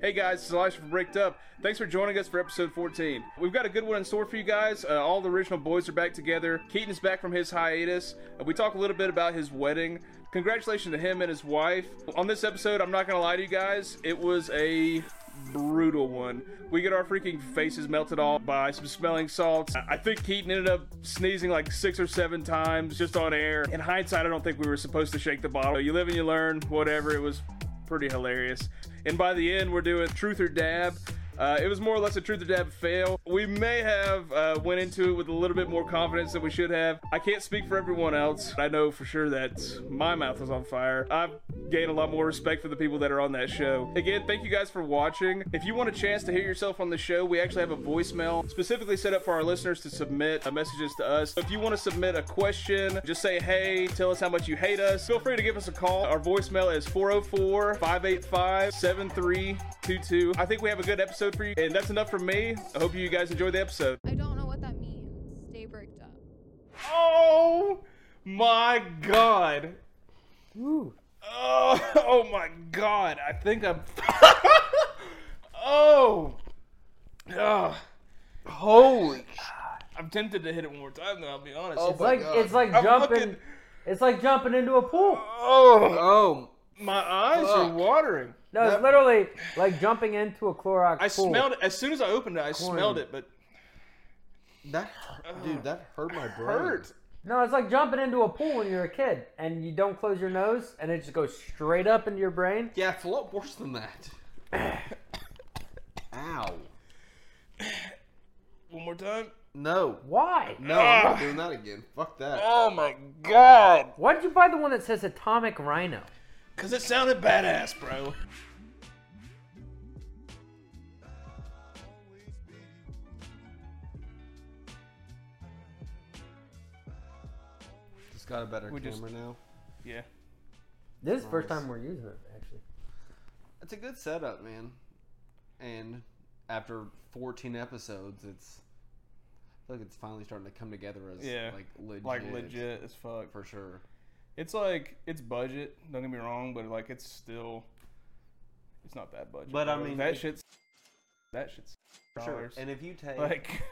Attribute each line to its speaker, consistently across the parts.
Speaker 1: Hey guys, it's Elijah from Bricked Up. Thanks for joining us for episode 14. We've got a good one in store for you guys. Uh, all the original boys are back together. Keaton is back from his hiatus. Uh, we talk a little bit about his wedding. Congratulations to him and his wife. On this episode, I'm not going to lie to you guys, it was a brutal one. We get our freaking faces melted off by some smelling salts. I I think Keaton ended up sneezing like six or seven times just on air. In hindsight, I don't think we were supposed to shake the bottle. You live and you learn, whatever. It was pretty hilarious. And by the end, we're doing truth or dab. Uh, it was more or less a truth or dab fail. We may have uh, went into it with a little bit more confidence than we should have. I can't speak for everyone else. I know for sure that my mouth was on fire. I've gained a lot more respect for the people that are on that show. Again, thank you guys for watching. If you want a chance to hear yourself on the show, we actually have a voicemail specifically set up for our listeners to submit uh, messages to us. If you want to submit a question, just say hey, tell us how much you hate us. Feel free to give us a call. Our voicemail is 404 585 7322. I think we have a good episode for you, and that's enough from me. I hope you guys enjoy the episode.
Speaker 2: I don't know what that means. Stay bricked up.
Speaker 1: Oh my god. Oh, oh my god. I think I'm. oh. Ugh.
Speaker 3: Holy
Speaker 1: I'm tempted to hit it one more time, though, I'll be honest.
Speaker 3: Oh,
Speaker 1: It's
Speaker 3: but-
Speaker 1: like-
Speaker 3: my
Speaker 4: like
Speaker 3: God.
Speaker 4: it's like
Speaker 1: I'm
Speaker 4: jumping.
Speaker 1: looking-
Speaker 4: It's like jumping into a pool.
Speaker 1: oh,
Speaker 3: Oh,
Speaker 1: my eyes are
Speaker 3: Fuck.
Speaker 1: watering.
Speaker 4: No, it's
Speaker 3: that-
Speaker 4: literally like jumping into a Clorox
Speaker 1: I
Speaker 4: pool.
Speaker 1: smelled it. As soon as I opened it, I smelled it, but
Speaker 3: that hurt, dude, that uh, hurt my brain.
Speaker 1: hurt.
Speaker 4: No, it's like jumping into a pool when you're a kid and you don't close your nose and it just goes straight up into your brain.
Speaker 3: Yeah, it's a lot worse than that. Ow.
Speaker 1: One more time.
Speaker 3: No.
Speaker 4: Why?
Speaker 3: No, I'm not doing that again. Fuck that.
Speaker 1: Oh my god.
Speaker 4: Why did you buy the one that says Atomic Rhino?
Speaker 1: Because it sounded badass, bro.
Speaker 3: Just got a better
Speaker 1: We
Speaker 3: camera
Speaker 1: just-
Speaker 3: now.
Speaker 1: Yeah.
Speaker 4: This is the first
Speaker 3: Nice.
Speaker 4: time we're using it actually.
Speaker 3: It's a good setup, man. And after 14 episodes, it's I feel like it's finally starting to come together as
Speaker 1: Yeah.
Speaker 3: like legit.
Speaker 1: Like, legit as fuck.
Speaker 3: for sure.
Speaker 1: It's like it's budget. Don't get me wrong, but like it's still, it's not that budget.
Speaker 3: But, I
Speaker 1: bro.
Speaker 3: mean,
Speaker 1: that
Speaker 3: it-
Speaker 1: shit's that shit's
Speaker 3: For sure.
Speaker 1: dollars.
Speaker 3: And if you take
Speaker 1: like,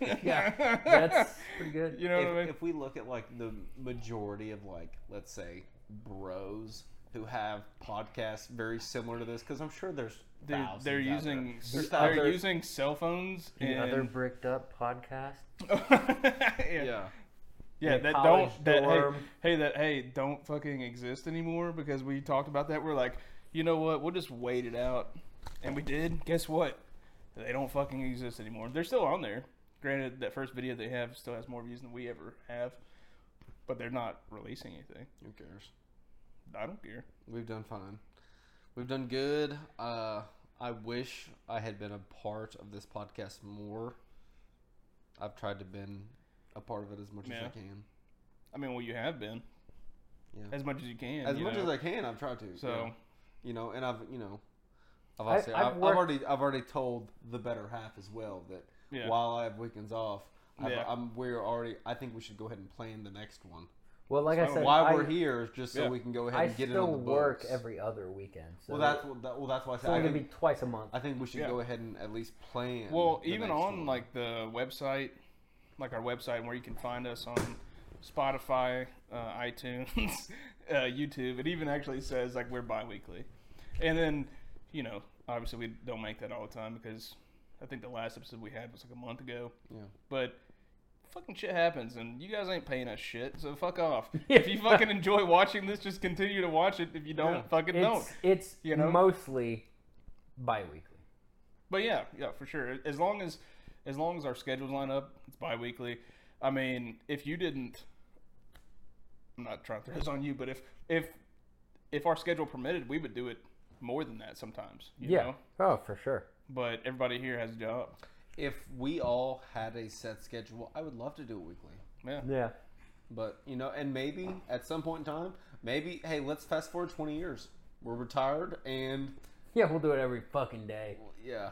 Speaker 3: Yeah.
Speaker 4: That's pretty good.
Speaker 1: You know
Speaker 3: if,
Speaker 1: what I mean?
Speaker 3: if we look at like the majority of like let's say bros who have podcasts very similar to this because i'm sure there's
Speaker 1: Dude,
Speaker 3: thousands
Speaker 1: they're
Speaker 3: out there.
Speaker 1: using
Speaker 3: There's
Speaker 1: they're
Speaker 3: thousands.
Speaker 1: using cell phones
Speaker 4: The
Speaker 1: and
Speaker 4: other bricked up podcast.
Speaker 1: yeah. yeah,
Speaker 3: yeah
Speaker 4: Yeah,
Speaker 1: that
Speaker 4: college
Speaker 1: don't that hey,
Speaker 4: dorm.
Speaker 1: hey that hey don't fucking exist anymore because we talked about that. We're like, you know what? We'll just wait it out, and we did. Guess what? They don't fucking exist anymore. They're still on there. Granted, that first video they have still has more views than we ever have, but they're not releasing anything.
Speaker 3: who cares
Speaker 1: I don't care.
Speaker 3: we've done fine we've done good uh i wish i had been a part of this podcast more i've tried to been a part of it as much as
Speaker 1: Yeah.
Speaker 3: i can
Speaker 1: I mean, well, you have been
Speaker 3: Yeah.
Speaker 1: as much as you can.
Speaker 3: as
Speaker 1: you
Speaker 3: much
Speaker 1: know?
Speaker 3: as i can i've tried to yeah.
Speaker 1: So
Speaker 3: you know, and I've you know, I've,
Speaker 4: I-
Speaker 3: obviously,
Speaker 4: I've
Speaker 3: I've, I've,
Speaker 4: worked-
Speaker 3: already I've already told the better half as well that
Speaker 1: Yeah.
Speaker 3: while I have weekends off, I've,
Speaker 1: Yeah.
Speaker 3: I'm we're already I think we should go ahead and plan the next one.
Speaker 4: Well, like I
Speaker 1: So
Speaker 4: said,
Speaker 3: Why
Speaker 4: I,
Speaker 3: we're here is just so
Speaker 1: Yeah.
Speaker 3: we can go ahead
Speaker 4: I
Speaker 3: and get it
Speaker 4: still
Speaker 3: on the
Speaker 4: work
Speaker 3: books.
Speaker 4: every other weekend. So
Speaker 3: well, that's what- that, well that's why I
Speaker 4: it's
Speaker 3: said
Speaker 4: only
Speaker 3: I
Speaker 4: gonna
Speaker 3: think,
Speaker 4: be twice a month.
Speaker 3: I think we should
Speaker 1: Yeah.
Speaker 3: go ahead and at least plan.
Speaker 1: Well,
Speaker 3: the
Speaker 1: even
Speaker 3: next
Speaker 1: on
Speaker 3: one.
Speaker 1: like the website, like our website where you can find us on Spotify, uh, iTunes, uh, YouTube. It even actually says like we're bi-weekly. And then, you know, obviously we don't make that all the time because I think the last episode we had was like a month ago.
Speaker 3: yeah.
Speaker 1: But fucking shit happens and you guys ain't paying us shit, so fuck off.
Speaker 4: Yeah.
Speaker 1: If you fucking enjoy watching this, just continue to watch it. If you don't,
Speaker 3: Yeah.
Speaker 1: fucking don't.
Speaker 4: it's it's
Speaker 1: you know?
Speaker 4: mostly bi-weekly.
Speaker 1: But yeah, yeah, for sure. As long as as long as our schedules line up, it's bi-weekly. I mean, if you didn't I'm not trying to throw this on you, but if if if our schedule permitted, we would do it more than that sometimes, you
Speaker 4: yeah.
Speaker 1: know?
Speaker 4: Oh, for sure.
Speaker 1: But everybody here has a job.
Speaker 3: If we all had a set schedule, I would love to do it weekly.
Speaker 1: Yeah.
Speaker 4: Yeah.
Speaker 3: But you know, and maybe at some point in time, maybe hey, let's fast forward twenty years. We're retired, and
Speaker 4: Yeah, we'll do it every fucking day.
Speaker 3: yeah,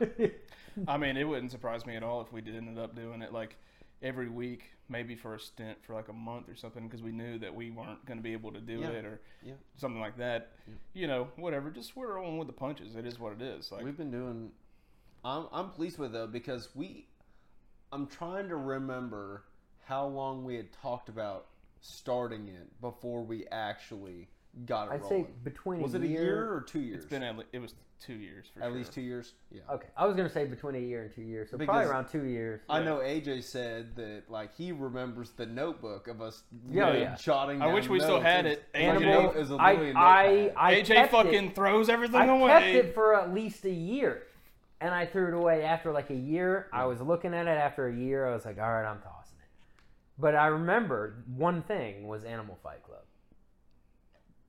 Speaker 1: I mean, it wouldn't surprise me at all if we did end up doing it like every week, maybe for a stint for like a month or something, because we knew that we weren't going to be able to do
Speaker 3: Yeah.
Speaker 1: it or
Speaker 3: Yeah.
Speaker 1: something like that.
Speaker 3: Yeah.
Speaker 1: You know, whatever. Just we're on with the punches. It is what it is. Like
Speaker 3: We've been doing. I'm I'm pleased with it, though because we. I'm trying to remember how long we had talked about starting it before we actually got it
Speaker 4: I'd
Speaker 3: rolling.
Speaker 4: say between
Speaker 3: was
Speaker 4: a
Speaker 3: it a
Speaker 4: year,
Speaker 3: year or two years?
Speaker 1: it's been at, le- it was two years for
Speaker 3: at
Speaker 1: sure.
Speaker 3: least two years. Yeah.
Speaker 4: Okay, I was gonna say between a year and two years, so
Speaker 3: Because-
Speaker 4: probably around two years.
Speaker 3: I
Speaker 1: Yeah.
Speaker 3: know AJ said that like he remembers the notebook of us
Speaker 4: Yeah,
Speaker 3: you know,
Speaker 4: yeah.
Speaker 3: jotting.
Speaker 1: I
Speaker 3: down
Speaker 1: wish we still
Speaker 3: notes.
Speaker 1: had
Speaker 3: It was-
Speaker 1: it,
Speaker 3: like,
Speaker 1: AJ.
Speaker 3: note is a
Speaker 4: I,
Speaker 3: literally a
Speaker 4: I,
Speaker 3: notepad.
Speaker 4: I
Speaker 1: AJ
Speaker 4: kept
Speaker 1: fucking
Speaker 4: it.
Speaker 1: throws everything
Speaker 4: I
Speaker 1: away.
Speaker 4: kept it for at least a year, and I threw it away after like a year. I was looking at it after a year. I was like, all right, I'm tossing it. But I remember one thing was Animal Fight Club.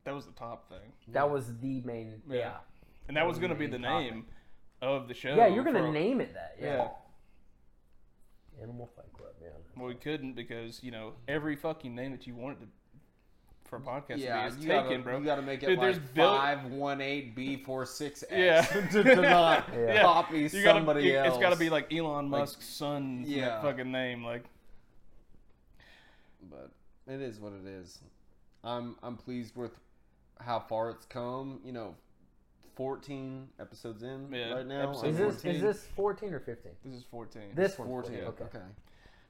Speaker 1: That was the top thing,
Speaker 4: That was the main.
Speaker 1: Yeah.
Speaker 4: Yeah.
Speaker 1: and that was
Speaker 4: was
Speaker 1: going to
Speaker 4: the
Speaker 1: be the
Speaker 4: main
Speaker 1: name of the show.
Speaker 4: Yeah, you're gonna
Speaker 1: for-
Speaker 4: name it that. Yeah.
Speaker 1: Yeah.
Speaker 4: Animal Fight Club. Yeah.
Speaker 1: Well, we couldn't because you know every fucking name that you wanted to for a podcast
Speaker 3: Yeah,
Speaker 1: to be
Speaker 3: you
Speaker 1: is
Speaker 3: gotta,
Speaker 1: taken, bro.
Speaker 3: you gotta make it
Speaker 1: Dude, there's
Speaker 3: like
Speaker 1: bill-
Speaker 3: five one eight B four six
Speaker 1: Yeah.
Speaker 3: X to, to not
Speaker 4: Yeah.
Speaker 3: copy
Speaker 1: You gotta-
Speaker 3: somebody
Speaker 1: it-
Speaker 3: else.
Speaker 1: It's got to be like Elon Musk's son.
Speaker 3: yeah.
Speaker 1: Yeah. Fucking name. Like
Speaker 3: but it is what it is. I'm I'm pleased with how far it's come. You know, fourteen episodes in
Speaker 1: Yeah,
Speaker 3: right now.
Speaker 1: episode
Speaker 4: Is
Speaker 3: I'm
Speaker 4: this
Speaker 1: 14.
Speaker 4: is this 14 or 15?
Speaker 1: this is 14.
Speaker 4: This one's
Speaker 3: 14.
Speaker 4: 14. Okay.
Speaker 3: okay.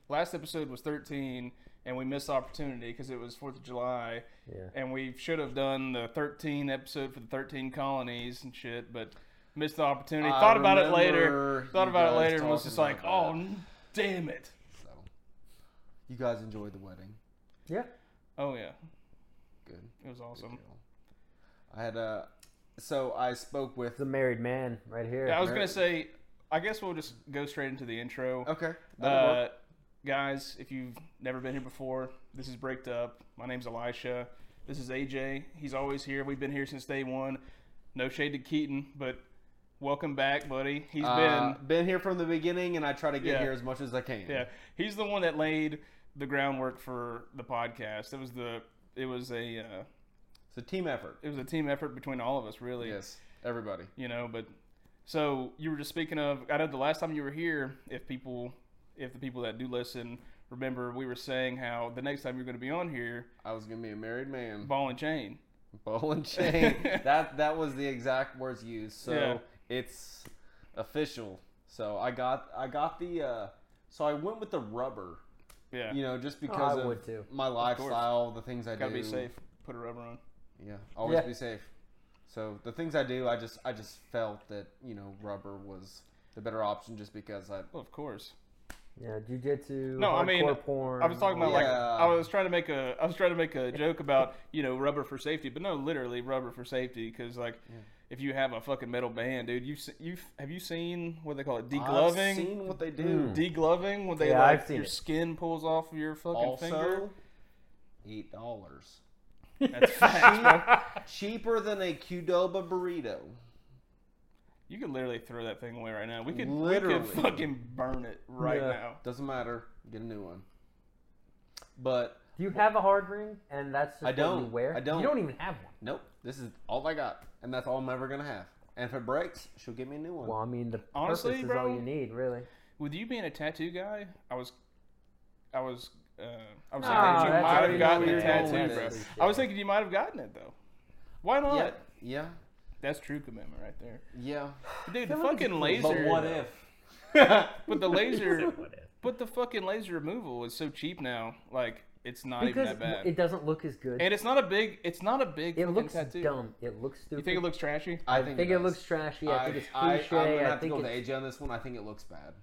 Speaker 1: Last episode was 13, and we missed the opportunity because it was Fourth of July,
Speaker 4: Yeah.
Speaker 1: and we should have done the 13 episode for the 13 colonies and shit, but missed the opportunity.
Speaker 3: I
Speaker 1: Thought about it
Speaker 3: remember
Speaker 1: later. Thought
Speaker 3: you
Speaker 1: about it
Speaker 3: guys
Speaker 1: later, and was
Speaker 3: talking
Speaker 1: just like,
Speaker 3: about
Speaker 1: oh, n- damn it.
Speaker 3: So, you guys enjoyed the wedding.
Speaker 4: Yeah.
Speaker 1: Oh yeah,
Speaker 3: Good.
Speaker 1: it was awesome.
Speaker 3: deal. I had a. So I spoke with.
Speaker 4: It's a married man right here.
Speaker 1: Yeah, I was
Speaker 3: Very-
Speaker 1: gonna say, I guess we'll just go straight into the intro.
Speaker 3: Okay. that'll work.
Speaker 1: Uh, guys, if you've never been here before, this is Breaked Up. My name's Elisha. This is AJ. He's always here. We've been here since day one. No shade to Keaton, but welcome back, buddy. He's
Speaker 3: Uh,
Speaker 1: been
Speaker 3: been here from the beginning, and I try to get
Speaker 1: Yeah.
Speaker 3: here as much as I can.
Speaker 1: yeah. He's the one that laid the groundwork for the podcast. It was the it was a uh,
Speaker 3: It's a team effort.
Speaker 1: it was a team effort between all of us, really.
Speaker 3: Yes, everybody.
Speaker 1: you know but so you were just speaking of i know the last time you were here if people if the people that do listen remember we were saying how the next time you're going to be on here
Speaker 3: I was gonna be a married man.
Speaker 1: ball and chain
Speaker 3: Ball and chain. that that was the exact words used. So
Speaker 1: Yeah.
Speaker 3: it's official. So I got I got the. Uh, so I went with the rubber.
Speaker 1: yeah
Speaker 3: You know, just because
Speaker 4: Oh, I
Speaker 3: of
Speaker 4: would too.
Speaker 3: my lifestyle, the things I
Speaker 1: gotta
Speaker 3: do.
Speaker 1: be safe put a rubber on
Speaker 3: Yeah, always
Speaker 4: Yeah.
Speaker 3: be safe. So the things I do, I just I just felt that you know rubber was the better option just because I
Speaker 1: well Oh, of course
Speaker 4: Yeah, jujitsu.
Speaker 1: No,
Speaker 4: hardcore
Speaker 1: I mean,
Speaker 4: porn.
Speaker 1: i was talking about like
Speaker 3: Yeah.
Speaker 1: i was trying to make a i was trying to make a joke about you know rubber for safety but no literally rubber for safety because like if you have a fucking metal band dude you se- you have you seen what they call it
Speaker 3: I've
Speaker 1: degloving
Speaker 3: seen what they do.
Speaker 4: Mm.
Speaker 1: degloving when they
Speaker 4: Yeah,
Speaker 1: like
Speaker 4: I've seen
Speaker 1: your
Speaker 4: it.
Speaker 1: skin pulls off of your fucking
Speaker 3: Also,
Speaker 1: finger
Speaker 3: eight dollars
Speaker 1: That's facts, bro.
Speaker 3: cheaper than a Qdoba burrito.
Speaker 1: You could literally throw that thing away right now. We could
Speaker 3: Literally.
Speaker 1: we could fucking burn it right
Speaker 4: Yeah.
Speaker 1: now.
Speaker 3: Doesn't matter. Get a new one. But
Speaker 4: Do you have a hard ring? And that's just
Speaker 3: I
Speaker 4: what you
Speaker 3: don't.
Speaker 4: wear.
Speaker 3: I don't.
Speaker 4: You don't even have one.
Speaker 3: nope, this is all I got, and that's all I'm ever gonna have. And if it breaks, she'll give me a new one.
Speaker 4: Well, I mean, the
Speaker 1: Honestly,
Speaker 4: purpose is
Speaker 1: bro-
Speaker 4: all you need, really.
Speaker 1: With you being a tattoo guy, I was, I was, uh, I was thinking
Speaker 4: No,
Speaker 1: that you
Speaker 4: that's
Speaker 1: might have
Speaker 4: already
Speaker 1: gotten
Speaker 4: where
Speaker 1: the
Speaker 4: you're going
Speaker 1: tattoo,
Speaker 4: with
Speaker 1: bro.
Speaker 4: this.
Speaker 1: I was thinking you might have gotten it though. Why not?
Speaker 3: yeah, yeah,
Speaker 1: That's true commitment right there,
Speaker 3: yeah.
Speaker 1: But dude. The fucking laser.
Speaker 3: But what if?
Speaker 1: But the laser. but the fucking laser removal is so cheap now. Like it's not
Speaker 4: Because
Speaker 1: even that bad.
Speaker 4: it doesn't look as good. It,
Speaker 1: and it's not a big. It's not a big. fucking
Speaker 4: looks
Speaker 1: tattoo.
Speaker 4: dumb. It looks stupid.
Speaker 1: You think it looks trashy?
Speaker 3: I
Speaker 4: I
Speaker 3: think,
Speaker 4: think it
Speaker 3: does.
Speaker 4: looks trashy. I, think it's
Speaker 3: I,
Speaker 4: cliche.
Speaker 3: am gonna
Speaker 4: I
Speaker 3: have to
Speaker 4: think
Speaker 3: go with
Speaker 4: it's-
Speaker 3: AJ on this one. I think it looks bad.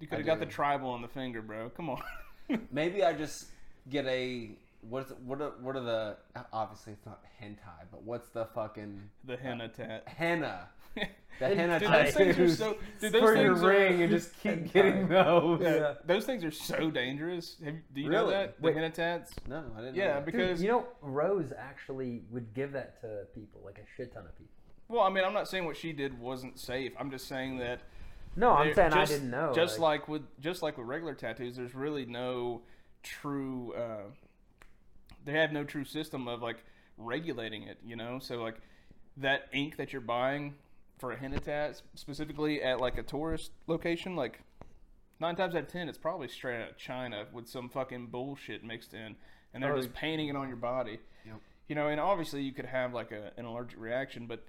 Speaker 1: You could
Speaker 3: I
Speaker 1: have got
Speaker 3: do.
Speaker 1: the tribal on the finger, bro. Come on.
Speaker 3: Maybe I just get a what's what are, what are the obviously it's not hentai, but what's the fucking
Speaker 1: the henna tat.
Speaker 3: henna?
Speaker 1: dude,
Speaker 3: The
Speaker 4: It-
Speaker 3: henna
Speaker 4: Dude,
Speaker 1: those
Speaker 4: that's
Speaker 3: tattoo.
Speaker 1: things are so. Dude, those
Speaker 3: for your
Speaker 1: things are,
Speaker 3: ring and just keep getting those.
Speaker 1: Yeah, Those things are so dangerous. Have, do you know
Speaker 3: Really?
Speaker 1: that the
Speaker 4: Wait.
Speaker 1: henna tats?
Speaker 3: No, I didn't.
Speaker 1: Yeah,
Speaker 3: know that.
Speaker 4: Dude,
Speaker 1: because
Speaker 4: you know, Rose actually would give that to people, like a shit ton of people.
Speaker 1: well, I mean, I'm not saying what she did wasn't safe. I'm just saying that.
Speaker 4: No, I'm
Speaker 1: there-
Speaker 4: saying
Speaker 1: just,
Speaker 4: I didn't know.
Speaker 1: Just like, with just like with regular tattoos, there's really no true. Uh, they have no true system of like regulating it, you know. So like that ink that you're buying for a henna tat, specifically at like a tourist location, like nine times out of ten, it's probably straight out of China with some fucking bullshit mixed in, and they're
Speaker 4: Oh,
Speaker 1: just painting it on your body.
Speaker 3: Yep.
Speaker 1: You know, and obviously you could have like a, an allergic reaction, but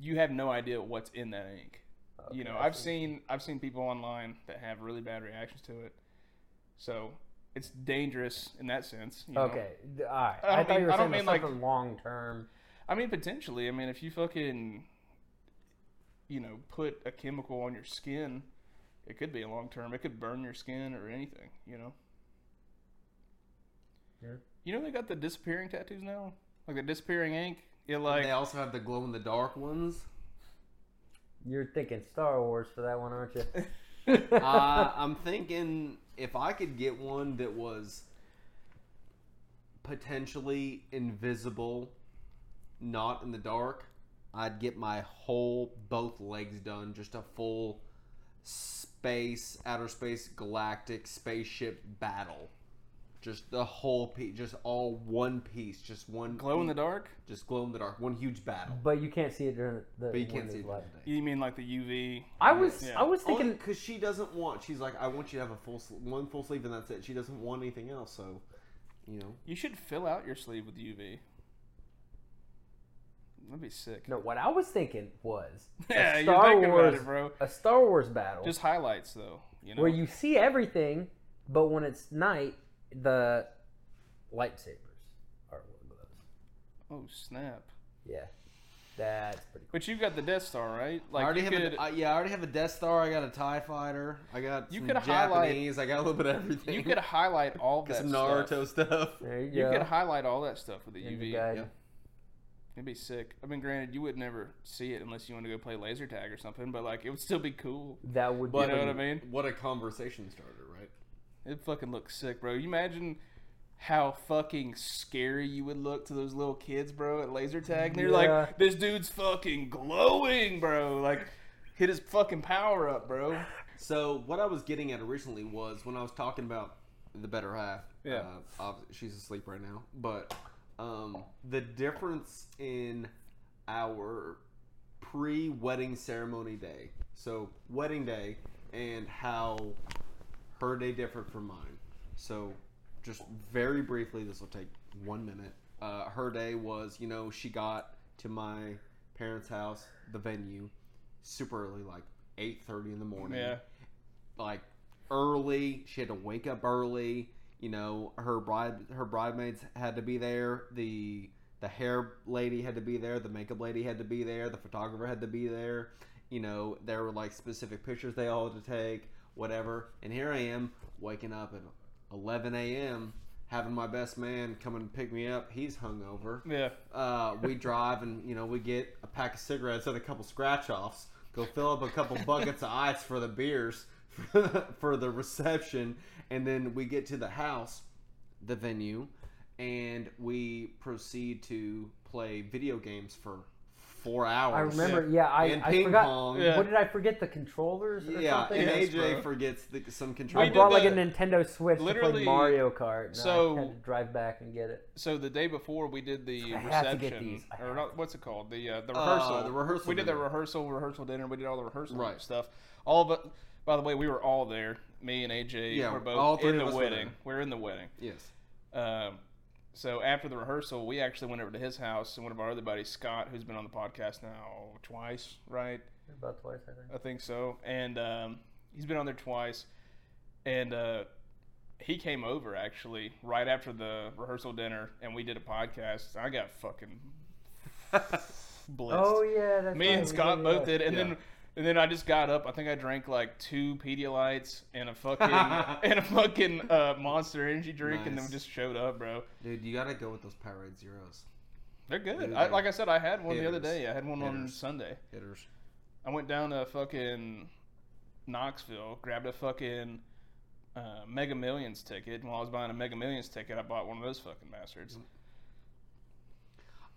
Speaker 1: you have no idea what's in that ink.
Speaker 4: Oh,
Speaker 1: you know, I've seen I've seen people online that have really bad reactions to it, so it's dangerous in that sense. you know.
Speaker 4: Okay, d- all right.
Speaker 1: I
Speaker 4: I,
Speaker 1: don't
Speaker 4: thought
Speaker 1: mean-
Speaker 4: you were
Speaker 1: I don't
Speaker 4: saying
Speaker 1: mean,
Speaker 4: there's
Speaker 1: like-
Speaker 4: something long term.
Speaker 1: I mean, potentially. I mean, if you fucking, you know, put a chemical on your skin, it could be a long term. It could burn your skin or anything. You know.
Speaker 4: Yeah.
Speaker 1: You know they got the disappearing tattoos now, like the disappearing ink. It like
Speaker 3: they also have the glow in the dark ones.
Speaker 4: You're thinking Star Wars for that one, aren't you?
Speaker 3: uh, I'm thinking if I could get one that was potentially invisible, not in the dark, I'd get my whole both legs done, just a full space, outer space, galactic spaceship battle. Just the whole piece, just all one piece, just one
Speaker 1: glow in the dark.
Speaker 3: just glow in the dark, one huge battle.
Speaker 4: but you can't see it during the.
Speaker 3: But you
Speaker 4: when
Speaker 3: can't see
Speaker 4: there's
Speaker 3: it
Speaker 4: light.
Speaker 3: during the day.
Speaker 1: You mean like the UV?
Speaker 4: I was
Speaker 1: Yeah.
Speaker 4: I was
Speaker 3: Only
Speaker 4: thinking
Speaker 3: because she doesn't want. She's like, I want you to have a full sl- one full sleeve, and that's it. She doesn't want anything else. So, you know,
Speaker 1: You should fill out your sleeve with UV. That'd be sick.
Speaker 4: no. What I was thinking was
Speaker 1: Yeah,
Speaker 4: a
Speaker 1: you're
Speaker 4: Star
Speaker 1: thinking about
Speaker 4: Wars
Speaker 1: it, bro.
Speaker 4: a Star Wars battle
Speaker 1: Just highlights though. You know.
Speaker 4: where you see everything, but when it's night, the lightsabers are what glows.
Speaker 1: Oh snap!
Speaker 4: Yeah, that's pretty.
Speaker 1: But you've got the Death Star, right? Like
Speaker 3: I already
Speaker 1: you
Speaker 3: have.
Speaker 1: could.
Speaker 3: a, I, yeah, I already have a Death Star. I got a Tie Fighter. I got
Speaker 1: You
Speaker 3: some
Speaker 1: could highlight-
Speaker 3: Japanese. I got a little bit of everything.
Speaker 1: you could highlight all
Speaker 3: got
Speaker 1: that
Speaker 3: some
Speaker 1: stuff.
Speaker 3: Naruto stuff.
Speaker 4: Cool. There you
Speaker 1: You
Speaker 4: go.
Speaker 1: could highlight all that stuff with the
Speaker 4: And
Speaker 1: UV.
Speaker 4: you got-
Speaker 3: yeah.
Speaker 1: It'd be sick. I mean, granted, you would never see it unless you want to go play laser tag or something, but like it would still be cool.
Speaker 4: That would be.
Speaker 1: You know what I
Speaker 3: um,
Speaker 1: mean?
Speaker 3: What a conversation starter, right?
Speaker 1: It fucking looks sick, bro. You imagine how fucking scary you would look to those little kids, bro, at laser tag. And they're
Speaker 4: Yeah.
Speaker 1: like, this dude's fucking glowing, bro. Like, hit his fucking power up, bro.
Speaker 3: So what I was getting at originally was when I was talking about the better half.
Speaker 1: Yeah.
Speaker 3: Uh, ob- she's asleep right now, but um, the difference in our pre-wedding ceremony day, so wedding day, and how her day differed from mine. So just very briefly, this will take one minute. Uh, her day was, you know, she got to my parents' house, the venue, super early, like eight thirty in the morning
Speaker 1: Yeah.
Speaker 3: like early. She had to wake up early. You know, her bride her bridesmaids had to be there. The the hair lady had to be there. The makeup lady had to be there. The photographer had to be there. You know, there were like specific pictures they all had to take, whatever. And here I am waking up at 11 a.m. having my best man come and pick me up. He's hungover
Speaker 1: Yeah.
Speaker 3: uh, we drive and you know we get a pack of cigarettes and a couple scratch offs. Go fill up a couple buckets of ice for the beers for the reception, and then we get to the house, the venue, and we proceed to play video games for four hours.
Speaker 4: I remember. Yeah, I,
Speaker 3: and
Speaker 4: I
Speaker 3: ping
Speaker 4: forgot.
Speaker 3: pong.
Speaker 1: Yeah.
Speaker 4: What did I forget? The controllers or
Speaker 3: Yeah,
Speaker 4: something.
Speaker 3: and
Speaker 1: Yes,
Speaker 3: AJ
Speaker 1: bro.
Speaker 3: forgets the,
Speaker 4: I
Speaker 3: some
Speaker 1: We
Speaker 3: controllers.
Speaker 1: did
Speaker 4: brought like a
Speaker 1: the-
Speaker 4: Nintendo Switch to
Speaker 1: literally-
Speaker 4: play Mario Kart. And
Speaker 1: so-
Speaker 4: I had to drive back and get it.
Speaker 1: So the day before we did the
Speaker 4: I
Speaker 1: reception,
Speaker 4: have to get these. I
Speaker 1: or
Speaker 4: have
Speaker 1: not, what's it called? The uh, the
Speaker 3: Uh,
Speaker 1: rehearsal.
Speaker 3: the rehearsal
Speaker 1: We did the
Speaker 3: dinner.
Speaker 1: rehearsal, rehearsal dinner. We did all the rehearsal
Speaker 3: Right.
Speaker 1: stuff. All of it. By the way, we were all there. Me and AJ
Speaker 3: Yeah,
Speaker 1: were both
Speaker 3: all three
Speaker 1: in the
Speaker 3: of us were
Speaker 1: wedding.
Speaker 3: there.
Speaker 1: We're in the wedding.
Speaker 3: Yes.
Speaker 1: Um, so after the rehearsal, we actually went over to his house, and one of our other buddies, Scott, who's been on the podcast now twice, right?
Speaker 4: About twice, I think.
Speaker 1: I think so. And um, he's been on there twice. And uh, he came over actually right after the rehearsal dinner, and we did a podcast. I got fucking blitzed.
Speaker 4: Oh yeah, that's
Speaker 1: Me
Speaker 4: right,
Speaker 1: and
Speaker 4: we
Speaker 1: Scott
Speaker 4: did,
Speaker 1: both
Speaker 4: yeah.
Speaker 1: did, and
Speaker 3: Yeah.
Speaker 1: then and then I just got up. I think I drank like two Pedialites and a fucking and a fucking uh, Monster Energy drink, and then
Speaker 3: Nice.
Speaker 1: just showed up, bro.
Speaker 3: Dude, you gotta go with those Powerade Zeros.
Speaker 1: They're good.
Speaker 3: Dude,
Speaker 1: I,
Speaker 3: they're
Speaker 1: like I said, I had one the other
Speaker 3: hitters.
Speaker 1: day. I had one on
Speaker 3: Hitters.
Speaker 1: Sunday.
Speaker 3: Hitters.
Speaker 1: I went down to fucking Knoxville, grabbed a fucking uh, Mega Millions ticket. And while I was buying a Mega Millions ticket, I bought one of those fucking bastards.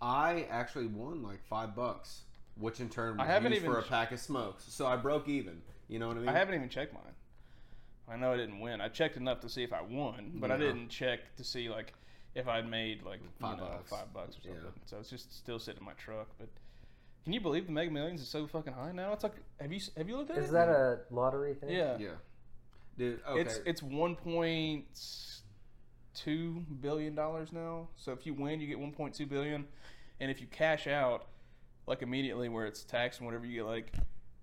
Speaker 3: I actually won like five bucks, which in turn
Speaker 1: I
Speaker 3: was
Speaker 1: haven't
Speaker 3: used
Speaker 1: even-
Speaker 3: for a pack of smokes. So I broke even. You know what I mean?
Speaker 1: I haven't even checked mine. I know I didn't win. I checked enough to see if I won, but I
Speaker 3: Yeah.
Speaker 1: didn't check to see like if I'd made like
Speaker 3: Five
Speaker 1: you know,
Speaker 3: bucks.
Speaker 1: five bucks or something.
Speaker 3: Yeah.
Speaker 1: So it's just still sitting in my truck. But can you believe the Mega Millions is so fucking high now? It's like have you have you looked at it?
Speaker 4: Is that a lottery thing?
Speaker 1: yeah.
Speaker 3: Yeah. Dude, okay.
Speaker 1: uh, It's it's one point two billion dollars now. So if you win, you get one point two billion, and if you cash out, like immediately where it's taxed and whatever, you get like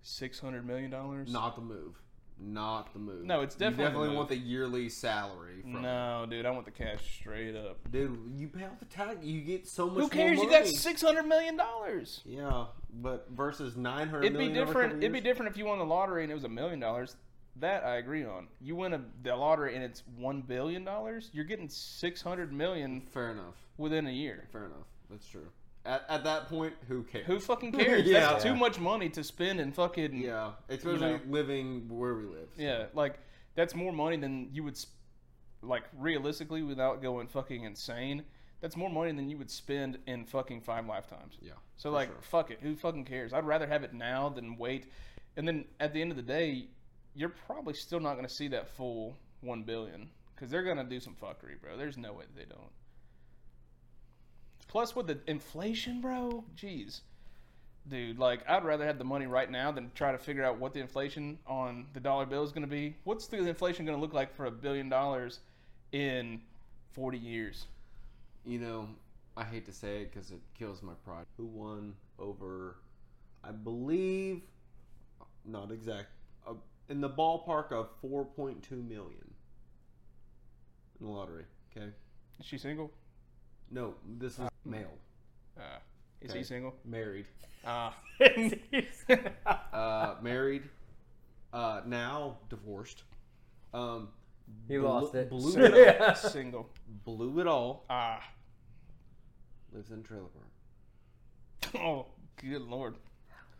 Speaker 1: six hundred million dollars.
Speaker 3: not the move. Not the move.
Speaker 1: No, it's
Speaker 3: You
Speaker 1: definitely the move.
Speaker 3: want the yearly salary. From
Speaker 1: No, dude, I want the cash straight up.
Speaker 3: Dude, you pay off the tax. You get so much.
Speaker 1: Who cares?
Speaker 3: More
Speaker 1: You got
Speaker 3: money.
Speaker 1: six hundred million dollars.
Speaker 3: Yeah, but versus nine hundred.
Speaker 1: It'd be different. It'd be different if you won the lottery and it was a million dollars. That I agree on. You win a, the lottery and it's one billion dollars. You're getting six hundred million
Speaker 3: Fair enough.
Speaker 1: within a year.
Speaker 3: Fair enough. That's true. At, at that point, who cares?
Speaker 1: Who fucking cares?
Speaker 3: Yeah.
Speaker 1: That's too
Speaker 4: Yeah.
Speaker 1: much money to spend and fucking yeah.
Speaker 3: Yeah, especially
Speaker 1: know.
Speaker 3: living where we live.
Speaker 1: Like that's more money than you would sp- like realistically without going fucking insane. That's more money than you would spend in fucking five lifetimes.
Speaker 3: Yeah.
Speaker 1: So
Speaker 3: for
Speaker 1: like,
Speaker 3: sure.
Speaker 1: fuck it. Who fucking cares? I'd rather have it now than wait. And then at the end of the day, you're probably still not going to see that full one billion because they're going to do some fuckery, bro. There's no way that they don't. Plus, with the inflation, bro, jeez, dude, like I'd rather have the money right now than try to figure out what the inflation on the dollar bill is going to be. What's the inflation going to look like for a billion dollars in 40 years?
Speaker 3: you know, I hate to say it because it kills my pride. Who won over? I believe, not exact, uh, in the ballpark of four point two million in the lottery. Okay,
Speaker 1: Is she single?
Speaker 3: no, this was male,
Speaker 1: Uh, is
Speaker 3: Okay.
Speaker 1: he single?
Speaker 3: married,
Speaker 1: Ah.
Speaker 3: uh, married, uh, now divorced. Um,
Speaker 4: You
Speaker 3: blo-
Speaker 4: lost it.
Speaker 3: Blew it, all,
Speaker 4: Yeah.
Speaker 1: single.
Speaker 3: blew it all.
Speaker 1: Ah.
Speaker 3: Lives in trailer park.
Speaker 1: Oh, good lord.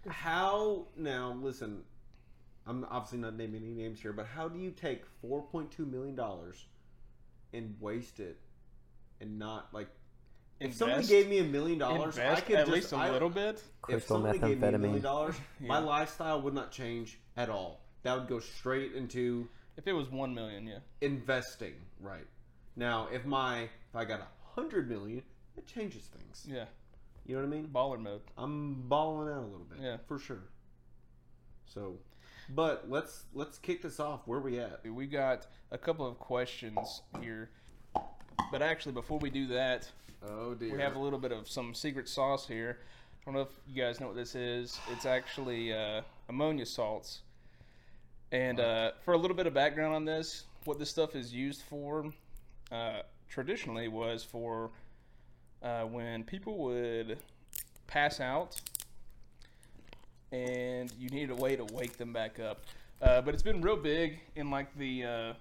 Speaker 3: How now? Listen, I'm obviously not naming any names here, but how do you take 4.2 million dollars and waste it and not like? If somebody
Speaker 1: Invest-
Speaker 3: gave me a million dollars, I
Speaker 1: invest
Speaker 3: could
Speaker 1: at
Speaker 3: just,
Speaker 1: least a
Speaker 3: I-
Speaker 1: little bit.
Speaker 3: If somebody gave me a million dollars, my
Speaker 1: Yeah.
Speaker 3: lifestyle would not change at all. That would go straight into
Speaker 1: If it was one million, yeah.
Speaker 3: investing. Right now, if my if I got a hundred million, it changes things.
Speaker 1: Yeah.
Speaker 3: You know what I mean?
Speaker 1: Baller mode.
Speaker 3: I'm balling out a little bit.
Speaker 1: Yeah.
Speaker 3: for sure. So, but let's let's kick this off. Where we at?
Speaker 1: We got a couple of questions here. But actually, before we do that,
Speaker 3: Oh dear.
Speaker 1: we have a little bit of some secret sauce here. I don't know if you guys know what this is. It's actually uh, ammonia salts. And uh, for a little bit of background on this, what this stuff is used for uh, traditionally was for uh, when people would pass out and you needed a way to wake them back up. Uh, but it's been real big in like the uh,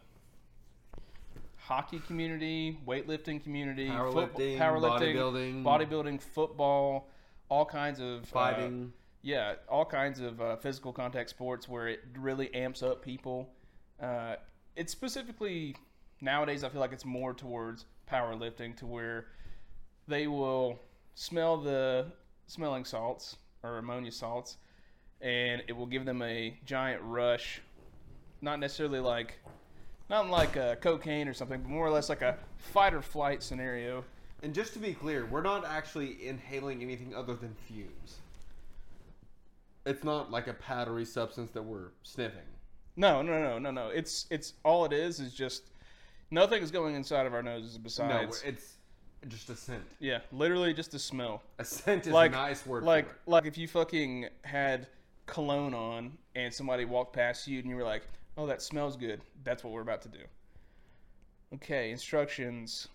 Speaker 1: hockey community, weightlifting community, football-
Speaker 3: powerlifting, bodybuilding,
Speaker 1: bodybuilding, football, all kinds of uh,
Speaker 3: fighting.
Speaker 1: yeah, all kinds of uh, physical contact sports where it really amps up people. Uh, it's specifically nowadays. I feel like it's more towards powerlifting, to where they will smell the smelling salts or ammonia salts, and it will give them a giant rush. Not necessarily like, not like uh cocaine or something, but more or less like a fight or flight scenario.
Speaker 3: and just to be clear, we're not actually inhaling anything other than fumes. It's not like a powdery substance that we're sniffing.
Speaker 1: No, no, no, no, no. It's it's all it is is just nothing is going inside of our noses
Speaker 3: No,
Speaker 1: besides
Speaker 3: we're- it's just a scent.
Speaker 1: yeah, literally just the smell.
Speaker 3: A scent is
Speaker 1: Like
Speaker 3: a nice word
Speaker 1: Like
Speaker 3: for it.
Speaker 1: like if you fucking had cologne on and somebody walked past you and you were like, "Oh, that smells good." That's what we're about to do. Okay, instructions.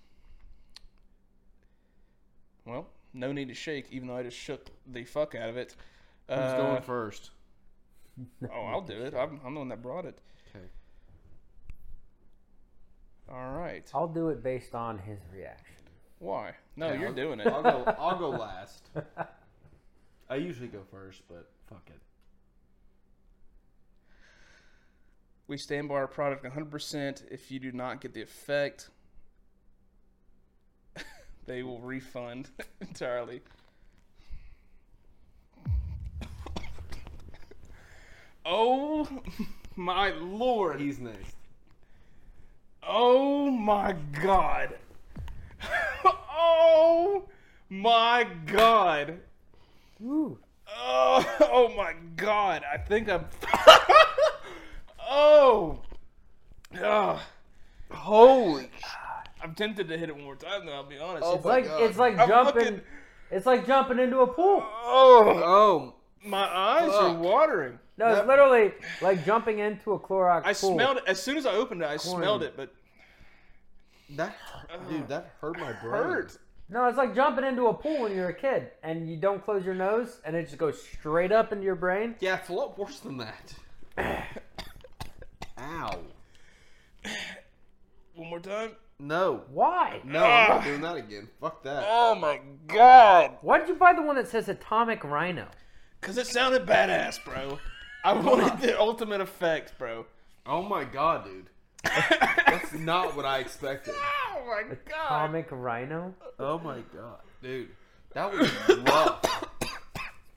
Speaker 1: Well, no need to shake, even though I just shook the fuck out of it.
Speaker 3: Who's
Speaker 1: Uh,
Speaker 3: going first?
Speaker 1: oh, I'll do it. I'm, I'm the one that brought it.
Speaker 3: Okay.
Speaker 1: All right.
Speaker 4: I'll do it based on his reaction.
Speaker 1: Why? No,
Speaker 3: Okay,
Speaker 1: you're
Speaker 3: I'll-
Speaker 1: doing it.
Speaker 3: I'll go. I'll go last. I usually go first, but fuck it.
Speaker 1: We stand by our product 100%. If you do not get the effect, they will refund entirely. Oh my lord.
Speaker 3: He's next.
Speaker 1: Oh my god. oh my god.
Speaker 4: Woo.
Speaker 1: Oh, oh my god. I think I'm. oh. Ugh,
Speaker 3: Holy.
Speaker 1: I'm tempted to hit it one more time, though. I'll be honest.
Speaker 3: Oh,
Speaker 1: It's-
Speaker 4: It's
Speaker 3: my
Speaker 4: like
Speaker 3: God.
Speaker 4: it's like
Speaker 1: I'm
Speaker 4: jumping.
Speaker 1: fucking-
Speaker 4: It's like jumping into a pool.
Speaker 1: oh,
Speaker 3: Oh.
Speaker 1: my eyes are
Speaker 3: Fuck.
Speaker 1: watering.
Speaker 4: No, it's
Speaker 3: That-
Speaker 4: literally like jumping into a Clorox
Speaker 1: I
Speaker 4: pool.
Speaker 1: smelled it as soon as I opened it. I smelled it, but
Speaker 3: That hurt, dude, that hurt my brain.
Speaker 1: hurt.
Speaker 4: No, it's like jumping into a pool when you're a kid and you don't close your nose and it just goes straight up into your brain.
Speaker 3: Yeah, it's a lot worse than that. Ow.
Speaker 1: One more time.
Speaker 3: No.
Speaker 4: Why?
Speaker 3: No, I'm not doing that again. Fuck that.
Speaker 1: Oh my god!
Speaker 4: Why did you buy the one that says Atomic Rhino?
Speaker 1: Because it sounded badass, bro. I wanted the ultimate effect, bro.
Speaker 3: Oh my god, dude. That's not what I expected.
Speaker 1: Oh my god!
Speaker 4: Atomic Rhino?
Speaker 3: Oh my god, dude. That was rough.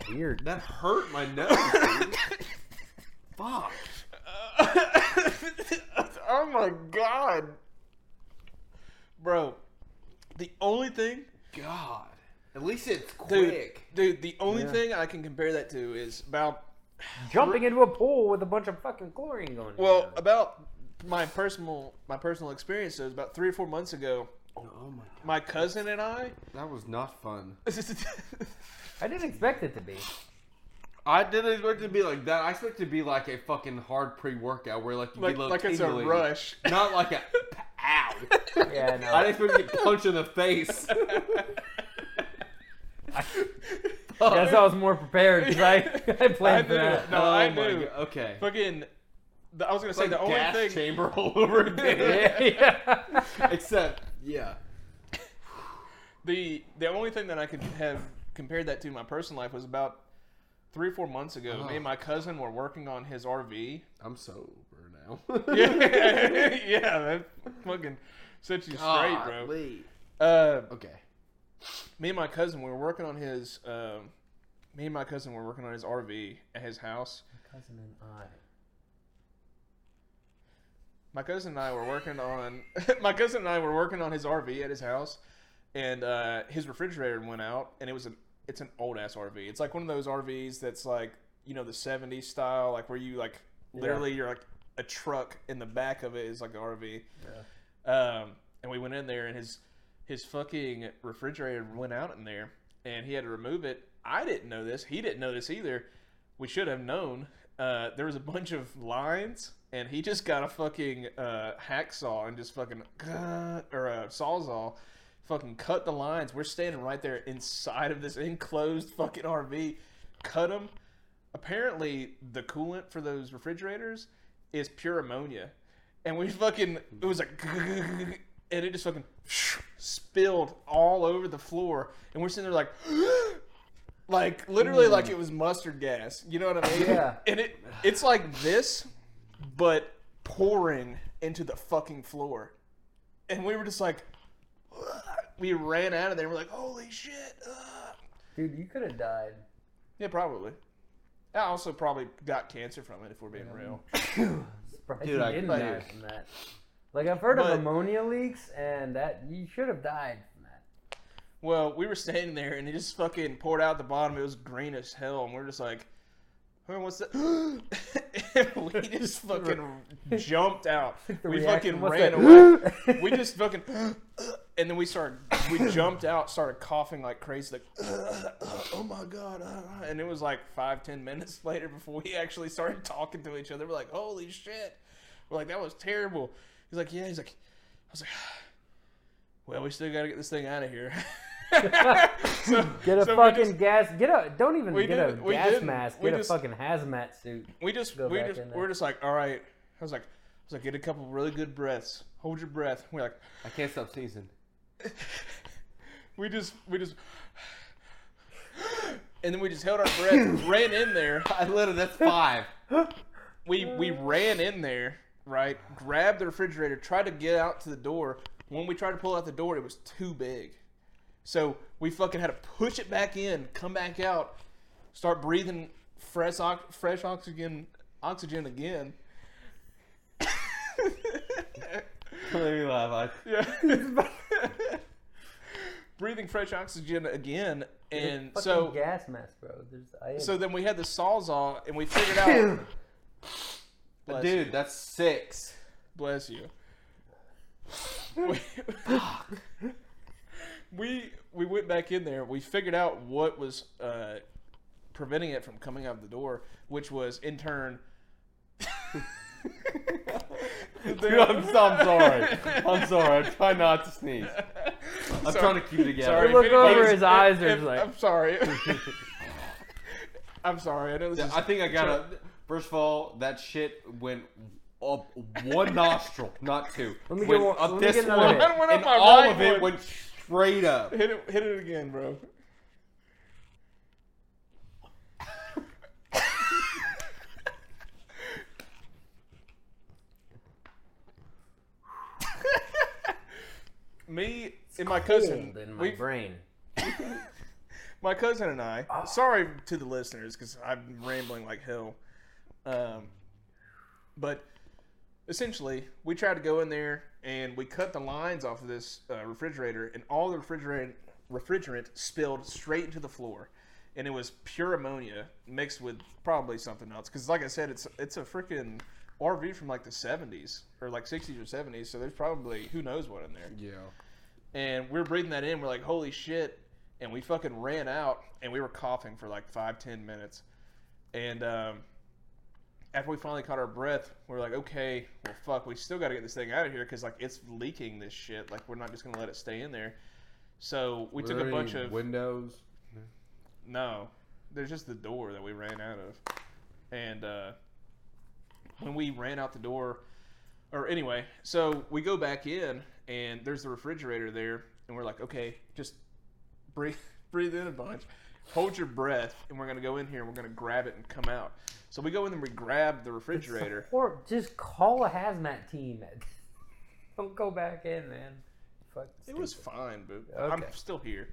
Speaker 4: Weird.
Speaker 3: That hurt my nose, dude. Fuck.
Speaker 1: oh my god! Bro, the only thing,
Speaker 3: God. At least it's
Speaker 1: dude,
Speaker 3: quick.
Speaker 1: dude, the only
Speaker 4: Yeah.
Speaker 1: thing I can compare that to is about
Speaker 4: Jumping into a pool with a bunch of fucking chlorine going. in
Speaker 1: well
Speaker 4: your nose.
Speaker 1: about my personal my personal experience. It was about three or four months ago.
Speaker 3: Oh my god.
Speaker 1: My cousin and I.
Speaker 3: That was not fun.
Speaker 4: I didn't expect it to be.
Speaker 3: I didn't expect it to be like that. I expected it to be like a fucking hard pre workout where like you
Speaker 1: like,
Speaker 3: get a little
Speaker 1: like it's a
Speaker 3: tingly.
Speaker 1: rush.
Speaker 3: Not like a ow.
Speaker 4: Yeah, no.
Speaker 3: I didn't expect to get punched in the face.
Speaker 4: I guess I was more prepared because I, I planned for
Speaker 1: knew
Speaker 4: that.
Speaker 1: it. No, I
Speaker 3: Oh my
Speaker 1: knew.
Speaker 3: God. Okay.
Speaker 1: Fucking. The, I was gonna say
Speaker 3: It's
Speaker 1: the
Speaker 3: like
Speaker 1: only
Speaker 3: gas
Speaker 1: thing.
Speaker 3: chamber all over again.
Speaker 4: Yeah, yeah.
Speaker 3: Except, yeah.
Speaker 1: The the only thing that I could have compared that to my personal life was about three or four months ago.
Speaker 3: Uh-huh.
Speaker 1: Me and my cousin were working on his RV.
Speaker 3: I'm sober now.
Speaker 1: yeah, that fucking set you straight, bro.
Speaker 3: Golly.
Speaker 1: Uh,
Speaker 3: Okay.
Speaker 1: me and my cousin we were working on his. Um, me and my cousin were working on his RV at his house.
Speaker 4: Cousin and I.
Speaker 1: My cousin and I were working on my cousin and I were working on his RV at his house, and uh, his refrigerator went out, and it was an it's an old ass RV. It's like one of those RVs that's like you know the '70s style, like where you like literally you're like a truck in the back of it is like an RV. Um, and we went in there, and his his fucking refrigerator went out in there, and he had to remove it. I didn't know this. He didn't know this either. We should have known. Uh, there was a bunch of lines, and he just got a fucking uh, hacksaw and just fucking or a sawzall, fucking cut the lines. We're standing right there inside of this enclosed fucking RV. Cut them. Apparently, the coolant for those refrigerators is pure ammonia and we fucking it was like and it just fucking spilled all over the floor and we're sitting there like like literally like it was mustard gas you know what i mean
Speaker 4: Yeah.
Speaker 1: and it it's like this but pouring into the fucking floor and we were just like we ran out of there and we're like holy shit uh.
Speaker 4: Dude, you could have died.
Speaker 1: yeah probably i also probably got cancer from it if we're being real
Speaker 4: Surprised
Speaker 3: Dude,
Speaker 4: you
Speaker 3: I-
Speaker 4: didn't
Speaker 3: like-
Speaker 4: die from that. Like I've heard
Speaker 1: But-
Speaker 4: of ammonia leaks, and that you should have died from that.
Speaker 1: Well, we were standing there and it just fucking poured out the bottom. It was green as hell, and we are just like, "Huh, "What's that?" and we just fucking jumped out.
Speaker 4: The
Speaker 1: we
Speaker 4: reaction
Speaker 1: fucking
Speaker 4: was
Speaker 1: ran away.
Speaker 4: that-
Speaker 1: we just fucking, and then we started. We jumped out, started coughing like crazy, like, "Oh my god!" uh," and it was like five, ten minutes later before we actually started talking to each other. We're like, "Holy shit!" We're like, "That was terrible." He's like, "Yeah." He's like, "I was like." Well, we still gotta get this thing out of here. so,
Speaker 4: Get a
Speaker 1: so we
Speaker 4: fucking
Speaker 1: just-
Speaker 4: gas. Get a. Don't even
Speaker 1: we
Speaker 4: get a
Speaker 1: didn't- we
Speaker 4: gas
Speaker 1: didn't.
Speaker 4: mask.
Speaker 1: We
Speaker 4: Get a
Speaker 1: just-
Speaker 4: fucking hazmat suit.
Speaker 1: we just
Speaker 4: Go
Speaker 1: we
Speaker 4: back
Speaker 1: just
Speaker 4: in there.
Speaker 1: we're just like, all right. I was like, I was like, get a couple really good breaths. Hold your breath. We're like,
Speaker 3: I can't stop sneezing.
Speaker 1: we just we just, and then we just held our breath, ran in there.
Speaker 3: I literally, that's five.
Speaker 1: We we ran in there, right? Grabbed the refrigerator, tried to get out to the door. When we tried to pull out the door, it was too big. So we fucking had to push it back in, come back out, start breathing fresh ox- fresh oxygen oxygen again.
Speaker 3: Let me laugh. I-
Speaker 1: Yeah. breathing fresh oxygen again, and
Speaker 4: Fucking
Speaker 1: so
Speaker 4: gas mask, bro. There's. I,
Speaker 1: so then we had the sawzall, and we figured out. Bless you.
Speaker 3: Dude, that's six.
Speaker 1: Bless you. We, we we went back in there. We figured out what was uh, preventing it from coming out the door, which was in turn.
Speaker 5: Dude, I'm, so- I'm sorry. I'm sorry. I try not to sneeze. I'm trying to keep it together.
Speaker 1: Sorry,
Speaker 4: You look
Speaker 1: if anybody's-
Speaker 4: over his eyes,
Speaker 1: if-
Speaker 4: there's
Speaker 1: if-
Speaker 4: like-
Speaker 1: I'm sorry. I'm sorry. I know this
Speaker 5: Yeah,
Speaker 1: is.
Speaker 5: I think I gotta. First of all, that shit went up one nostril, not two.
Speaker 4: Let me get
Speaker 5: Went
Speaker 4: one-
Speaker 5: up
Speaker 4: let me
Speaker 5: this
Speaker 4: get another
Speaker 5: one,
Speaker 4: hit. Mine
Speaker 1: went up
Speaker 5: and
Speaker 1: my
Speaker 5: all
Speaker 1: right
Speaker 5: of it
Speaker 1: one.
Speaker 5: went straight up.
Speaker 1: hit it. Hit it again, bro. Me and my cousin,
Speaker 4: Cold in my
Speaker 1: we,
Speaker 4: brain.
Speaker 1: my cousin and I. Sorry to the listeners because I'm rambling like hell. Um, but essentially, we tried to go in there and we cut the lines off of this uh, refrigerator, and all the refrigerant refrigerant spilled straight into the floor, and it was pure ammonia mixed with probably something else. Because like I said, it's it's a freaking RV from like the 70s or like 60s or 70s, so there's probably who knows what in there
Speaker 5: Yeah.
Speaker 1: and we were breathing that in. We're like, holy shit! And we fucking ran out, and we were coughing for like five, ten minutes. And um, after we finally caught our breath, we were like, okay, well, fuck, we still got to get this thing out of here because like it's leaking this shit. Like we're not just gonna let it stay in there. So we took a bunch of
Speaker 5: windows.
Speaker 1: no, there's just the door that we ran out of. And uh, when we ran out the door, or anyway, so we go back in, and there's the refrigerator there, and we're like, okay, just breathe, breathe in a bunch, hold your breath, and we're gonna go in here, and we're gonna grab it and come out. So we go in and we grab the refrigerator.
Speaker 4: Or just call a hazmat team. Don't go back in, man. Fuck
Speaker 1: It was
Speaker 4: stupid.
Speaker 1: fine, but I'm
Speaker 4: Okay.
Speaker 1: still here.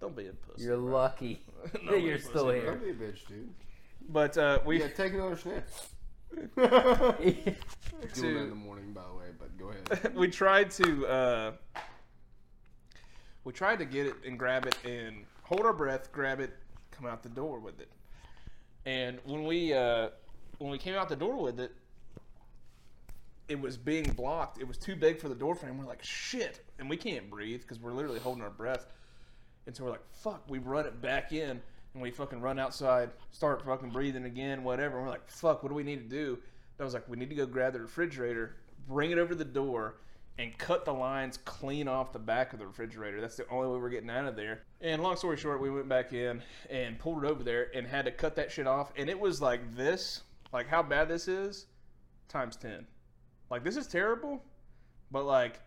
Speaker 1: Don't be a pussy.
Speaker 4: You're lucky
Speaker 1: No,
Speaker 4: that
Speaker 1: I'm a
Speaker 4: you're still
Speaker 1: pussy,
Speaker 4: here.
Speaker 3: Don't be a bitch, dude.
Speaker 1: but uh, we
Speaker 3: Yeah, take another sniff. Doing that in the morning, by the way, but go ahead.
Speaker 1: we tried to uh, we tried to get it and grab it and hold our breath, grab it, come out the door with it. And when we uh, when we came out the door with it, it was being blocked. It was too big for the door frame. We're like shit, and we can't breathe because we're literally holding our breath. And so we're like, fuck, we run it back in and we fucking run outside, start fucking breathing again, whatever. And we're like, fuck, what do we need to do? And I was like, we need to go grab the refrigerator, bring it over the door, and cut the lines clean off the back of the refrigerator. That's the only way we're getting out of there. And long story short, we went back in and pulled it over there and had to cut that shit off. And it was like this, like how bad this is, times 10. Like, this is terrible, but like,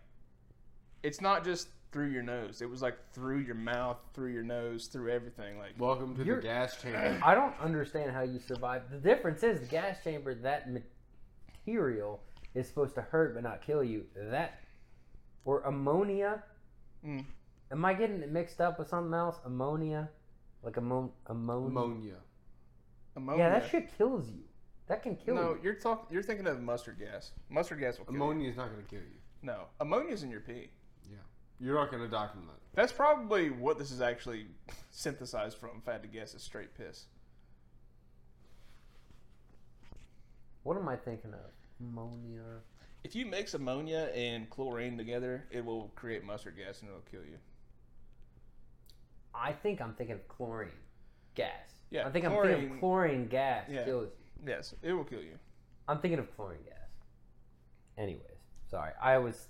Speaker 1: it's not just through your nose. It was like through your mouth, through your nose, through everything. Like,
Speaker 3: Welcome to
Speaker 4: You're-
Speaker 3: the gas chamber.
Speaker 4: I don't understand how you survive. The difference is the gas chamber, that material is supposed to hurt but not kill you. That, or ammonia.
Speaker 1: Mm.
Speaker 4: Am I getting it mixed up with something else? Ammonia? Like ammo- ammonia?
Speaker 3: Ammonia.
Speaker 1: ammonia.
Speaker 4: Yeah, that shit kills you. That can kill
Speaker 1: No,
Speaker 4: you.
Speaker 1: you're talking. You're thinking of mustard gas. Mustard gas will kill you.
Speaker 3: Ammonia is not going to kill you.
Speaker 1: No, ammonia's in your pee.
Speaker 3: You're not going to die from that.
Speaker 1: That's probably what this is actually synthesized from. If I had to guess, is straight piss.
Speaker 4: What am I thinking of? Ammonia.
Speaker 1: If you mix ammonia and chlorine together, it will create mustard gas and it'll kill you.
Speaker 4: I think I'm thinking of chlorine gas.
Speaker 1: Yeah,
Speaker 4: I think I'm thinking
Speaker 1: chlorine-
Speaker 4: of chlorine gas
Speaker 1: Yeah.
Speaker 4: kills you.
Speaker 1: Yes, it will kill you.
Speaker 4: I'm thinking of chlorine gas. Anyways, sorry. I was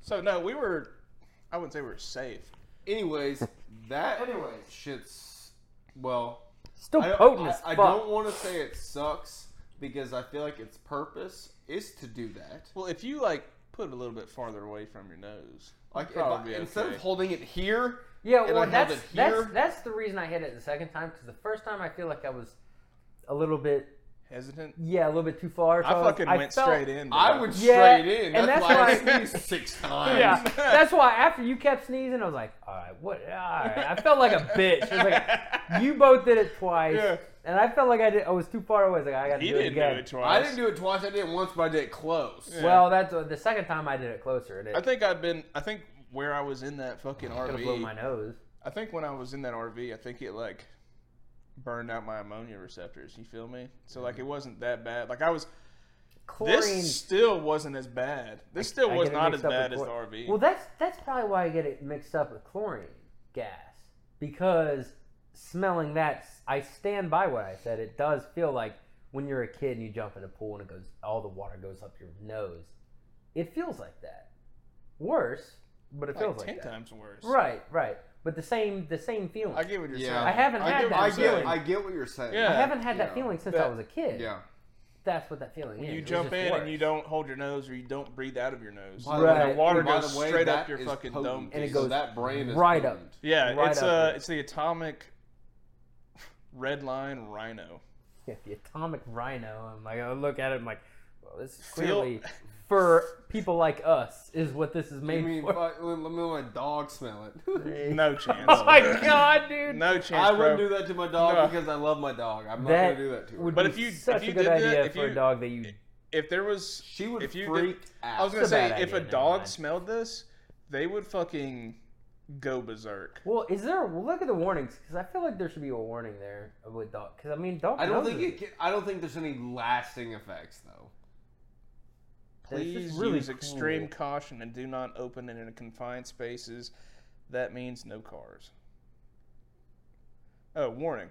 Speaker 1: So no, we were. I wouldn't say we were safe.
Speaker 3: Anyways, that
Speaker 5: Anyways.
Speaker 3: shit's. Well,
Speaker 4: still
Speaker 3: I, don't-
Speaker 4: potent
Speaker 3: I-
Speaker 4: as fuck.
Speaker 3: I don't want to say it sucks because I feel like its purpose is to do that.
Speaker 1: Well, if you like put it a little bit farther away from your nose,
Speaker 3: Like, if I,
Speaker 1: probably be
Speaker 3: instead
Speaker 1: okay.
Speaker 3: of holding it here,
Speaker 4: yeah,
Speaker 3: and I
Speaker 4: well,
Speaker 3: have
Speaker 4: that's
Speaker 3: it
Speaker 4: that's
Speaker 3: here.
Speaker 4: that's the reason I hit it the second time because the first time I feel like I was a little bit
Speaker 1: hesitant,
Speaker 4: yeah a little bit too far. so
Speaker 1: I
Speaker 4: was-
Speaker 1: fucking went
Speaker 4: felt-
Speaker 1: straight in. Bro.
Speaker 3: I would
Speaker 4: Yeah,
Speaker 3: straight in.
Speaker 4: and
Speaker 3: That's,
Speaker 4: that's
Speaker 3: why
Speaker 4: why-
Speaker 3: I sneezed six times.
Speaker 4: Yeah, that's why after you kept sneezing, I was like, all right, what? All right. I felt like a bitch. It was like you both did it twice,
Speaker 1: Yeah.
Speaker 4: and I felt like I did. I was too far away. I was like, I got to
Speaker 1: He
Speaker 4: do it
Speaker 1: didn't do
Speaker 4: again.
Speaker 1: it twice.
Speaker 3: I didn't do it twice. I did it once, but I did it close.
Speaker 1: Yeah.
Speaker 4: Well, that's uh, the second time I did it closer. and It
Speaker 1: I think I've been. I think where I was in that fucking
Speaker 4: gonna blow my
Speaker 1: RV.
Speaker 4: nose.
Speaker 1: I think when I was in that RV, I think it like burned out my ammonia receptors. You feel me? So like it wasn't that bad. Like I was,
Speaker 4: chlorine.
Speaker 1: This still wasn't as bad. This still
Speaker 4: I
Speaker 1: was
Speaker 4: get it
Speaker 1: not as
Speaker 4: mixed up with
Speaker 1: bad as the
Speaker 4: chlor-
Speaker 1: RV.
Speaker 4: Well, that's that's probably why I get it mixed up with chlorine gas because smelling that, I stand by what I said. It does feel like when you're a kid and you jump in a pool and it goes, all the water goes up your nose. It feels like that. Worse, but it
Speaker 1: like
Speaker 4: feels like,
Speaker 1: ten
Speaker 4: that.
Speaker 1: times worse.
Speaker 4: Right, right. But the same, the same feeling.
Speaker 1: I get what you're
Speaker 3: Yeah.
Speaker 1: saying.
Speaker 4: I haven't
Speaker 3: I
Speaker 4: had
Speaker 3: get,
Speaker 4: that
Speaker 3: I
Speaker 4: feeling.
Speaker 3: get, I get what you're saying.
Speaker 1: Yeah.
Speaker 4: I haven't had that
Speaker 3: Yeah.
Speaker 4: feeling since I
Speaker 1: That-
Speaker 4: was a kid.
Speaker 3: Yeah.
Speaker 4: That's what that feeling
Speaker 1: When
Speaker 4: is.
Speaker 1: you
Speaker 4: It's
Speaker 1: jump
Speaker 4: just
Speaker 1: in
Speaker 4: worse.
Speaker 1: and you don't hold your nose or you don't breathe out of your nose,
Speaker 3: By
Speaker 1: and
Speaker 3: the way-
Speaker 4: Right.
Speaker 1: the water
Speaker 3: by
Speaker 1: goes
Speaker 3: the way,
Speaker 1: straight
Speaker 3: that
Speaker 1: up your
Speaker 3: is
Speaker 1: fucking
Speaker 3: potent.
Speaker 1: dome.
Speaker 4: And it
Speaker 1: piece.
Speaker 3: So
Speaker 4: goes
Speaker 3: that brain is
Speaker 4: right up.
Speaker 3: potent.
Speaker 1: Yeah,
Speaker 4: right
Speaker 1: it's
Speaker 4: up
Speaker 1: uh,
Speaker 4: there.
Speaker 1: it's the atomic red line rhino.
Speaker 4: Yeah, the atomic rhino. I'm like, I look at it, I'm like, well, this is
Speaker 1: Feel-
Speaker 4: clearly for people like us is what this is
Speaker 3: I
Speaker 4: made
Speaker 3: mean,
Speaker 4: for.
Speaker 3: fuck, let let me let my dog smell it.
Speaker 1: No chance.
Speaker 4: Oh my god, dude!
Speaker 1: No chance,
Speaker 3: I wouldn't
Speaker 1: bro.
Speaker 3: do that to my dog
Speaker 1: No.
Speaker 3: because I love my dog. I'm not
Speaker 4: that
Speaker 3: gonna do that to her.
Speaker 4: would
Speaker 1: But
Speaker 4: be
Speaker 1: if you-
Speaker 4: such
Speaker 1: if you
Speaker 4: a good
Speaker 1: did that,
Speaker 4: idea
Speaker 1: if
Speaker 4: for
Speaker 1: you-
Speaker 4: a dog that you
Speaker 1: If there was,
Speaker 3: she would
Speaker 1: if you
Speaker 3: freak
Speaker 1: did-
Speaker 3: out.
Speaker 1: I was gonna
Speaker 4: It's a
Speaker 1: say,
Speaker 4: bad
Speaker 1: if
Speaker 4: idea,
Speaker 1: a
Speaker 4: never
Speaker 1: dog
Speaker 4: mind.
Speaker 1: smelled this, they would fucking go berserk.
Speaker 4: well, is there? Well, look at the warnings because I feel like there should be a warning there with dog. Because I mean, dog.
Speaker 3: I don't
Speaker 4: noses-
Speaker 3: think it. Can, I don't think there's any lasting effects though.
Speaker 4: This
Speaker 1: Please
Speaker 4: is really
Speaker 1: use extreme
Speaker 4: cool.
Speaker 1: caution and do not open it in confined spaces. That means no cars. Oh, warning.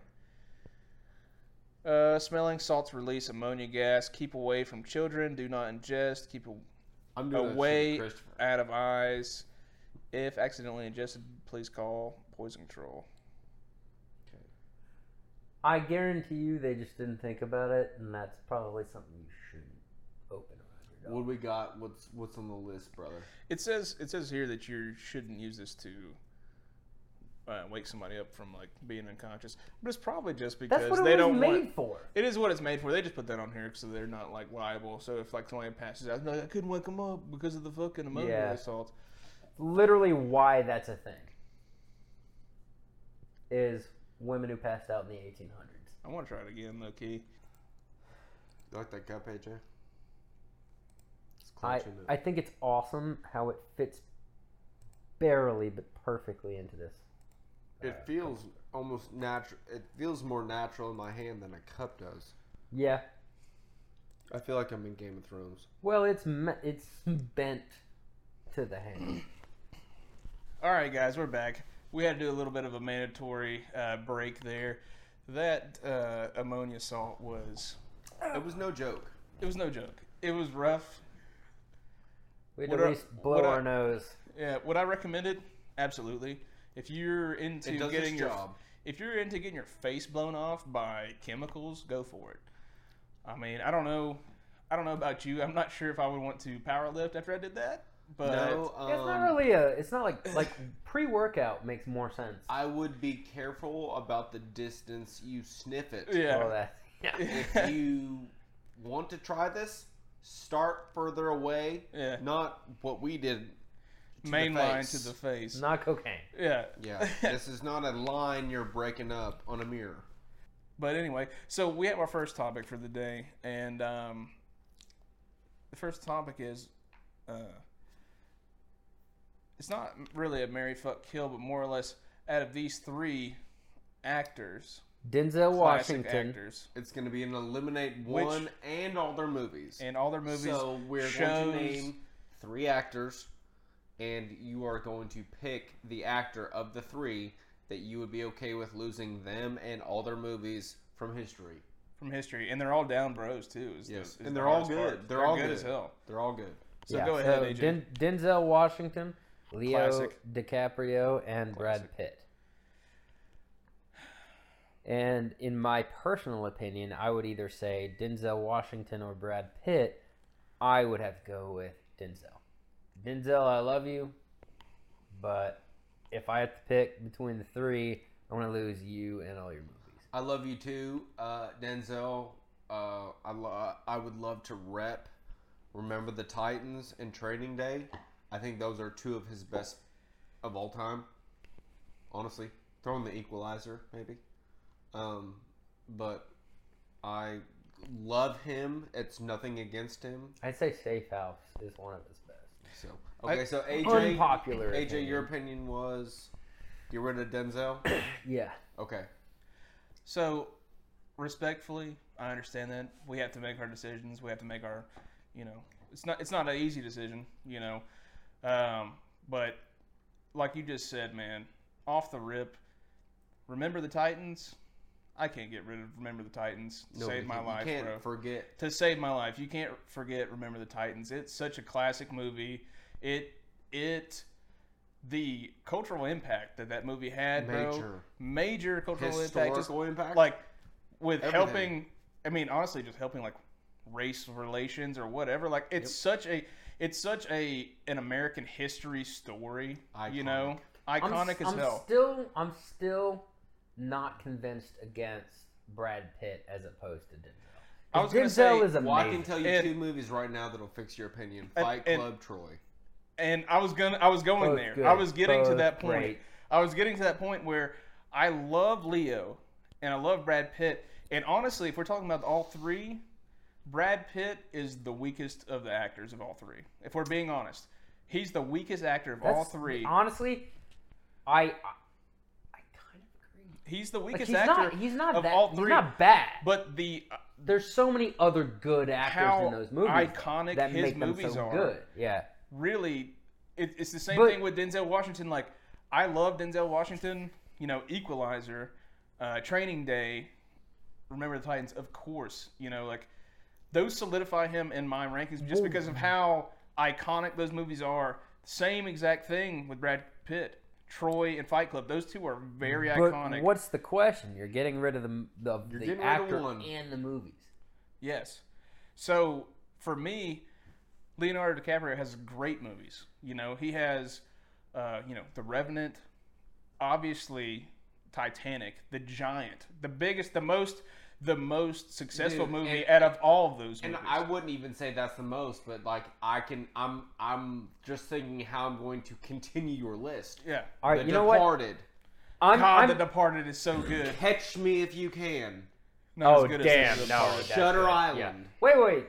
Speaker 1: Uh, smelling salts release ammonia gas. Keep away from children. Do not ingest. Keep a-
Speaker 3: I'm doing
Speaker 1: away
Speaker 3: That shit to Christopher.
Speaker 1: out of eyes. If accidentally ingested, please call poison control.
Speaker 4: I guarantee you, they just didn't think about it, and that's probably something you shouldn't open around your dog.
Speaker 3: What do we got? What's what's on the list, brother?
Speaker 1: It says it says here that you shouldn't use this to uh, wake somebody up from like being unconscious, but it's probably just because
Speaker 4: That's what it
Speaker 1: they
Speaker 4: was
Speaker 1: don't
Speaker 4: made
Speaker 1: want.
Speaker 4: for.
Speaker 1: It is what it's made for. They just put that on here so they're not like liable. So if like somebody passes out, like, I couldn't wake them up because of the fucking ammonia
Speaker 4: Yeah.
Speaker 1: assault.
Speaker 4: literally why that's a thing is women who passed out in the 1800s.
Speaker 1: I want to try it again, low key.
Speaker 3: You like that cup, AJ? It's
Speaker 4: I,
Speaker 3: clutching it.
Speaker 4: I think it's awesome how it fits barely but perfectly into this.
Speaker 3: it feels almost natural. It feels more natural in my hand than a cup does.
Speaker 4: Yeah.
Speaker 3: I feel like I'm in Game of Thrones.
Speaker 4: Well, it's me- it's bent to the hand.
Speaker 1: All right, guys, we're back. We had to do a little bit of a mandatory uh, break there. That uh, ammonia assault was
Speaker 3: It was no joke.
Speaker 1: it was no joke. It was rough.
Speaker 4: We had
Speaker 1: What
Speaker 4: to
Speaker 1: I-
Speaker 4: at least blow
Speaker 1: what I-
Speaker 4: our nose.
Speaker 1: Yeah, would I recommend it? Absolutely. If you're into
Speaker 3: It does
Speaker 1: getting
Speaker 3: its
Speaker 1: your
Speaker 3: job.
Speaker 1: if you're into getting your face blown off by chemicals, go for it. I mean, I don't know, I don't know about you. I'm not sure if I would want to power lift after I did that, but
Speaker 3: no,
Speaker 4: it's not
Speaker 3: um,
Speaker 4: really a. It's not like like pre-workout makes more sense.
Speaker 3: I would be careful about the distance you sniff it.
Speaker 4: All
Speaker 1: yeah,
Speaker 4: that. Yeah.
Speaker 3: if you want to try this, start further away.
Speaker 1: Yeah.
Speaker 3: Not what we did. To
Speaker 1: main
Speaker 3: the
Speaker 1: line
Speaker 3: face.
Speaker 1: to the face.
Speaker 4: Not cocaine.
Speaker 1: yeah,
Speaker 3: Yeah. this is not a line you're breaking up on a mirror.
Speaker 1: But anyway, so we have our first topic for the day, and um, the first topic is uh, it's not really a Mary fuck kill, but more or less out of these three actors,
Speaker 4: Denzel
Speaker 1: classic
Speaker 4: Washington.
Speaker 1: actors,
Speaker 3: It's going to be an eliminate
Speaker 1: Which-
Speaker 3: one and all their movies.
Speaker 1: and all their movies.
Speaker 3: so we're going
Speaker 1: shows-
Speaker 3: to name three actors, and you are going to pick the actor of the three that you would be okay with losing them and all their movies from history.
Speaker 1: from history, and they're all down bros too. Is the-
Speaker 3: Yes,
Speaker 1: is
Speaker 3: and
Speaker 1: the
Speaker 3: they're all
Speaker 1: hardest
Speaker 3: good.
Speaker 1: part.
Speaker 3: They're all good.
Speaker 1: as hell.
Speaker 3: They're all good.
Speaker 1: So go ahead, AJ.
Speaker 4: Den- Denzel Washington, Leo
Speaker 1: Classic.
Speaker 4: DiCaprio, and Brad Pitt. And in my personal opinion, I would either say Denzel Washington or Brad Pitt. I would have to go with Denzel. Denzel, I love you, but if I have to pick between the three, I'm gonna lose you and all your movies.
Speaker 3: I love you too, uh, Denzel. Uh, I lo- I would love to rep. Remember the Titans and Training Day. I think those are two of his best of all time. Honestly, throwing the Equalizer maybe, um, but I love him. It's nothing against him.
Speaker 4: I'd say Safe House is one of his best.
Speaker 3: So okay, so AJ,
Speaker 4: Unpopular.
Speaker 3: AJ,
Speaker 4: opinion.
Speaker 3: your opinion was get rid of Denzel.
Speaker 4: yeah.
Speaker 3: Okay,
Speaker 1: So, respectfully, I understand that. We have to make our decisions. We have to make our, you know, it's not it's not an easy decision, you know, um, but like you just said, man, off the rip. Remember the Titans. I can't get rid of Remember the Titans.
Speaker 3: No,
Speaker 1: Saved
Speaker 3: you
Speaker 1: my
Speaker 3: can't-
Speaker 1: life,
Speaker 3: You can't
Speaker 1: bro
Speaker 3: forget.
Speaker 1: to save my life. You can't forget Remember the Titans. It's such a classic movie. It it the cultural impact that that movie had, bro.
Speaker 3: Major.
Speaker 1: Major cultural impact. Just,
Speaker 3: Historical impact.
Speaker 1: like with
Speaker 3: Everything.
Speaker 1: helping I mean honestly just helping like race relations or whatever. Like it's such a it's such a an American history story, you know.
Speaker 4: I'm,
Speaker 1: Iconic
Speaker 4: s-
Speaker 1: as
Speaker 4: I'm
Speaker 1: hell.
Speaker 4: still I'm still not convinced against Brad Pitt as opposed to Denzel.
Speaker 1: I was gonna
Speaker 4: Denzel
Speaker 1: say,
Speaker 4: is amazing.
Speaker 3: Well, I can tell you
Speaker 1: And-
Speaker 3: two movies right now that'll fix your opinion.
Speaker 1: And-
Speaker 3: Fight
Speaker 1: and-
Speaker 3: Club, Troy.
Speaker 1: and I was gonna, I was going
Speaker 4: Both
Speaker 1: there.
Speaker 4: good.
Speaker 1: I was getting to
Speaker 4: Both
Speaker 1: that point.
Speaker 4: great.
Speaker 1: I was getting to that point where I love Leo and I love Brad Pitt. And honestly, if we're talking about all three, Brad Pitt is the weakest of the actors of all three. If we're being honest, he's the weakest actor of all
Speaker 4: That's-
Speaker 1: three.
Speaker 4: Honestly, I I, I kind of agree.
Speaker 1: He's the
Speaker 4: Like,
Speaker 1: weakest
Speaker 4: he's
Speaker 1: actor
Speaker 4: not he's not
Speaker 1: of
Speaker 4: that
Speaker 1: all
Speaker 4: he's
Speaker 1: three.
Speaker 4: not bad.
Speaker 1: but the
Speaker 4: there's so many other good actors
Speaker 1: How
Speaker 4: in those movies
Speaker 1: iconic
Speaker 4: that
Speaker 1: his
Speaker 4: make them
Speaker 1: movies
Speaker 4: so
Speaker 1: are.
Speaker 4: good. Yeah.
Speaker 1: really, it, it's the same
Speaker 4: But-
Speaker 1: thing with Denzel Washington. Like, I love Denzel Washington. You know, Equalizer, uh, Training Day, Remember the Titans. Of course, you know, like those solidify him in my rankings just because of how iconic those movies are. Same exact thing with Brad Pitt, Troy, and Fight Club. Those two are very iconic.
Speaker 4: But what's the question? You're getting rid of the the,
Speaker 3: You're
Speaker 4: the
Speaker 3: getting rid of
Speaker 4: actor
Speaker 3: one.
Speaker 4: and the movies.
Speaker 1: Yes. So for me, Leonardo DiCaprio has great movies. You know, he has, uh, you know, The Revenant, obviously Titanic, The Giant, the biggest, the most, the most successful
Speaker 3: Dude,
Speaker 1: movie
Speaker 3: and-
Speaker 1: out of all of those
Speaker 3: And
Speaker 1: movies.
Speaker 3: I wouldn't even say that's the most, but like I can, I'm, I'm just thinking how I'm going to continue your list.
Speaker 1: yeah.
Speaker 4: All right,
Speaker 3: the
Speaker 4: you know what?
Speaker 3: Departed.
Speaker 4: I'm,
Speaker 1: God,
Speaker 4: I'm,
Speaker 1: The Departed is
Speaker 3: Oh,
Speaker 1: so good.
Speaker 3: Catch me if you can.
Speaker 1: Not
Speaker 4: Oh,
Speaker 1: as good
Speaker 4: damn,
Speaker 1: as The
Speaker 4: no.
Speaker 1: Departed.
Speaker 4: That's
Speaker 3: Shutter
Speaker 4: right,
Speaker 3: Island.
Speaker 4: wait, wait.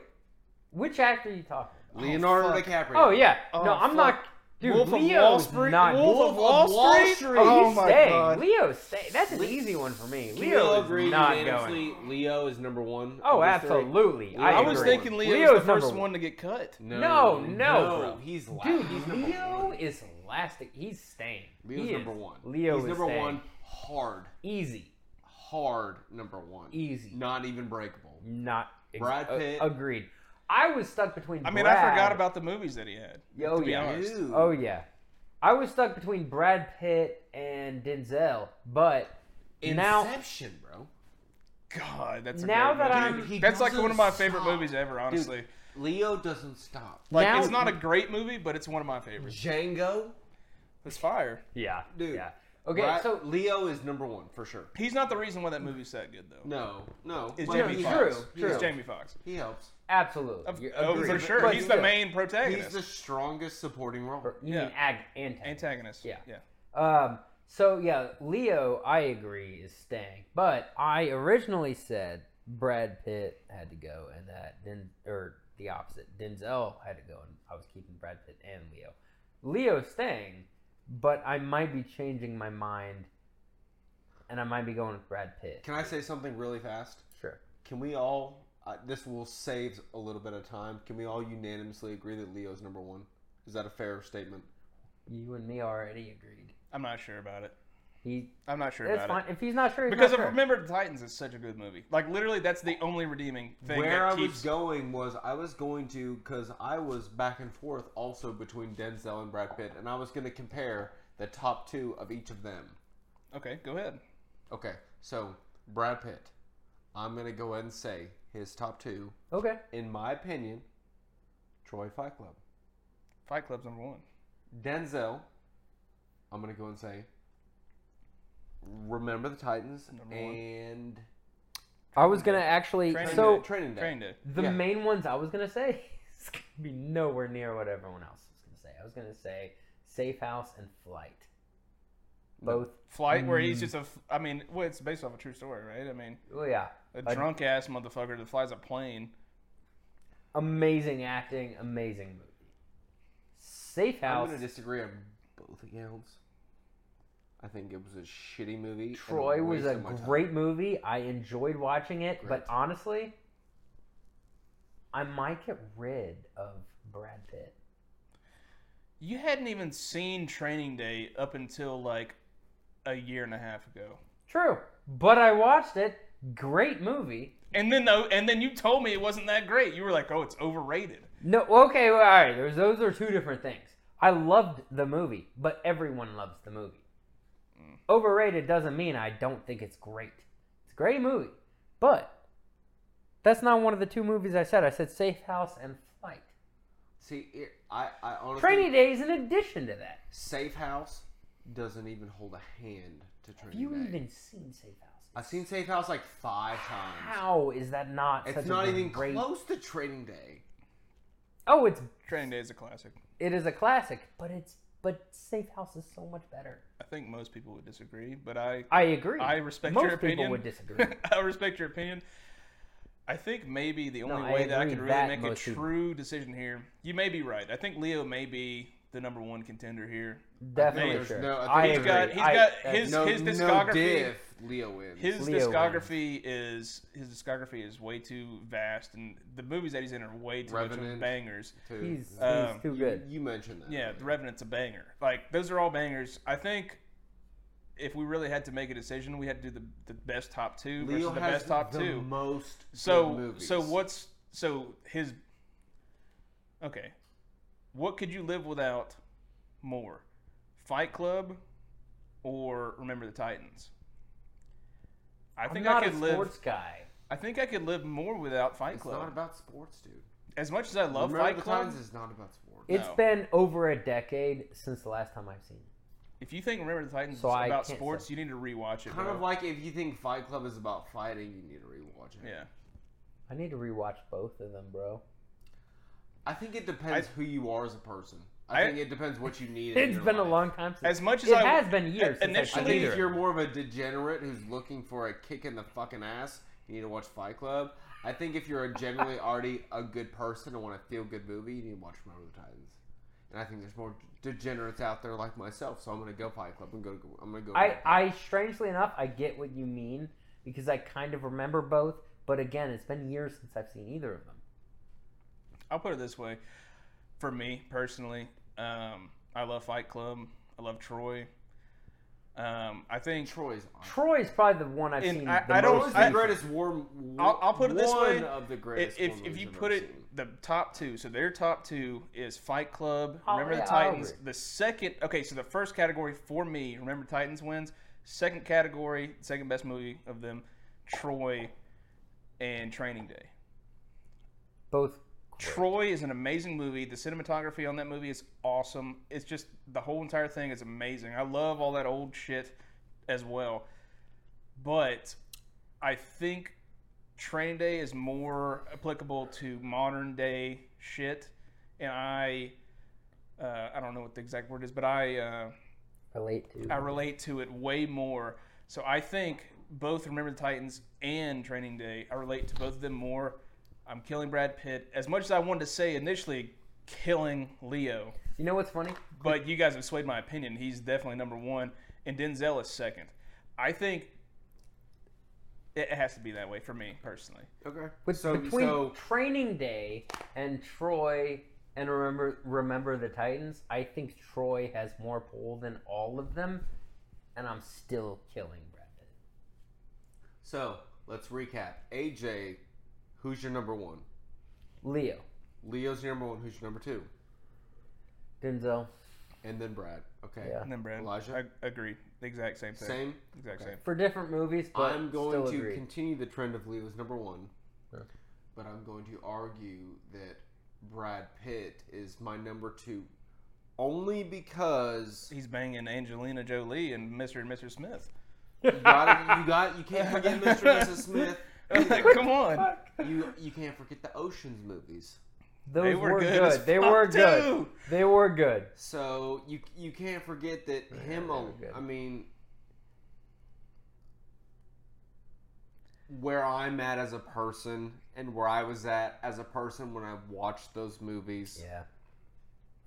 Speaker 4: Which actor are you talking about?
Speaker 3: Leonardo
Speaker 1: fuck.
Speaker 3: DiCaprio.
Speaker 4: Oh yeah.
Speaker 1: Oh,
Speaker 4: no, I'm
Speaker 1: fuck.
Speaker 4: not. Dude,
Speaker 1: Wolf of Wall
Speaker 4: Leo's
Speaker 1: Street-
Speaker 4: not.
Speaker 1: Wolf of Wall Street?
Speaker 4: Oh
Speaker 1: Oh my
Speaker 4: staying.
Speaker 1: God.
Speaker 4: Leo's staying. That's an easy one for me.
Speaker 3: Can we all
Speaker 4: Leo is
Speaker 3: agree
Speaker 4: not
Speaker 3: unanimously
Speaker 4: going.
Speaker 3: Leo is number one.
Speaker 4: Oh,
Speaker 3: of the three?
Speaker 4: absolutely. I,
Speaker 1: I
Speaker 3: Leo's
Speaker 1: was
Speaker 4: agree.
Speaker 1: thinking Leo
Speaker 4: Leo's
Speaker 1: was the
Speaker 4: number
Speaker 1: first
Speaker 4: one.
Speaker 1: one to get cut.
Speaker 4: No, no, bro.
Speaker 3: he's la-
Speaker 4: Dude,
Speaker 3: he's number
Speaker 4: Leo
Speaker 3: one.
Speaker 4: is elastic. He's staying.
Speaker 3: Leo's
Speaker 4: He is-
Speaker 3: number one.
Speaker 4: Leo
Speaker 3: he's
Speaker 4: is
Speaker 3: number
Speaker 4: staying.
Speaker 3: one. Hard,
Speaker 4: Easy,
Speaker 3: hard number one.
Speaker 4: easy.
Speaker 3: Not even breakable.
Speaker 4: Not ex-
Speaker 3: Brad
Speaker 4: a-
Speaker 3: Pitt.
Speaker 4: agreed. I was stuck between.
Speaker 1: I mean, I
Speaker 4: Brad-
Speaker 1: forgot about the movies that he had.
Speaker 4: Oh
Speaker 1: to be
Speaker 4: yeah.
Speaker 1: honest.
Speaker 3: Dude.
Speaker 4: Oh yeah. I was stuck between Brad Pitt and Denzel, but now
Speaker 3: Inception, bro.
Speaker 1: God, that's a
Speaker 4: Now
Speaker 1: great
Speaker 4: that
Speaker 1: movie.
Speaker 4: I'm-
Speaker 3: He
Speaker 1: that's like
Speaker 3: doesn't
Speaker 1: one of my favorite
Speaker 3: stop.
Speaker 1: movies ever. Honestly,
Speaker 3: Leo doesn't stop.
Speaker 1: like
Speaker 4: now,
Speaker 1: it's not a great movie, but it's one of my favorites.
Speaker 3: Django,
Speaker 1: It's fire.
Speaker 4: yeah,
Speaker 3: Dude.
Speaker 4: Yeah. Okay,
Speaker 3: right?
Speaker 4: so
Speaker 3: Leo is number one for sure.
Speaker 1: He's not the reason why that movie's that good though.
Speaker 3: No, no,
Speaker 1: It's
Speaker 3: Well,
Speaker 1: Jamie
Speaker 3: he
Speaker 1: Foxx.
Speaker 3: helps.
Speaker 4: True,
Speaker 1: It's
Speaker 4: true.
Speaker 1: Jamie Fox.
Speaker 3: He helps.
Speaker 4: absolutely,
Speaker 1: Of,
Speaker 4: you
Speaker 1: oh,
Speaker 4: agree.
Speaker 1: for sure,
Speaker 4: But
Speaker 1: he's
Speaker 4: still,
Speaker 1: the main
Speaker 3: He's
Speaker 1: protagonist.
Speaker 3: the strongest supporting role.
Speaker 4: or You
Speaker 1: yeah.
Speaker 4: mean ag antagonist.
Speaker 1: antagonist.
Speaker 4: Yeah.
Speaker 1: yeah.
Speaker 4: Um, so yeah, Leo, I agree is staying, but I originally said Brad Pitt had to go, and that then or the opposite, Denzel had to go, and I was keeping Brad Pitt and Leo. Leo's staying, but I might be changing my mind, and I might be going with Brad Pitt.
Speaker 3: Can I say something really fast?
Speaker 4: Sure.
Speaker 3: Can we all? Uh, this will save a little bit of time. Can we all unanimously agree that Leo's number one? Is that a fair statement?
Speaker 4: You and me already agreed.
Speaker 1: I'm not sure about it.
Speaker 4: He,
Speaker 1: I'm not sure
Speaker 4: that's
Speaker 1: about
Speaker 4: fine. If he's not sure,
Speaker 1: it
Speaker 4: he's
Speaker 1: because
Speaker 4: not
Speaker 1: of
Speaker 4: sure.
Speaker 1: Remember the Titans is such a good movie. Like literally, that's the only redeeming thing
Speaker 3: Where I
Speaker 1: that
Speaker 3: was
Speaker 1: keeps.
Speaker 3: going was I was going to because I was back and forth also between Denzel and Brad Pitt, and I was going to compare the top two of each of them.
Speaker 1: okay, go ahead.
Speaker 3: Okay, so Brad Pitt, I'm going to go ahead and say his top two,
Speaker 4: okay.
Speaker 3: in my opinion, Troy Fight Club,
Speaker 1: Fight Club's number one.
Speaker 3: Denzel. I'm going to go and say. Remember the Titans
Speaker 1: Number one.
Speaker 3: and
Speaker 4: I was gonna actually.
Speaker 1: Training
Speaker 4: so
Speaker 1: Day.
Speaker 3: Training Day.
Speaker 1: Training Day.
Speaker 4: The
Speaker 3: Yeah.
Speaker 4: main ones I was gonna say is gonna be nowhere near what everyone else was gonna say. I was gonna say Safe House and Flight. Both.
Speaker 1: Flight, where he's just a. f- I mean, well, it's based off a true story, right? I mean,
Speaker 4: Oh yeah.
Speaker 1: a
Speaker 4: I-
Speaker 1: drunk ass motherfucker that flies a plane.
Speaker 4: Amazing acting. Amazing movie. Safe
Speaker 3: I'm
Speaker 4: House.
Speaker 3: going to disagree on both accounts. I I think it was a shitty movie. and
Speaker 4: Troy was
Speaker 3: waste
Speaker 4: a
Speaker 3: of my time.
Speaker 4: great movie. I enjoyed watching it, but
Speaker 3: Great.
Speaker 4: honestly, I might get rid of Brad Pitt.
Speaker 1: You hadn't even seen Training Day up until like a year and a half ago.
Speaker 4: True, but I watched it. Great movie.
Speaker 1: And then though, and then you told me it wasn't that great. You were like, "Oh, it's overrated."
Speaker 4: No, okay, well, all right. There's those are two different things. I loved the movie, but everyone loves the movie.
Speaker 3: Mm.
Speaker 4: Overrated doesn't mean I don't think it's great. It's a great movie, but that's not one of the two movies I said. I said Safe House and Flight.
Speaker 3: See, it, I, I honestly
Speaker 4: Training Day is an addition to that.
Speaker 3: Safe House doesn't even hold a hand to
Speaker 4: Have
Speaker 3: Training
Speaker 4: you
Speaker 3: Day.
Speaker 4: even seen Safe House?
Speaker 3: I've seen Safe House like five times.
Speaker 4: How is that not?
Speaker 3: It's
Speaker 4: such
Speaker 3: not
Speaker 4: a
Speaker 3: even
Speaker 4: great...
Speaker 3: close to Training Day.
Speaker 4: Oh, it's
Speaker 1: Training Day is a classic.
Speaker 4: it is a classic, but it's but Safe House is so much better.
Speaker 1: I think most people would disagree, but I
Speaker 4: I agree.
Speaker 1: I respect
Speaker 4: Most
Speaker 1: your opinion.
Speaker 4: people would disagree.
Speaker 1: I respect your opinion. I think maybe the only
Speaker 4: I
Speaker 1: way that I
Speaker 4: agree
Speaker 1: could really
Speaker 4: that
Speaker 1: make a
Speaker 4: most people-
Speaker 1: true decision here, you may be right. I think Leo may be the number one contender here.
Speaker 4: Definitely
Speaker 1: there's
Speaker 4: sure.
Speaker 3: no- I think
Speaker 4: I
Speaker 3: he's
Speaker 4: agree.
Speaker 1: got- he's
Speaker 4: I-
Speaker 1: got
Speaker 4: that's-
Speaker 1: his-
Speaker 3: No, no
Speaker 1: discography-
Speaker 3: diff. Leo wins.
Speaker 1: His
Speaker 4: Leo
Speaker 1: discography is his discography is way too vast, and the movies that he's in are way too much of
Speaker 3: Revenant.
Speaker 1: bangers.
Speaker 3: too.
Speaker 4: he's, he's
Speaker 1: Um,
Speaker 4: too
Speaker 3: you,
Speaker 4: good.
Speaker 3: You mentioned that.
Speaker 1: Yeah, The Revenant's a banger. Like those are all bangers. I think if we really had to make a decision, we had to do the, the best top two
Speaker 3: Leo
Speaker 1: versus the
Speaker 3: has
Speaker 1: best top
Speaker 3: the
Speaker 1: two.
Speaker 3: most good
Speaker 1: So
Speaker 3: movies.
Speaker 1: so what's so his Okay. What could you live without more? Fight Club or Remember the Titans? I
Speaker 4: I'm
Speaker 1: think
Speaker 4: not
Speaker 1: I could
Speaker 4: a
Speaker 1: live
Speaker 4: sports guy.
Speaker 1: I think I could live more without Fight
Speaker 3: It's not
Speaker 1: Club.
Speaker 3: about sports, dude.
Speaker 1: as much as I love
Speaker 3: Remember
Speaker 1: Fight
Speaker 3: the
Speaker 1: Club,
Speaker 3: Titans is not about sports.
Speaker 4: It's
Speaker 1: No.
Speaker 4: been over a decade since the last time I've seen. it.
Speaker 1: if you think Remember the Titans
Speaker 4: So
Speaker 1: is
Speaker 4: I
Speaker 1: about
Speaker 4: can't
Speaker 1: sports,
Speaker 4: say.
Speaker 1: you need to rewatch it.
Speaker 3: kind of
Speaker 1: bro.
Speaker 3: like if you think Fight Club is about fighting, you need to rewatch it.
Speaker 1: yeah.
Speaker 4: I need to rewatch both of them, bro.
Speaker 3: I think it depends
Speaker 1: I-
Speaker 3: who you are as a person. I,
Speaker 1: I-
Speaker 3: think it depends what you need. in
Speaker 4: It's
Speaker 3: your
Speaker 4: been a
Speaker 3: life.
Speaker 4: long time since.
Speaker 1: As much as
Speaker 4: it
Speaker 1: I
Speaker 4: has been years.
Speaker 3: I
Speaker 1: initially-
Speaker 4: since I've seen
Speaker 3: think
Speaker 4: it.
Speaker 3: if you're more of a degenerate who's looking for a kick in the fucking ass, you need to watch Fight Club. I think if you're a generally already a good person and want a feel good movie, you need to watch Remember the Titans. And I think there's more degenerates out there like myself, so I'm gonna go Fight Club and go. I'm gonna go.
Speaker 4: I, I strangely enough, I get what you mean because I kind of remember both, but again, it's been years since I've seen either of them.
Speaker 1: I'll put it this way. For me personally, um, I love Fight Club. I love Troy. Um, I think
Speaker 3: Troy's.
Speaker 4: Troy's probably the one I've
Speaker 1: And
Speaker 4: seen.
Speaker 1: I-
Speaker 4: the
Speaker 1: I don't-
Speaker 4: most
Speaker 3: Troy's the
Speaker 1: I-
Speaker 4: recent.
Speaker 3: greatest war.
Speaker 1: I'll- I'll put it this way.
Speaker 3: one of the greatest.
Speaker 1: if if,
Speaker 3: war
Speaker 1: if
Speaker 3: movies
Speaker 1: you
Speaker 3: I've
Speaker 1: put
Speaker 3: ever
Speaker 1: it
Speaker 3: seen.
Speaker 1: the top two, so their top two is Fight Club,
Speaker 4: Oh,
Speaker 1: Remember
Speaker 4: yeah,
Speaker 1: the
Speaker 4: I
Speaker 1: Titans.
Speaker 4: agree.
Speaker 1: The second, okay, so the first category for me, Remember the Titans wins. Second category, second best movie of them, Troy and Training Day.
Speaker 4: both.
Speaker 1: Troy is an amazing movie. The cinematography on that movie is awesome. It's just the whole entire thing is amazing. I love all that old shit as well. But I think Training Day is more applicable to modern day shit. And I, uh, I don't know what the exact word is, but I. Uh,
Speaker 4: relate to.
Speaker 1: I relate to it way more. So I think both Remember the Titans and Training Day, I relate to both of them more. I'm killing Brad Pitt as much as I wanted to say initially, killing Leo.
Speaker 4: You know what's funny?
Speaker 1: But you guys have swayed my opinion. He's definitely number one, and Denzel is second. I think it has to be that way for me personally.
Speaker 3: okay.
Speaker 4: With,
Speaker 3: so
Speaker 4: between
Speaker 3: so
Speaker 4: Training Day and Troy and remember remember the Titans, I think Troy has more pull than all of them, and I'm still killing Brad Pitt.
Speaker 3: so let's recap. AJ, who's your number one?
Speaker 4: Leo,
Speaker 3: Leo's your number one. Who's your number two?
Speaker 4: Denzel,
Speaker 3: And then Brad. Okay.
Speaker 4: yeah,
Speaker 1: And then Brad,
Speaker 3: Elijah?
Speaker 1: I agree. The exact same thing.
Speaker 3: Same.
Speaker 1: Exact
Speaker 3: Okay.
Speaker 1: same.
Speaker 4: for different movies, but
Speaker 3: I'm
Speaker 4: still
Speaker 3: going to
Speaker 4: agree.
Speaker 3: continue the trend of Leo's number one,
Speaker 4: Okay.
Speaker 3: but I'm going to argue that Brad Pitt is my number two, only because
Speaker 1: He's banging Angelina Jolie and Mr. and Mrs. Smith.
Speaker 3: you got you got you can't forget Mr. and Mrs. Smith. either.
Speaker 1: Come on.
Speaker 3: You you can't forget the Ocean's movies.
Speaker 4: Those
Speaker 1: They were
Speaker 4: were,
Speaker 1: good
Speaker 4: good.
Speaker 1: as
Speaker 4: They
Speaker 1: fuck,
Speaker 4: were good.
Speaker 1: too.
Speaker 4: They were good.
Speaker 3: So you you can't forget that him.
Speaker 4: they were
Speaker 3: al-
Speaker 4: good.
Speaker 3: I mean, where I'm at as a person and where I was at as a person when I watched those movies,
Speaker 4: Yeah.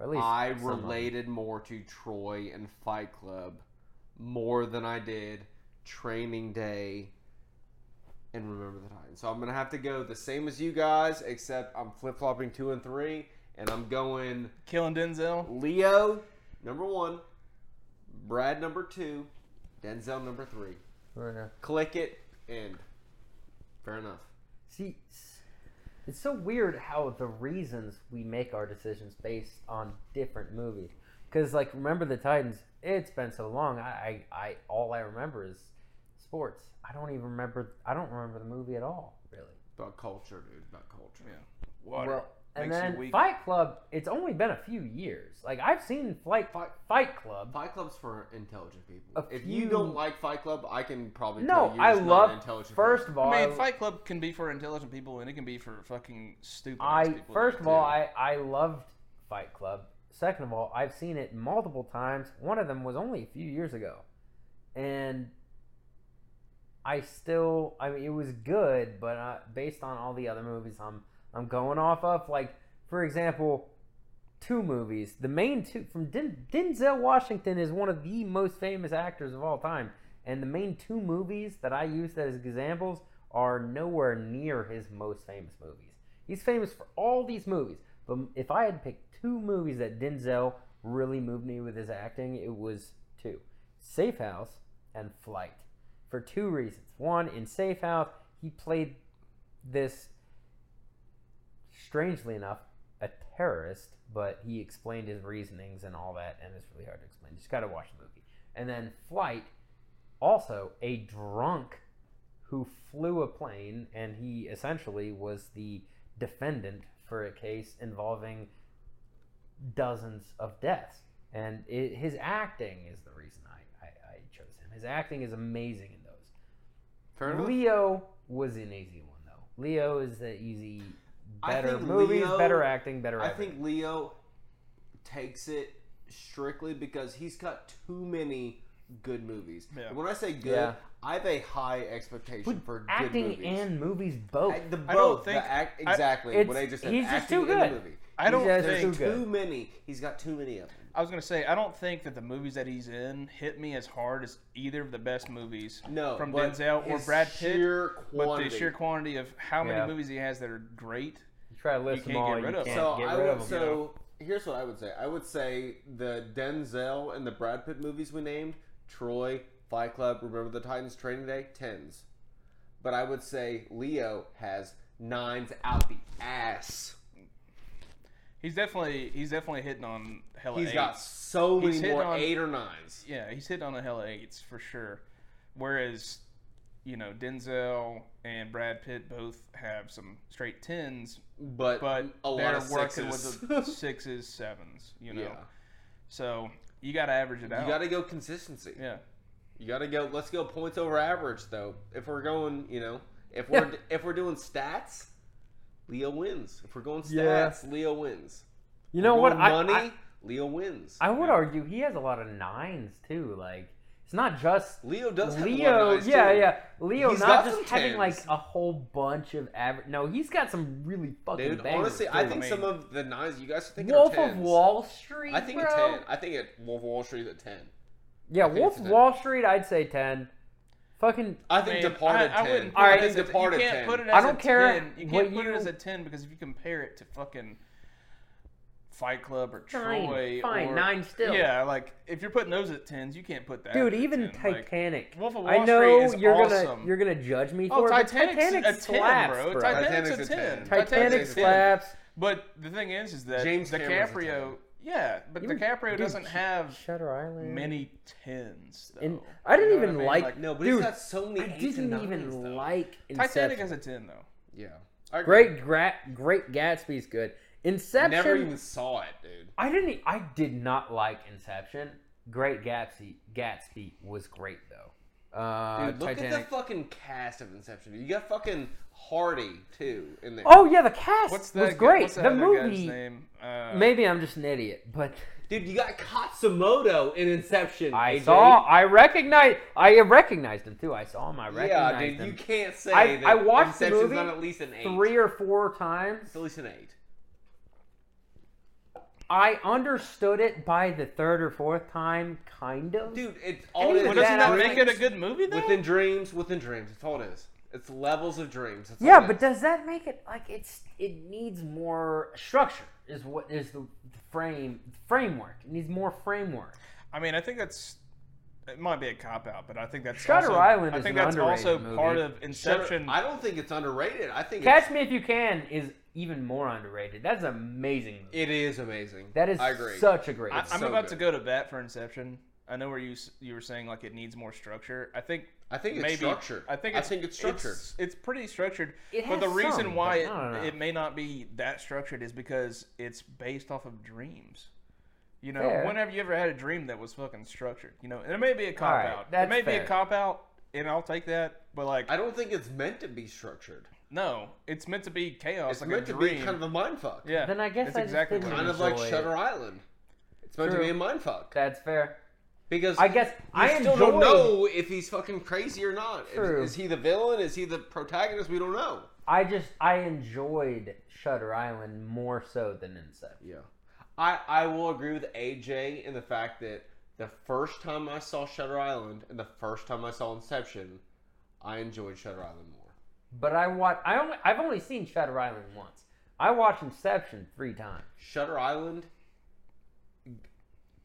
Speaker 4: Or at least
Speaker 3: I
Speaker 4: some of them.
Speaker 3: related more to Troy and Fight Club more than I did training day and remember the Titans. So I'm gonna have to go the same as you guys, except I'm flip flopping two and three, and I'm going
Speaker 1: Killing Denzel.
Speaker 3: Leo number one, Brad number two, Denzel number three.
Speaker 4: Fair enough.
Speaker 3: Click it and fair enough.
Speaker 4: See, s- it's so weird how the reasons we make our decisions based on different movies. Because, like, remember the Titans? It's been so long. I, I, I, all I remember is sports. I don't even remember. I don't remember the movie at all, really.
Speaker 3: About culture, dude. About culture.
Speaker 1: Yeah. Water.
Speaker 4: And
Speaker 1: Makes you
Speaker 4: then
Speaker 1: weak.
Speaker 4: Fight Club. It's only been a few years. Like I've seen Fight Fight, Club.
Speaker 3: Fight Club's for intelligent people.
Speaker 4: A
Speaker 3: if you
Speaker 4: few-
Speaker 3: don't like Fight Club, I can probably
Speaker 4: No,
Speaker 3: tell you
Speaker 4: I
Speaker 3: it's not an
Speaker 4: love.
Speaker 3: intelligent.
Speaker 4: First
Speaker 3: person.
Speaker 4: of all,
Speaker 1: I
Speaker 4: I,
Speaker 1: mean, Fight Club can be for intelligent people, and it can be for fucking stupid.
Speaker 4: I-
Speaker 1: people
Speaker 4: first of
Speaker 1: too.
Speaker 4: all, I I loved Fight Club. Second of all, I've seen it multiple times. One of them was only a few years ago, and I still. I mean, it was good, but uh, based on all the other movies, I'm I'm going off of like, for example. Two movies. The main two from Den- Denzel Washington is one of the most famous actors of all time. And the main two movies that I use as examples are nowhere near his most famous movies. He's famous for all these movies, but if I had picked two movies that Denzel really moved me with his acting, it was two Safe House and Flight. For two reasons. One, in Safe House, he played this, strangely enough, a terrorist, but he explained his reasonings and all that, and it's really hard to explain. You just gotta watch the movie. And then Flight, also a drunk who flew a plane and he essentially was the defendant for a case involving dozens of deaths and it, his acting is the reason I, I, I chose him his acting is amazing in those
Speaker 3: Fair enough.
Speaker 4: leo was an easy one though leo is the easy
Speaker 3: I
Speaker 4: better
Speaker 3: think
Speaker 4: movies
Speaker 3: Leo-
Speaker 4: better acting better
Speaker 3: I
Speaker 4: everything.
Speaker 3: think Leo takes it strictly because he's got too many good movies.
Speaker 1: Yeah.
Speaker 3: When I say good,
Speaker 4: Yeah.
Speaker 3: I have a high expectation
Speaker 4: But
Speaker 3: for good
Speaker 4: acting
Speaker 3: movies.
Speaker 4: and movies both
Speaker 3: I- the both,
Speaker 1: Oh, I don't
Speaker 3: the
Speaker 1: think-
Speaker 3: act,
Speaker 1: I-
Speaker 3: exactly
Speaker 4: it's-
Speaker 3: what I just said.
Speaker 4: he's just
Speaker 3: acting
Speaker 4: too
Speaker 3: and the
Speaker 4: good.
Speaker 3: movie.
Speaker 1: I don't
Speaker 4: He's
Speaker 1: think.
Speaker 4: just
Speaker 3: There's
Speaker 4: Too good.
Speaker 3: too many. He's got too many of them.
Speaker 1: I was gonna say I don't think that the movies that he's in hit me as hard as either of the best movies
Speaker 3: No,
Speaker 1: from
Speaker 3: but
Speaker 1: Denzel or
Speaker 3: his
Speaker 1: Brad Pitt.
Speaker 3: sheer
Speaker 1: but the
Speaker 3: quantity.
Speaker 1: sheer quantity of how many
Speaker 4: Yeah.
Speaker 1: movies he has that are great.
Speaker 4: you try to list
Speaker 1: can't
Speaker 4: them all
Speaker 1: get rid
Speaker 4: you
Speaker 1: of
Speaker 4: can't
Speaker 1: them.
Speaker 3: So
Speaker 4: get
Speaker 3: I
Speaker 4: rid
Speaker 3: would,
Speaker 4: of them
Speaker 3: so here's what I would say. I would say the Denzel and the Brad Pitt movies we named, Troy, Fight Club, Remember the Titans, Training Day, tens. But I would say Leo has nines out the ass.
Speaker 1: He's definitely he's definitely hitting on hella
Speaker 3: He's
Speaker 1: eights.
Speaker 3: got so
Speaker 1: Oh, He's
Speaker 3: many
Speaker 1: hitting
Speaker 3: more
Speaker 1: on-
Speaker 3: eight or nines.
Speaker 1: yeah, he's hitting on the hella eights for sure. Whereas, you know, Denzel and Brad Pitt both have some straight tens,
Speaker 3: But,
Speaker 1: but
Speaker 3: a lot
Speaker 1: they're
Speaker 3: of
Speaker 1: working
Speaker 3: sixes.
Speaker 1: with the sixes, sevens. You know,
Speaker 3: yeah.
Speaker 1: so you got to average it out.
Speaker 3: You gotta go consistency.
Speaker 1: yeah,
Speaker 3: You gotta go let's go points over average though. If we're going, you know, if we're if we're doing stats, Leo wins. If we're going
Speaker 4: Yeah.
Speaker 3: stats, Leo wins.
Speaker 4: you know what I-
Speaker 3: money,
Speaker 4: I,
Speaker 3: Leo wins.
Speaker 4: I would argue he has a lot of nines too. Like it's not just
Speaker 3: Leo does have a lot
Speaker 4: Leo.
Speaker 3: of nice
Speaker 4: yeah,
Speaker 3: too.
Speaker 4: yeah. Leo
Speaker 3: He's
Speaker 4: not
Speaker 3: got
Speaker 4: just
Speaker 3: some
Speaker 4: having like
Speaker 3: tens.
Speaker 4: a whole bunch of average. No, he's got some really fucking.
Speaker 3: Dude,
Speaker 4: bangers,
Speaker 3: honestly, I
Speaker 4: too.
Speaker 3: think
Speaker 1: I
Speaker 3: some
Speaker 1: mean-
Speaker 3: of the nines you guys are thinking
Speaker 4: Wolf
Speaker 3: are tens.
Speaker 4: of Wall Street.
Speaker 3: I think
Speaker 4: bro?
Speaker 3: a ten. I think it Wolf of Wall Street is a ten.
Speaker 4: Yeah,
Speaker 3: think
Speaker 4: Wolf
Speaker 3: it's
Speaker 4: of
Speaker 3: a ten.
Speaker 4: Wall Street. I'd say ten. Fucking.
Speaker 3: I think
Speaker 1: Man,
Speaker 3: Departed
Speaker 1: I, I
Speaker 3: ten.
Speaker 1: wouldn't.
Speaker 4: All
Speaker 1: put it
Speaker 4: right.
Speaker 1: as a-
Speaker 3: think Departed
Speaker 1: you can't
Speaker 3: ten.
Speaker 1: put it as
Speaker 4: I don't
Speaker 1: a
Speaker 4: care
Speaker 1: 10. You
Speaker 4: what
Speaker 1: can't put
Speaker 4: you-
Speaker 1: it as a ten because if you compare it to fucking Fight Club or
Speaker 4: Nine,
Speaker 1: Troy,
Speaker 4: fine,
Speaker 1: or,
Speaker 4: nine still.
Speaker 1: Yeah, like if you're putting those at tens, you can't put that.
Speaker 4: Dude,
Speaker 1: at a
Speaker 4: even
Speaker 1: 10. Like,
Speaker 4: Titanic.
Speaker 1: Wolf of
Speaker 4: I
Speaker 1: Wall
Speaker 4: know
Speaker 1: Street is
Speaker 4: you're gonna
Speaker 1: awesome.
Speaker 4: you're gonna judge me
Speaker 1: Oh,
Speaker 4: for it, but
Speaker 1: Titanic's,
Speaker 4: Titanic
Speaker 1: a 10,
Speaker 4: slaps,
Speaker 1: bro.
Speaker 4: bro.
Speaker 1: Titanic
Speaker 3: Titanic's
Speaker 1: a
Speaker 3: a
Speaker 1: 10.
Speaker 3: 10.
Speaker 4: Titanic
Speaker 1: Titanic's a 10.
Speaker 4: slaps.
Speaker 1: But the thing is, is that
Speaker 3: James Cameron's a
Speaker 1: DiCaprio,
Speaker 3: 10.
Speaker 1: yeah, but
Speaker 4: You-
Speaker 1: DiCaprio
Speaker 4: dude,
Speaker 1: doesn't
Speaker 4: Sh-
Speaker 1: have
Speaker 4: Shutter Island.
Speaker 1: many tens, though.
Speaker 4: And I didn't
Speaker 1: You know
Speaker 4: even
Speaker 1: what I mean?
Speaker 4: like-
Speaker 3: no, but
Speaker 4: Dude,
Speaker 3: he's got so many
Speaker 4: I
Speaker 3: eights and
Speaker 4: didn't even
Speaker 3: nines, though.
Speaker 4: like Inception.
Speaker 1: Titanic has a ten though.
Speaker 3: Yeah. I agree.
Speaker 4: Great, gra- great Gatsby's good. Inception.
Speaker 3: Never even saw it, dude.
Speaker 4: I didn't. e- I did not like Inception. Great Gatsby. Gatsby was great though. Uh,
Speaker 3: Dude, look
Speaker 4: Titanic.
Speaker 3: at the fucking cast of Inception. You got fucking Hardy too in there.
Speaker 4: oh yeah, the cast
Speaker 1: What's that?
Speaker 4: was
Speaker 1: guy-
Speaker 4: great.
Speaker 1: What's that
Speaker 4: the
Speaker 1: other guy's
Speaker 4: movie.
Speaker 1: name? Uh,
Speaker 4: Maybe I'm just an idiot, but
Speaker 3: Dude, you got Katsumoto in Inception.
Speaker 4: I
Speaker 3: AJ.
Speaker 4: saw. I recognize. I recognized him too. I saw him. I
Speaker 3: Yeah,
Speaker 4: recognized
Speaker 3: dude, you
Speaker 4: him
Speaker 3: can't say
Speaker 4: I-
Speaker 3: that
Speaker 4: I watched the
Speaker 3: Inception's
Speaker 4: movie
Speaker 3: not at least an eight.
Speaker 4: three or four times.
Speaker 3: It's at least an eight.
Speaker 4: I understood it by the third or fourth time, kind of.
Speaker 3: Dude, it's all it
Speaker 4: even
Speaker 3: is.
Speaker 1: Well,
Speaker 4: that,
Speaker 1: doesn't that
Speaker 4: I
Speaker 1: make
Speaker 4: think-
Speaker 1: it a good movie though?
Speaker 3: Within dreams, within dreams. That's all it is. It's levels of dreams. That's all
Speaker 4: yeah,
Speaker 3: it
Speaker 4: but
Speaker 3: is.
Speaker 4: does that make it like it's it needs more structure? Is what is the frame framework? It needs more framework.
Speaker 1: I mean, I think that's it might be a cop out, but I think that's
Speaker 4: Shutter
Speaker 1: also,
Speaker 4: Island
Speaker 1: I
Speaker 4: is
Speaker 1: think
Speaker 4: an
Speaker 1: that's
Speaker 4: underrated
Speaker 1: also
Speaker 4: movie.
Speaker 1: part of
Speaker 3: Shutter-
Speaker 1: Inception.
Speaker 3: I don't think it's underrated. I think
Speaker 4: Catch Me If You Can is even more underrated. That's an amazing. Movie.
Speaker 3: It's, it is amazing.
Speaker 4: That is
Speaker 3: I agree.
Speaker 4: such a great.
Speaker 1: I,
Speaker 4: movie.
Speaker 1: I'm
Speaker 3: so
Speaker 1: about
Speaker 3: good.
Speaker 1: to go to bat for Inception. I know where you s- you were saying like it needs more structure. I think
Speaker 3: I think it's
Speaker 1: maybe
Speaker 3: structured.
Speaker 1: I think
Speaker 3: I
Speaker 1: it's,
Speaker 3: think it's structured.
Speaker 1: It's, it's pretty structured.
Speaker 4: It
Speaker 1: but
Speaker 4: has
Speaker 1: the reason
Speaker 4: some,
Speaker 1: why
Speaker 4: but
Speaker 1: it,
Speaker 4: I don't know.
Speaker 1: it may not be that structured is because it's based off of dreams. You know,
Speaker 4: Fair.
Speaker 1: when have you ever had a dream that was fucking structured? You know, and it may be a cop
Speaker 4: right,
Speaker 1: out. It
Speaker 4: that's
Speaker 1: may be a
Speaker 4: fair.
Speaker 1: cop out, and I'll take that. But like,
Speaker 3: I don't think it's meant to be structured.
Speaker 1: no, it's meant to be chaos,
Speaker 3: It's
Speaker 1: like
Speaker 3: meant
Speaker 1: a
Speaker 3: to
Speaker 1: dream.
Speaker 3: be kind of a mindfuck.
Speaker 1: yeah.
Speaker 4: Then I guess
Speaker 1: that's
Speaker 4: I just
Speaker 1: exactly
Speaker 4: didn't
Speaker 1: what
Speaker 3: Kind
Speaker 1: it
Speaker 3: of like
Speaker 4: Enjoy it.
Speaker 3: Shutter Island. It's meant
Speaker 4: True.
Speaker 3: to be a mindfuck.
Speaker 4: That's fair.
Speaker 3: Because
Speaker 4: I guess I
Speaker 3: still
Speaker 4: enjoyed.
Speaker 3: don't know if he's fucking crazy or not. Is-
Speaker 4: True.
Speaker 3: Is, he the villain? Is he the protagonist? We don't know.
Speaker 4: I just I enjoyed Shutter Island more so than Inception.
Speaker 3: Yeah, I I will agree with AJ in the fact that the first time I saw Shutter Island and the first time I saw Inception, I enjoyed Shutter Island more.
Speaker 4: But I watch. I only. I've only seen Shutter Island once. I watched Inception three times.
Speaker 3: Shutter Island,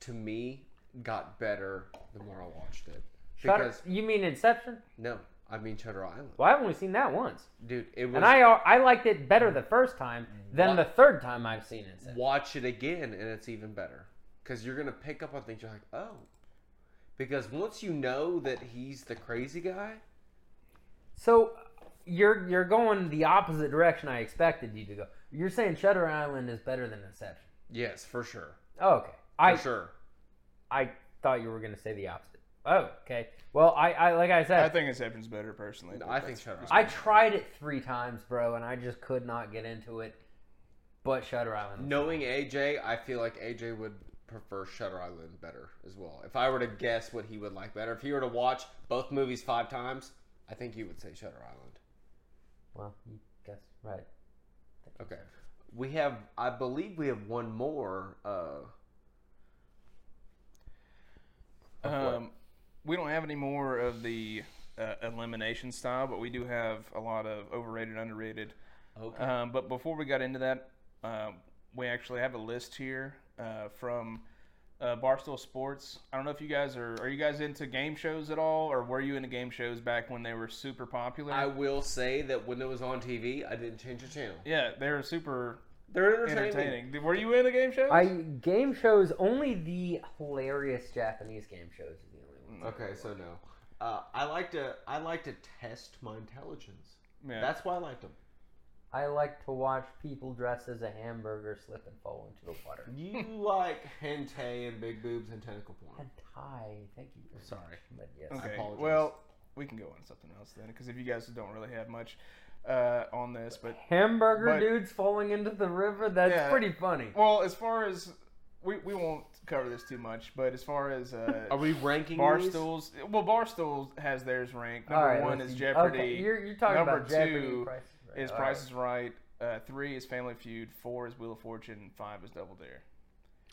Speaker 3: to me, got better the more I watched it.
Speaker 4: Shutter,
Speaker 3: Because
Speaker 4: you mean Inception?
Speaker 3: no, I mean Shutter Island,
Speaker 4: Well, I've only seen that once,
Speaker 3: dude. It was
Speaker 4: and I uh, I liked it better the first time than
Speaker 3: Wha-
Speaker 4: the third time I've seen Inception.
Speaker 3: watch it again and it's even better because you're gonna pick up on things you're like oh because once you know that he's the crazy guy
Speaker 4: So you're you're going the opposite direction I expected you to go. You're saying Shutter Island is better than Inception.
Speaker 3: yes for sure
Speaker 4: Oh, okay,
Speaker 3: for
Speaker 4: I
Speaker 3: sure
Speaker 4: I thought you were going to say the opposite. Oh, okay. Well, I, I like I said,
Speaker 1: I think Inception's better personally.
Speaker 3: No,
Speaker 1: but
Speaker 3: i think
Speaker 1: that's-
Speaker 3: shutter Island.
Speaker 4: I tried it three times, bro, and I just could not get into it. But Shutter Island.
Speaker 3: knowing aj i feel like aj would prefer shutter island better as well if i were to guess what he would like better if he were to watch both movies five times i think he would say shutter island
Speaker 4: Well, you guess right.
Speaker 3: okay we have i believe we have one more uh
Speaker 1: Um, we don't have any more of the uh, elimination style, but we do have a lot of overrated, underrated.
Speaker 3: okay
Speaker 1: Um, but before we got into that, um, we actually have a list here uh, from uh, Barstool Sports. I don't know if you guys are are you guys into game shows at all, or were you into game shows back when they were super popular?
Speaker 3: I will say that when it was on TV, I didn't change the channel.
Speaker 1: yeah, they were super
Speaker 3: They're entertaining.
Speaker 1: entertaining. Were you into game shows?
Speaker 4: I game shows only the hilarious Japanese game shows are the only ones.
Speaker 3: Okay, so no. Uh, I like to I like to test my intelligence.
Speaker 1: Yeah.
Speaker 3: That's why I liked them.
Speaker 1: Mm.
Speaker 4: I like to watch people dressed as a hamburger slip and fall into the water.
Speaker 3: You like hentai and big boobs and tentacle porn.
Speaker 4: And Thai, thank you. Very
Speaker 3: Sorry.
Speaker 4: much, but yes.
Speaker 1: Okay.
Speaker 3: apologize.
Speaker 1: Well, we can go on to something else then, because if you guys don't really have much uh, on this, but
Speaker 4: Hamburger
Speaker 1: But-
Speaker 4: dudes falling into the river. That's
Speaker 1: Yeah.
Speaker 4: pretty funny.
Speaker 1: well, as far as we, we won't cover this too much, but as far as
Speaker 3: Are
Speaker 1: uh,
Speaker 3: we ranking these?
Speaker 1: barstools, well, barstools has theirs ranked.
Speaker 4: All
Speaker 1: Number
Speaker 4: right,
Speaker 1: one
Speaker 4: let's
Speaker 1: is
Speaker 4: see.
Speaker 1: Jeopardy.
Speaker 4: Okay, you're, you're talking
Speaker 1: Number
Speaker 4: about Jeopardy.
Speaker 1: two
Speaker 4: Price Right.
Speaker 1: Is
Speaker 4: All
Speaker 1: Price
Speaker 4: right.
Speaker 1: is Right. Uh, three is Family Feud. Four is Wheel of Fortune. Five is Double Dare.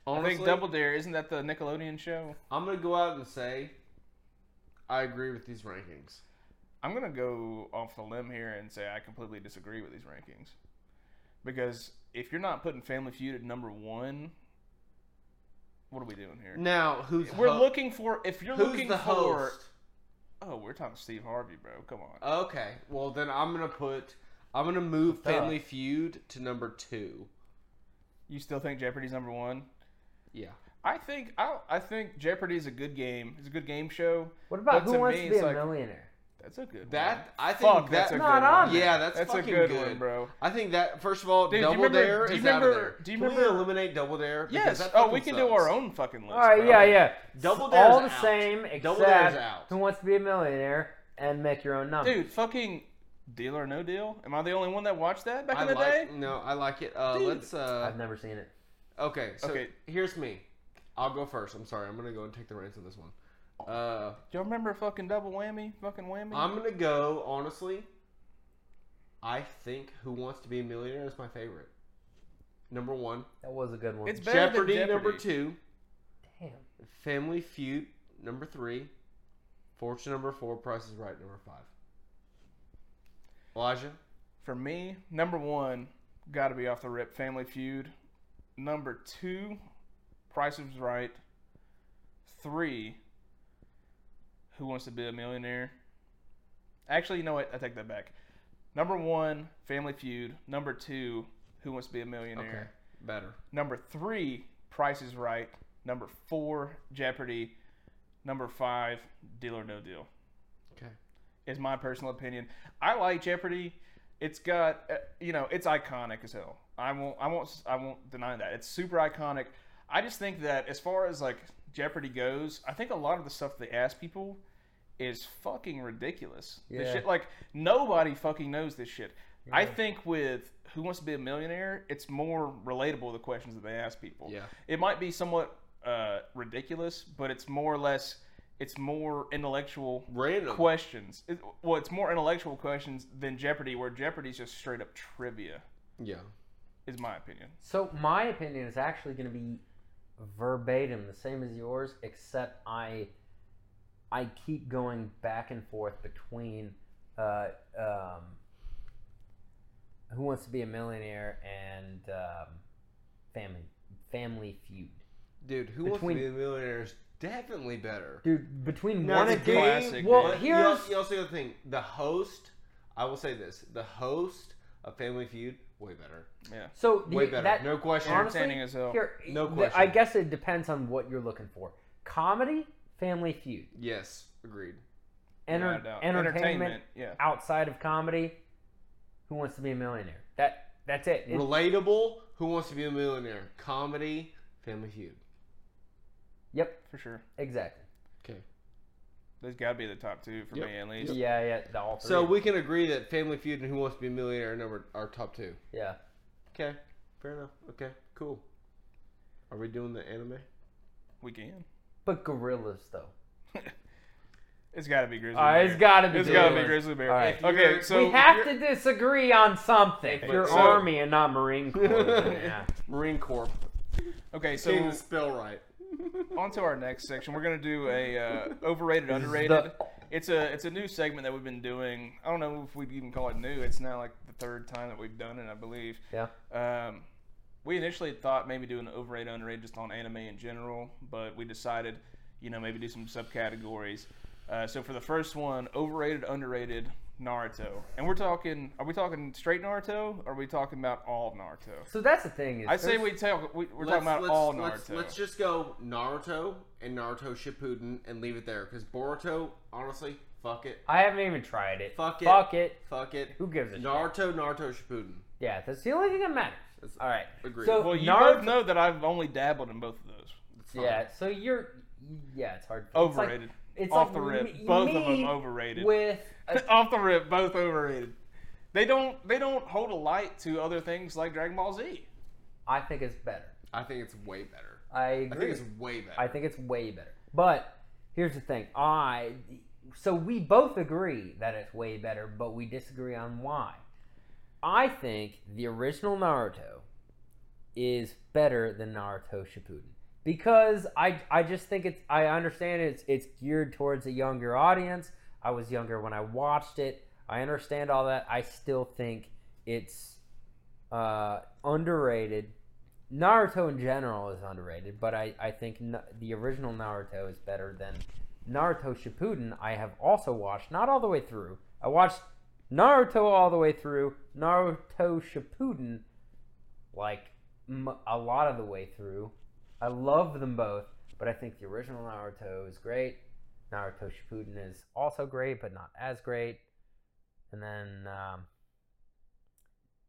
Speaker 3: Honestly,
Speaker 1: I think Double Dare isn't that the Nickelodeon show?
Speaker 3: I'm gonna go out and say, I agree with these rankings.
Speaker 1: I'm gonna go off the limb here and say I completely disagree with these rankings, because if you're not putting Family Feud at number one, what are we doing here?
Speaker 3: Now, who's
Speaker 1: We're
Speaker 3: ho-
Speaker 1: looking for if you're
Speaker 3: Who's
Speaker 1: looking
Speaker 3: the
Speaker 1: for
Speaker 3: host?
Speaker 1: oh we're talking Steve Harvey bro come on
Speaker 3: Okay. Well, then I'm gonna put. I'm gonna move
Speaker 4: Duh.
Speaker 3: Family Feud to number two.
Speaker 1: you still think Jeopardy's number one
Speaker 3: Yeah.
Speaker 1: I think I I think Jeopardy is a good game it's a good game show
Speaker 4: What
Speaker 1: But
Speaker 4: about
Speaker 1: to
Speaker 4: Who Wants
Speaker 1: me,
Speaker 4: to Be
Speaker 1: it's
Speaker 4: a
Speaker 1: like-
Speaker 4: Millionaire?
Speaker 1: that's a good one.
Speaker 3: That I think
Speaker 1: Fuck,
Speaker 3: that,
Speaker 1: that's a
Speaker 4: Not
Speaker 1: good
Speaker 4: on
Speaker 1: one.
Speaker 4: there.
Speaker 3: Yeah, that's,
Speaker 1: that's a
Speaker 3: fucking
Speaker 1: good,
Speaker 3: good.
Speaker 1: one bro
Speaker 3: I think that first of all,
Speaker 1: Dude, do you
Speaker 3: Double
Speaker 1: remember-
Speaker 3: Dare
Speaker 1: do
Speaker 3: is
Speaker 1: you
Speaker 3: out of
Speaker 1: remember-
Speaker 3: there.
Speaker 1: do you
Speaker 3: Can
Speaker 1: remember-
Speaker 3: we eliminate Double Dare? Because
Speaker 1: yes
Speaker 3: that
Speaker 1: oh
Speaker 3: fucking
Speaker 1: we can do
Speaker 3: sucks.
Speaker 1: our own fucking list
Speaker 4: All right,
Speaker 1: bro.
Speaker 4: yeah, yeah.
Speaker 3: Double
Speaker 4: It's
Speaker 3: Dare's
Speaker 4: all the
Speaker 3: out.
Speaker 4: same except
Speaker 3: Double Dare's out.
Speaker 4: Who Wants to Be a Millionaire and make your own number.
Speaker 1: Dude, fucking Deal or No Deal. Am I the only one that watched that back
Speaker 3: I
Speaker 1: in the
Speaker 3: like,
Speaker 1: day?
Speaker 3: No, I like it. Uh,
Speaker 1: Dude.
Speaker 3: let's. Uh,
Speaker 4: I've never seen it.
Speaker 3: okay, so
Speaker 1: Okay.
Speaker 3: here's me. I'll go first. I'm sorry. I'm gonna go and take the reins on this one.
Speaker 1: Oh.
Speaker 3: Uh,
Speaker 1: Y'all remember fucking double whammy, fucking whammy?
Speaker 3: I'm gonna go honestly. I think Who Wants to Be a Millionaire is my favorite. number one.
Speaker 4: That was a good one.
Speaker 1: It's better
Speaker 3: Jeopardy,
Speaker 1: than
Speaker 3: number
Speaker 1: Jeopardy.
Speaker 3: two.
Speaker 4: Damn.
Speaker 3: Family Feud number three. Fortune number four. Price is Right number five. Elijah.
Speaker 1: For me, number one, got to be off the rip. Family Feud. Number two, Price is Right. Three, Who Wants to Be a Millionaire? Actually, you know what? I take that back. Number one, Family Feud. Number two, Who Wants to Be a Millionaire?
Speaker 3: Okay. Better.
Speaker 1: Number three, Price is Right. Number four, Jeopardy. Number five, Deal or No Deal.
Speaker 3: Okay.
Speaker 1: Is my personal opinion. I like Jeopardy. It's got, uh, you know, it's iconic as hell. I won't, I won't, I won't deny that. It's super iconic. I just think that as far as like Jeopardy goes, I think a lot of the stuff they ask people is fucking ridiculous. This
Speaker 4: Yeah.
Speaker 1: shit, like nobody fucking knows this shit. I
Speaker 4: Yeah.
Speaker 1: think with Who Wants to Be a Millionaire, it's more relatable the questions that they ask people.
Speaker 3: Yeah.
Speaker 1: It might be somewhat uh, ridiculous, but it's more or less it's more intellectual
Speaker 3: Random.
Speaker 1: questions. It, well, it's more intellectual questions than Jeopardy, where Jeopardy's just straight up trivia,
Speaker 3: yeah.
Speaker 1: is my opinion.
Speaker 4: So my opinion is actually going to be verbatim the same as yours, except I I keep going back and forth between uh, um, Who Wants to Be a Millionaire and um, Family Family Feud.
Speaker 3: Dude, who
Speaker 4: Between-
Speaker 3: wants to be a millionaire is definitely better.
Speaker 4: Dude, between
Speaker 3: No,
Speaker 4: one
Speaker 3: it's
Speaker 4: and
Speaker 3: a
Speaker 4: two.
Speaker 1: classic,
Speaker 4: well,
Speaker 1: dude.
Speaker 3: But you
Speaker 4: here's
Speaker 3: also, you also got to think the host. I will say this: the host of Family Feud way better,
Speaker 4: so the,
Speaker 3: way better,
Speaker 4: that
Speaker 3: no question.
Speaker 4: honestly,
Speaker 1: Entertaining as hell.
Speaker 4: Here,
Speaker 3: No
Speaker 4: th- I
Speaker 3: question.
Speaker 4: guess it depends on what you're looking for. Comedy, Family Feud,
Speaker 3: yes, agreed.
Speaker 4: enter-
Speaker 1: Without a doubt.
Speaker 4: entertainment,
Speaker 1: yeah.
Speaker 4: outside of comedy, Who Wants to Be a Millionaire? That that's it. It-
Speaker 3: Relatable. Who wants to be a millionaire? Comedy. Family Feud.
Speaker 4: yep,
Speaker 1: for sure.
Speaker 4: exactly.
Speaker 3: Okay.
Speaker 1: Those got to be the top two for
Speaker 3: Yep.
Speaker 1: me, at least.
Speaker 4: Yeah, yeah, the all three.
Speaker 3: So we can agree that Family Feud and Who Wants to Be a Millionaire are number our top two.
Speaker 4: yeah,
Speaker 3: Okay. Fair enough. Okay. Cool. Are we doing the anime?
Speaker 1: We can.
Speaker 4: but gorillas though.
Speaker 1: It's got to be Grizzly
Speaker 4: Uh,
Speaker 1: Bear.
Speaker 4: it's got to be.
Speaker 1: It's gotta be
Speaker 4: gorillas.
Speaker 1: Grizzly Bear.
Speaker 4: All right.
Speaker 1: Okay, so
Speaker 4: we have
Speaker 1: you're-
Speaker 4: to disagree on something.
Speaker 3: If
Speaker 4: You're
Speaker 3: so-
Speaker 4: army and not Marine Corps. yeah.
Speaker 3: Marine Corps.
Speaker 1: Okay,
Speaker 3: So,
Speaker 1: so
Speaker 3: the spell right.
Speaker 1: on to our next section. We're gonna do a uh, overrated, underrated. It's a it's a new segment that we've been doing. I don't know if we'd even call it new. It's now like the third time that we've done it, I believe.
Speaker 4: Yeah.
Speaker 1: Um, we initially thought maybe doing an overrated, underrated just on anime in general, but we decided, you know, maybe do some subcategories. Uh, so for the first one, overrated, underrated Naruto, and we're talking. Are we talking straight Naruto? Or are we talking about all of Naruto?
Speaker 4: So that's the thing. Is
Speaker 1: I say
Speaker 4: there's-
Speaker 1: we talk. We, we're talking about all Naruto.
Speaker 3: Let's, let's just go Naruto and Naruto Shippuden and leave it there because Boruto, honestly, fuck it,
Speaker 4: I haven't even tried it.
Speaker 3: Fuck it.
Speaker 4: Fuck it.
Speaker 3: fuck it.
Speaker 4: Who gives a shit?
Speaker 3: Naruto, Naruto Shippuden.
Speaker 4: Yeah, that's the only thing that matters.
Speaker 3: That's-
Speaker 4: All right.
Speaker 3: Agreed.
Speaker 4: So
Speaker 1: Well, you
Speaker 4: Naruto.
Speaker 1: both know that I've only dabbled in both of those.
Speaker 3: It's fine.
Speaker 4: yeah. So you're. Yeah, it's hard. it's like-
Speaker 1: Overrated.
Speaker 4: It's
Speaker 1: Off
Speaker 4: like
Speaker 1: the rip.
Speaker 4: me-
Speaker 1: Both of
Speaker 4: me
Speaker 1: them overrated.
Speaker 4: With a
Speaker 1: Off the rip, both overrated. They don't they don't hold a light to other things like Dragon Ball Z.
Speaker 4: I think it's better.
Speaker 3: I think it's way better.
Speaker 4: I
Speaker 3: I
Speaker 4: agree.
Speaker 3: think it's way better.
Speaker 4: I think it's way better. But here's the thing. I so we both agree that it's way better, but we disagree on why. I think the original Naruto is better than Naruto Shippuden because I I just think it's I understand it's it's geared towards a younger audience. I was younger when I watched it. I understand all that. I still think it's uh, underrated Naruto in general is underrated, but I, I think na- the original Naruto is better than Naruto Shippuden. I have also watched, not all the way through, I watched Naruto all the way through, Naruto Shippuden, like m- a lot of the way through. I love them both, but I think the original Naruto is great. Naruto Shippuden is also great, but not as great. And then um,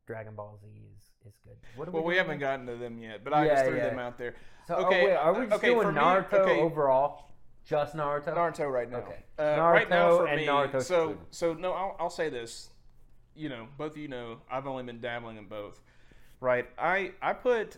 Speaker 4: Dragon Ball Z is, is good. What are
Speaker 1: Well, we
Speaker 4: doing
Speaker 1: haven't
Speaker 4: next?
Speaker 1: gotten to them yet, but I just
Speaker 4: Yeah,
Speaker 1: threw
Speaker 4: yeah.
Speaker 1: them out there.
Speaker 4: So
Speaker 1: Okay, uh,
Speaker 4: oh, wait, are we just
Speaker 1: okay,
Speaker 4: doing
Speaker 1: for me-
Speaker 4: Naruto
Speaker 1: okay.
Speaker 4: overall? Just Naruto?
Speaker 1: Naruto right now.
Speaker 4: Okay.
Speaker 1: Uh, right now
Speaker 4: Naruto
Speaker 1: for
Speaker 4: and
Speaker 1: me.
Speaker 4: Naruto
Speaker 1: so
Speaker 4: Shippuden.
Speaker 1: so no, I'll, I'll say this. You know, both of you know I've only been dabbling in both. Right. I I put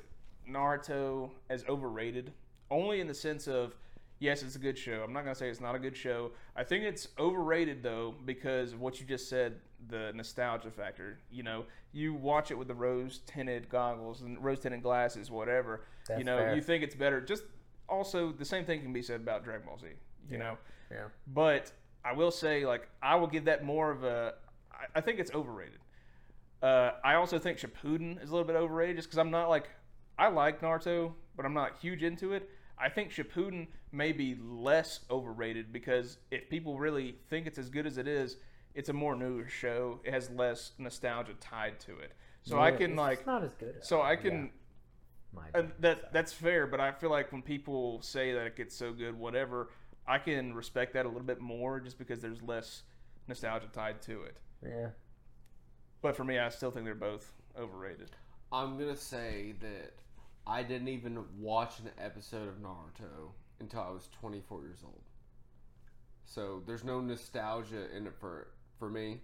Speaker 1: Naruto as overrated only in the sense of Yes, it's a good show. I'm not gonna say it's not a good show. I think it's overrated though because of what you just said, the nostalgia factor. You know, you watch it with the rose tinted goggles and rose tinted glasses, whatever.
Speaker 4: That's
Speaker 1: you know,
Speaker 4: fair.
Speaker 1: you think it's better. Just also the same thing can be said about Dragon Ball Z. You know,
Speaker 4: Yeah.
Speaker 1: but I will say, like, I will give that more of a. I, I think it's overrated. Uh, I also think Shippuden is a little bit overrated, just because I'm not like I like Naruto, but I'm not huge into it. I think Shippuden may be less overrated because if people really think it's as good as it is, it's a more newer show. It has less nostalgia tied to it, so I
Speaker 4: Yeah,
Speaker 1: can
Speaker 4: it's
Speaker 1: like,
Speaker 4: just not as good.
Speaker 1: so I can
Speaker 4: My
Speaker 1: and that that's fair, but I feel like when people say that it gets so good, whatever, I can respect that a little bit more just because there's less nostalgia tied to it.
Speaker 4: yeah.
Speaker 1: But for me, I still think they're both overrated.
Speaker 3: I'm gonna say that I didn't even watch an episode of Naruto until I was 24 years old. So there's no nostalgia in it for for me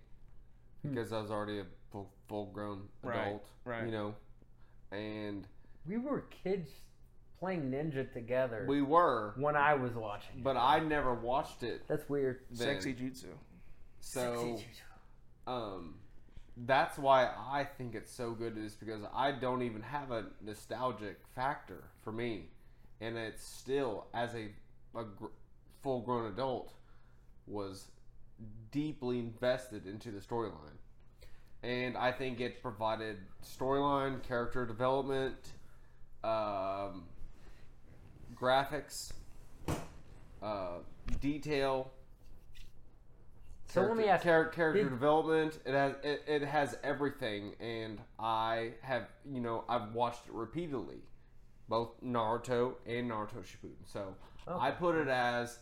Speaker 4: Hmm.
Speaker 3: because I was already a full, full grown
Speaker 1: Right,
Speaker 3: adult,
Speaker 1: right.
Speaker 3: you know. And
Speaker 4: We were kids playing ninja together
Speaker 3: we were,
Speaker 4: when I was watching. it.
Speaker 3: but I never watched it.
Speaker 4: That's weird.
Speaker 3: Then.
Speaker 1: Sexy jutsu.
Speaker 3: So um that's why I think it's so good is because I don't even have a nostalgic factor for me, and it's still as a, a gr- full grown adult was deeply invested into the storyline, and I think it provided storyline, character development, um, graphics, uh, detail.
Speaker 4: So let me
Speaker 3: character-
Speaker 4: ask-
Speaker 3: char- character
Speaker 4: did-
Speaker 3: development. It has it, it has everything, and I have you know I've watched it repeatedly, both Naruto and Naruto Shippuden. So I
Speaker 1: Oh.
Speaker 4: Okay.
Speaker 3: put it as.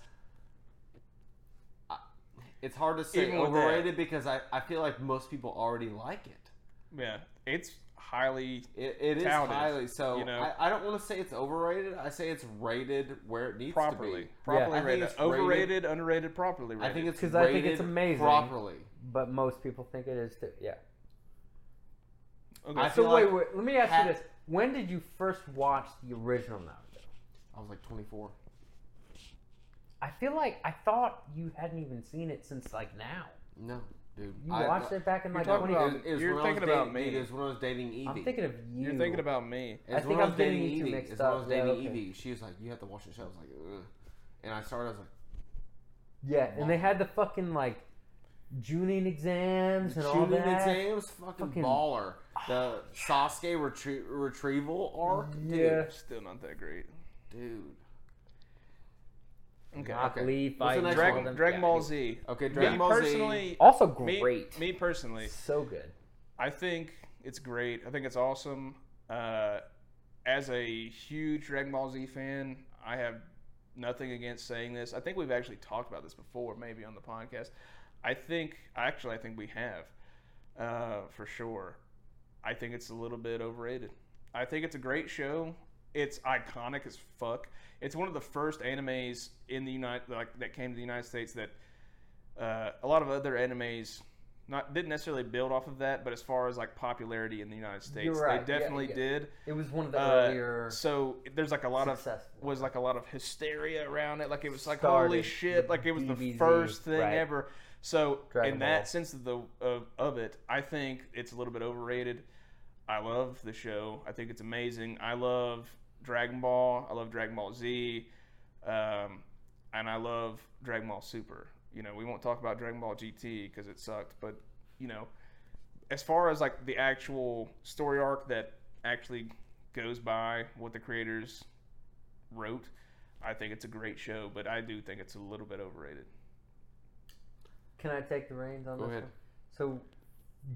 Speaker 3: I- It's hard to say
Speaker 1: Even with that-
Speaker 3: overrated because I, I feel like most people already like it.
Speaker 1: Yeah, it's highly
Speaker 3: It, it is
Speaker 1: Touted,
Speaker 3: highly so.
Speaker 1: you know.
Speaker 3: I, I don't want to say it's overrated. I say it's rated where it needs to
Speaker 1: properly
Speaker 3: be.
Speaker 1: properly
Speaker 3: I think
Speaker 1: rated.
Speaker 3: it's rated-
Speaker 1: Overrated, underrated, properly rated.
Speaker 3: I think it's
Speaker 4: 'Cause
Speaker 3: rated
Speaker 4: I think it's amazing.
Speaker 3: properly.
Speaker 4: But most people think it is too. Yeah.
Speaker 1: Okay.
Speaker 3: I
Speaker 4: So
Speaker 3: feel
Speaker 4: wait,
Speaker 3: like-
Speaker 4: wait. Let me ask
Speaker 3: Ha-
Speaker 4: you this: When did you first watch the original Naruto?
Speaker 3: I was like 24.
Speaker 4: I feel like I thought you hadn't even seen it since like now.
Speaker 3: No, dude.
Speaker 4: You
Speaker 3: I-
Speaker 4: watched it back in
Speaker 1: You're
Speaker 4: like
Speaker 1: talking
Speaker 4: 20.
Speaker 1: about-
Speaker 3: It was
Speaker 1: You're
Speaker 3: when I was
Speaker 1: thinking about
Speaker 3: dating-
Speaker 1: me.
Speaker 3: dude, It was when I was dating Evie.
Speaker 4: I'm thinking of you.
Speaker 1: You're thinking about me.
Speaker 3: It's
Speaker 4: I
Speaker 3: when
Speaker 4: think
Speaker 3: I was
Speaker 4: I'm getting
Speaker 3: dating
Speaker 4: you two
Speaker 3: Evie.
Speaker 4: mixed
Speaker 3: It's when I
Speaker 4: up.
Speaker 3: was
Speaker 4: Yeah,
Speaker 3: dating
Speaker 4: okay.
Speaker 3: Evie. She was like, "You have to watch the show." I was like, Ugh. and I started. I was like,
Speaker 4: Yeah, and they had the fucking like Juning exams and all
Speaker 3: shooting
Speaker 4: that.
Speaker 3: exams, fucking,
Speaker 4: Fucking-
Speaker 3: baller. The Sasuke retrie- retrieval arc,
Speaker 4: Yeah.
Speaker 1: Still not that great.
Speaker 3: dude.
Speaker 1: Okay.
Speaker 4: Rock
Speaker 3: Okay.
Speaker 4: Lee
Speaker 3: What's the
Speaker 4: fighting
Speaker 3: next
Speaker 4: all
Speaker 3: one?
Speaker 1: Dragon,
Speaker 4: them.
Speaker 1: Dragon
Speaker 3: Yeah,
Speaker 1: Ball
Speaker 3: you-
Speaker 1: Z.
Speaker 3: Okay,
Speaker 1: me
Speaker 3: Dragon Ball Z.
Speaker 1: personally,
Speaker 4: Also
Speaker 1: me-
Speaker 4: great.
Speaker 1: me personally,
Speaker 4: So good.
Speaker 1: I think it's great. I think it's awesome. Uh, as a huge Dragon Ball Z fan, I have nothing against saying this. I think we've actually talked about this before, maybe on the podcast. I think, actually, I think we have, uh, for sure. I think it's a little bit overrated. I think it's a great show. It's iconic as fuck. It's one of the first animes in the United like that came to the United States that uh, a lot of other animes not didn't necessarily build off of that, but as far as like popularity in the United States,
Speaker 4: right.
Speaker 1: they
Speaker 4: Yeah,
Speaker 1: definitely
Speaker 4: yeah.
Speaker 1: did.
Speaker 4: It was one of the
Speaker 1: Uh,
Speaker 4: earlier.
Speaker 1: so there's like a lot of
Speaker 4: Successful.
Speaker 1: was like a lot of hysteria around it. Like it was like
Speaker 4: Started
Speaker 1: holy
Speaker 4: with
Speaker 1: shit! Like it was the
Speaker 4: DBZ,
Speaker 1: first thing
Speaker 4: right.
Speaker 1: ever. So
Speaker 4: Dragon
Speaker 1: in
Speaker 4: Ball.
Speaker 1: that sense of the of, of it, I think it's a little bit overrated. I love the show. I think it's amazing. I love Dragon Ball. I love Dragon Ball Z, um, and I love Dragon Ball Super. You know, we won't talk about Dragon Ball GT because it sucked, but you know, as far as like the actual story arc that actually goes by what the creators wrote, I think it's a great show, but I do think it's a little bit overrated.
Speaker 4: Can I take the reins on
Speaker 3: Go
Speaker 4: this
Speaker 3: ahead.
Speaker 4: one? So,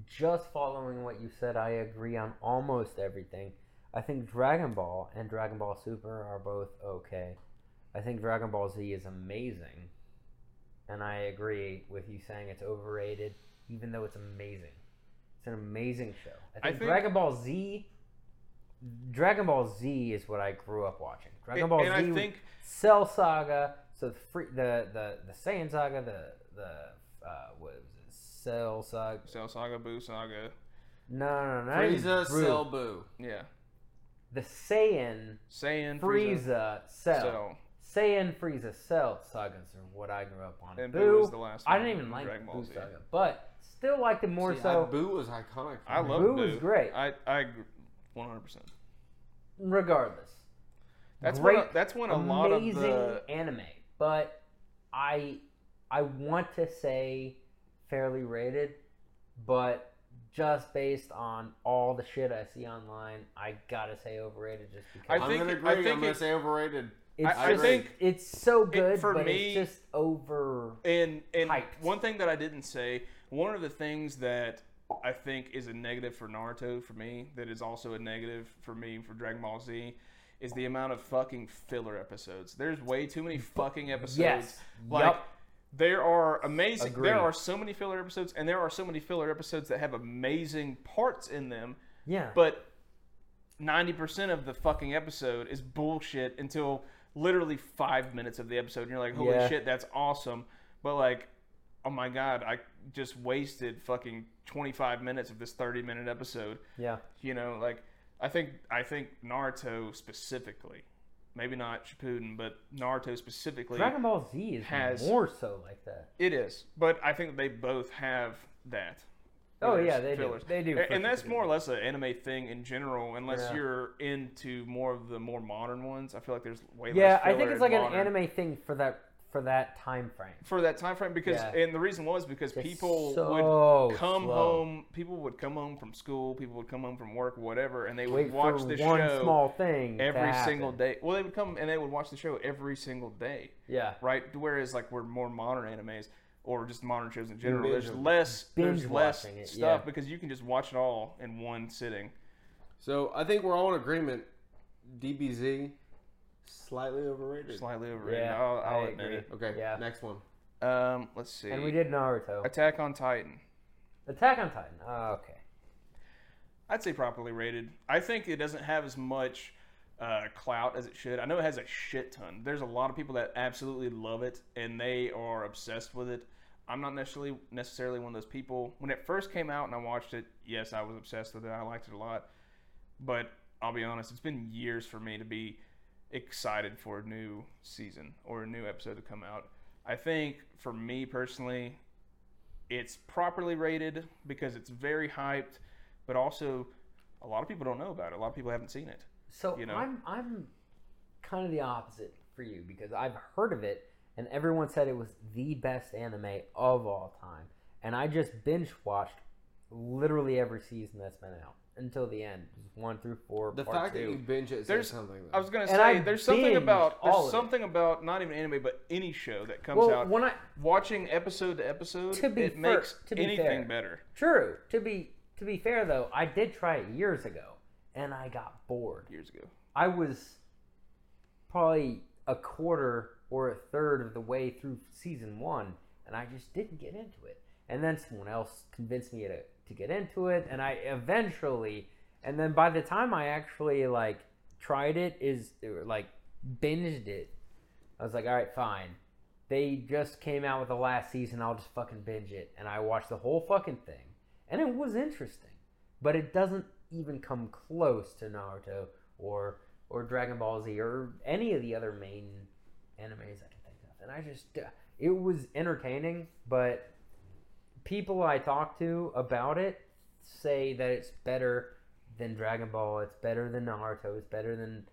Speaker 4: just following what you said, I agree on almost everything. I think Dragon Ball and Dragon Ball Super are both okay. I think Dragon Ball Z is amazing. And I agree with you saying it's overrated, even though it's amazing. It's an amazing show. I think,
Speaker 1: I think-
Speaker 4: Dragon Ball Z. Dragon Ball Z is what I grew up watching. Dragon Ball
Speaker 1: and
Speaker 4: Z
Speaker 1: I
Speaker 4: was-
Speaker 1: think
Speaker 4: Cell Saga. So the free, the the the Saiyan Saga, the the uh, what was it? Cell Saga.
Speaker 1: Cell Saga, Boo Saga,
Speaker 4: No, no, no. not even
Speaker 3: Frieza,
Speaker 4: Bru.
Speaker 3: Cell, Boo.
Speaker 1: yeah,
Speaker 4: The Saiyan
Speaker 1: Saiyan,
Speaker 4: Frieza Cell.
Speaker 1: Cell.
Speaker 4: Cell. Saiyan, Frieza, Cell sagas are what I grew up on.
Speaker 1: And
Speaker 4: Boo,
Speaker 1: Boo was the last
Speaker 4: I
Speaker 1: one
Speaker 4: didn't even
Speaker 1: in
Speaker 4: like
Speaker 1: Dragon
Speaker 4: Boo
Speaker 1: Ball Z.
Speaker 4: saga, but still liked it more
Speaker 3: See,
Speaker 4: so.
Speaker 3: I, Boo was iconic.
Speaker 1: I love
Speaker 4: Boo
Speaker 1: Boo.
Speaker 4: was great.
Speaker 1: I I agree 100%.
Speaker 4: regardless,
Speaker 1: That's
Speaker 4: great,
Speaker 1: when that's when a lot of
Speaker 4: amazing
Speaker 1: the
Speaker 4: anime. But I I want to say fairly rated, but just based on all the shit I see online, I gotta say overrated just because
Speaker 1: I think-
Speaker 3: I think, I'm gonna
Speaker 1: I
Speaker 3: agree.
Speaker 1: think
Speaker 3: I'm gonna
Speaker 1: it-
Speaker 3: say overrated.
Speaker 4: it's
Speaker 1: I- I
Speaker 4: just,
Speaker 1: think
Speaker 4: it's so good,
Speaker 1: for
Speaker 4: but
Speaker 1: me-
Speaker 4: it's just over.
Speaker 1: and and
Speaker 4: hyped.
Speaker 1: one thing that I didn't say, one of the things that I think is a negative for Naruto for me that is also a negative for me for Dragon Ball Z is the amount of fucking filler episodes. There's way too many fucking episodes.
Speaker 4: Yes.
Speaker 1: Like
Speaker 4: Yup.
Speaker 1: there are amazing
Speaker 4: Agreed.
Speaker 1: there are so many filler episodes and there are so many filler episodes that have amazing parts in them
Speaker 4: Yeah.
Speaker 1: but 90% of the fucking episode is bullshit until literally five minutes of the episode and you're like holy
Speaker 4: Yeah.
Speaker 1: shit that's awesome but like oh my god i just wasted fucking 25 minutes of this 30 minute episode
Speaker 4: yeah.
Speaker 1: you know like i think i think naruto specifically maybe not shippuden but naruto specifically
Speaker 4: Dragon Ball Z is
Speaker 1: has-
Speaker 4: more so like that.
Speaker 1: it is but i think they both have that
Speaker 4: Oh
Speaker 1: there's
Speaker 4: yeah, they
Speaker 1: fillers.
Speaker 4: do. They do.
Speaker 1: A- And,
Speaker 4: fucking
Speaker 1: that's
Speaker 4: do.
Speaker 1: more or less an anime thing in general, unless
Speaker 4: Yeah.
Speaker 1: you're into more of the more modern ones. I feel like there's way
Speaker 4: Yeah,
Speaker 1: less.
Speaker 4: I think
Speaker 1: filler
Speaker 4: it's
Speaker 1: in
Speaker 4: like an
Speaker 1: modern.
Speaker 4: anime thing for that for that time frame.
Speaker 1: for that time frame because,
Speaker 4: Yeah.
Speaker 1: and the reason was because
Speaker 4: Just
Speaker 1: people
Speaker 4: so
Speaker 1: would come
Speaker 4: slow.
Speaker 1: home. People would come home from school. People would come home from work, whatever, and they would
Speaker 4: Wait
Speaker 1: watch
Speaker 4: for
Speaker 1: the
Speaker 4: one
Speaker 1: show
Speaker 4: small thing to
Speaker 1: every
Speaker 4: happen.
Speaker 1: single day. Well, they would come and they would watch the show every single day,
Speaker 4: Yeah.
Speaker 1: right? Whereas like we're more modern animes. Or just modern shows in general.
Speaker 3: Binge-
Speaker 1: There's less, there's
Speaker 4: binge
Speaker 1: less
Speaker 4: watching it,
Speaker 1: stuff
Speaker 4: yeah.
Speaker 1: because you can just watch it all in one sitting.
Speaker 3: So I think we're all in agreement. DBZ, slightly overrated.
Speaker 1: Slightly overrated.
Speaker 4: Yeah,
Speaker 1: I'll, I'll
Speaker 4: I
Speaker 1: admit
Speaker 4: agree.
Speaker 1: it.
Speaker 3: okay.
Speaker 4: Yeah.
Speaker 3: Next one.
Speaker 1: Um, let's see.
Speaker 4: And we did Naruto.
Speaker 1: Attack on Titan.
Speaker 4: Attack on Titan. Oh, okay.
Speaker 1: I'd say properly rated. I think it doesn't have as much uh, clout as it should. I know it has a shit ton. There's a lot of people that absolutely love it and they are obsessed with it. I'm not necessarily necessarily one of those people. When it first came out and I watched it, yes, I was obsessed with it. I liked it a lot. But I'll be honest, it's been years for me to be excited for a new season or a new episode to come out. I think for me personally, it's properly rated because it's very hyped, but also a lot of people don't know about it. A lot of people haven't seen it.
Speaker 4: So
Speaker 1: You know?
Speaker 4: I'm I'm kind of the opposite for you because I've heard of it and everyone said it was the best anime of all time, and I just binge watched literally every season that's been out until the end, one through four.
Speaker 3: The
Speaker 4: part
Speaker 3: fact
Speaker 4: two.
Speaker 3: that you binge it
Speaker 1: There's-
Speaker 3: says something.
Speaker 1: I was gonna
Speaker 4: And
Speaker 1: say
Speaker 4: I
Speaker 1: there's something
Speaker 4: binged
Speaker 1: about
Speaker 4: all of
Speaker 1: there's
Speaker 4: it.
Speaker 1: something about not even anime but any show that comes
Speaker 4: well,
Speaker 1: out
Speaker 4: when I
Speaker 1: watching episode to episode
Speaker 4: To be
Speaker 1: it
Speaker 4: fair-
Speaker 1: makes
Speaker 4: to be
Speaker 1: anything
Speaker 4: fair.
Speaker 1: better.
Speaker 4: True. To be to be fair though, I did try it years ago and I got bored.
Speaker 1: Years ago.
Speaker 4: I was probably a quarter or a third of the way through season 1 and I just didn't get into it. And then someone else convinced me to to get into it and I eventually and then by the time I actually like tried it is or, like binged it. I was like, "All right, fine." They just came out with the last season, I'll just fucking binge it and I watched the whole fucking thing and it was interesting, but it doesn't even come close to Naruto or or Dragon Ball Z or any of the other main animes I can think of. And I just uh, it was entertaining, but people I talk to about it say that it's better than Dragon Ball, it's better than Naruto, it's better than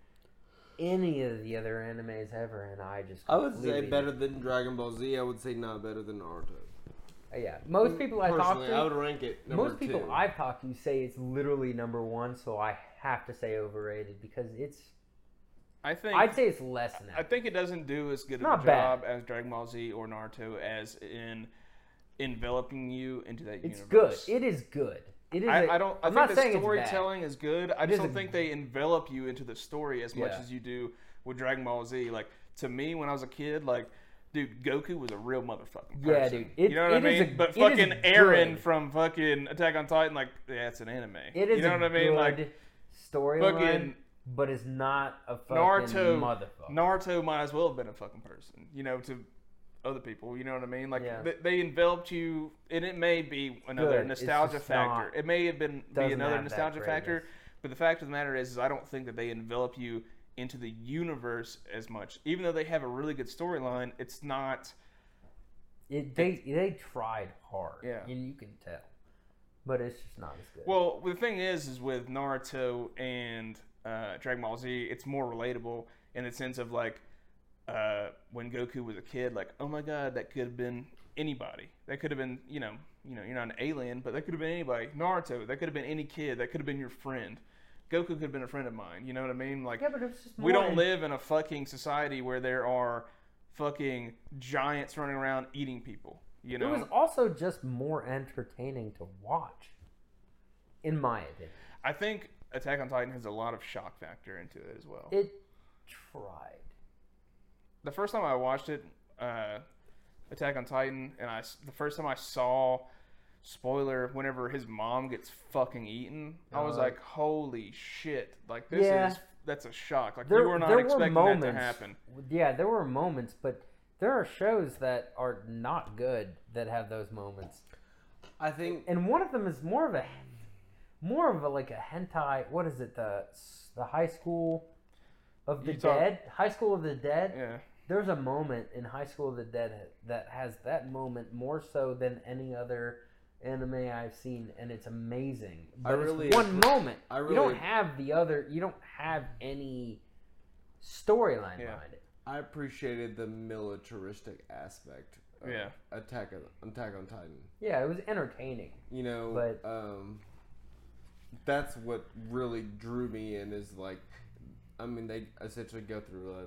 Speaker 4: any of the other animes ever, and I just
Speaker 3: I would say
Speaker 4: completely-
Speaker 3: better than Dragon Ball Z. I would say not better than Naruto.
Speaker 4: Uh, Yeah, most people I talk
Speaker 3: Personally,
Speaker 4: to,
Speaker 3: I would rank it number
Speaker 4: Most people
Speaker 3: two.
Speaker 4: I've talked to say it's literally number one, so I have to say overrated because it's.
Speaker 1: I think
Speaker 4: I'd say it's less than
Speaker 1: I
Speaker 4: that.
Speaker 1: think it doesn't do as good of
Speaker 4: Not
Speaker 1: a
Speaker 4: bad.
Speaker 1: job as Dragon Ball Z or Naruto as in enveloping you into that
Speaker 4: It's good.
Speaker 1: universe.
Speaker 4: It is good. It is.
Speaker 1: I,
Speaker 4: a-
Speaker 1: I don't. I
Speaker 4: I'm
Speaker 1: think
Speaker 4: not saying
Speaker 1: the
Speaker 4: it's bad.
Speaker 1: storytelling is good. I
Speaker 4: It
Speaker 1: just
Speaker 4: is a-
Speaker 1: don't think they envelop you into the story as much
Speaker 4: Yeah.
Speaker 1: as you do with Dragon Ball Z. Like to me, when I was a kid, like dude, Goku was a real motherfucking person.
Speaker 4: Yeah, dude. It-
Speaker 1: you know what I
Speaker 4: it is
Speaker 1: mean?
Speaker 4: a- it
Speaker 1: but
Speaker 4: is
Speaker 1: fucking Aaron
Speaker 4: good.
Speaker 1: from fucking Attack on Titan, like yeah, it's an anime.
Speaker 4: It is.
Speaker 1: You know
Speaker 4: a
Speaker 1: what I mean? Like
Speaker 4: good storyline,
Speaker 1: fucking-
Speaker 4: but it's not a fucking
Speaker 1: Naruto,
Speaker 4: motherfucker.
Speaker 1: Naruto might as well have been a fucking person, you know, to other people. You know what I mean? Like
Speaker 4: Yeah.
Speaker 1: th- they enveloped you, and it may be another
Speaker 4: Good, it's
Speaker 1: nostalgia
Speaker 4: just not-
Speaker 1: factor. it may have been be
Speaker 4: doesn't
Speaker 1: another
Speaker 4: have that
Speaker 1: nostalgia factor,
Speaker 4: greatness.
Speaker 1: but the fact of the matter is, is I don't think that they envelop you into the universe as much. Even though they have a really good storyline, it's not.
Speaker 4: It, they they tried hard,
Speaker 1: Yeah.
Speaker 4: and you can tell, but it's just not as good.
Speaker 1: Well, the thing is, is with Naruto and uh, Dragon Ball Z, it's more relatable in the sense of like uh, when Goku was a kid, like oh my god, that could have been anybody. That could have been you know you know you're not an alien, but that could have been anybody. Naruto, that could have been any kid. That could have been your friend. Goku could have been a friend of mine. You know what I mean? Like
Speaker 4: yeah, but it's just
Speaker 1: we
Speaker 4: more
Speaker 1: don't
Speaker 4: in-
Speaker 1: live in a fucking society where there are fucking giants running around eating people. You know,
Speaker 4: It was also just more entertaining to watch, in my opinion.
Speaker 1: I think Attack on Titan has a lot of shock factor into it as well.
Speaker 4: It tried.
Speaker 1: the first time I watched it, uh, Attack on Titan, and I s- the first time I saw spoiler whenever his mom gets fucking eaten, I was
Speaker 4: Uh,
Speaker 1: like, holy shit! Like this
Speaker 4: yeah.
Speaker 1: is that's a shock. Like
Speaker 4: There
Speaker 1: we were not
Speaker 4: there
Speaker 1: expecting
Speaker 4: were moments,
Speaker 1: that to happen.
Speaker 4: Yeah, there were moments, but there are shows that are not good that have those moments.
Speaker 6: I think
Speaker 4: and one of them is more of a more of a like a hentai what is it the the high school of the
Speaker 1: You talk-
Speaker 4: dead high school of the dead
Speaker 1: Yeah,
Speaker 4: there's a moment in high school of the dead that has that moment more so than any other anime i've seen and it's amazing but
Speaker 6: really
Speaker 4: it's one
Speaker 6: agree-
Speaker 4: moment
Speaker 6: I
Speaker 4: you don't
Speaker 6: really-
Speaker 4: have the other you don't have any storyline
Speaker 1: Yeah.
Speaker 4: behind it
Speaker 6: I appreciated the militaristic aspect. Of
Speaker 1: Yeah.
Speaker 6: Attack on Attack on Titan.
Speaker 4: yeah it was entertaining
Speaker 6: You know,
Speaker 4: But-
Speaker 6: um, that's what really drew me in. Is like, I mean, they essentially go through a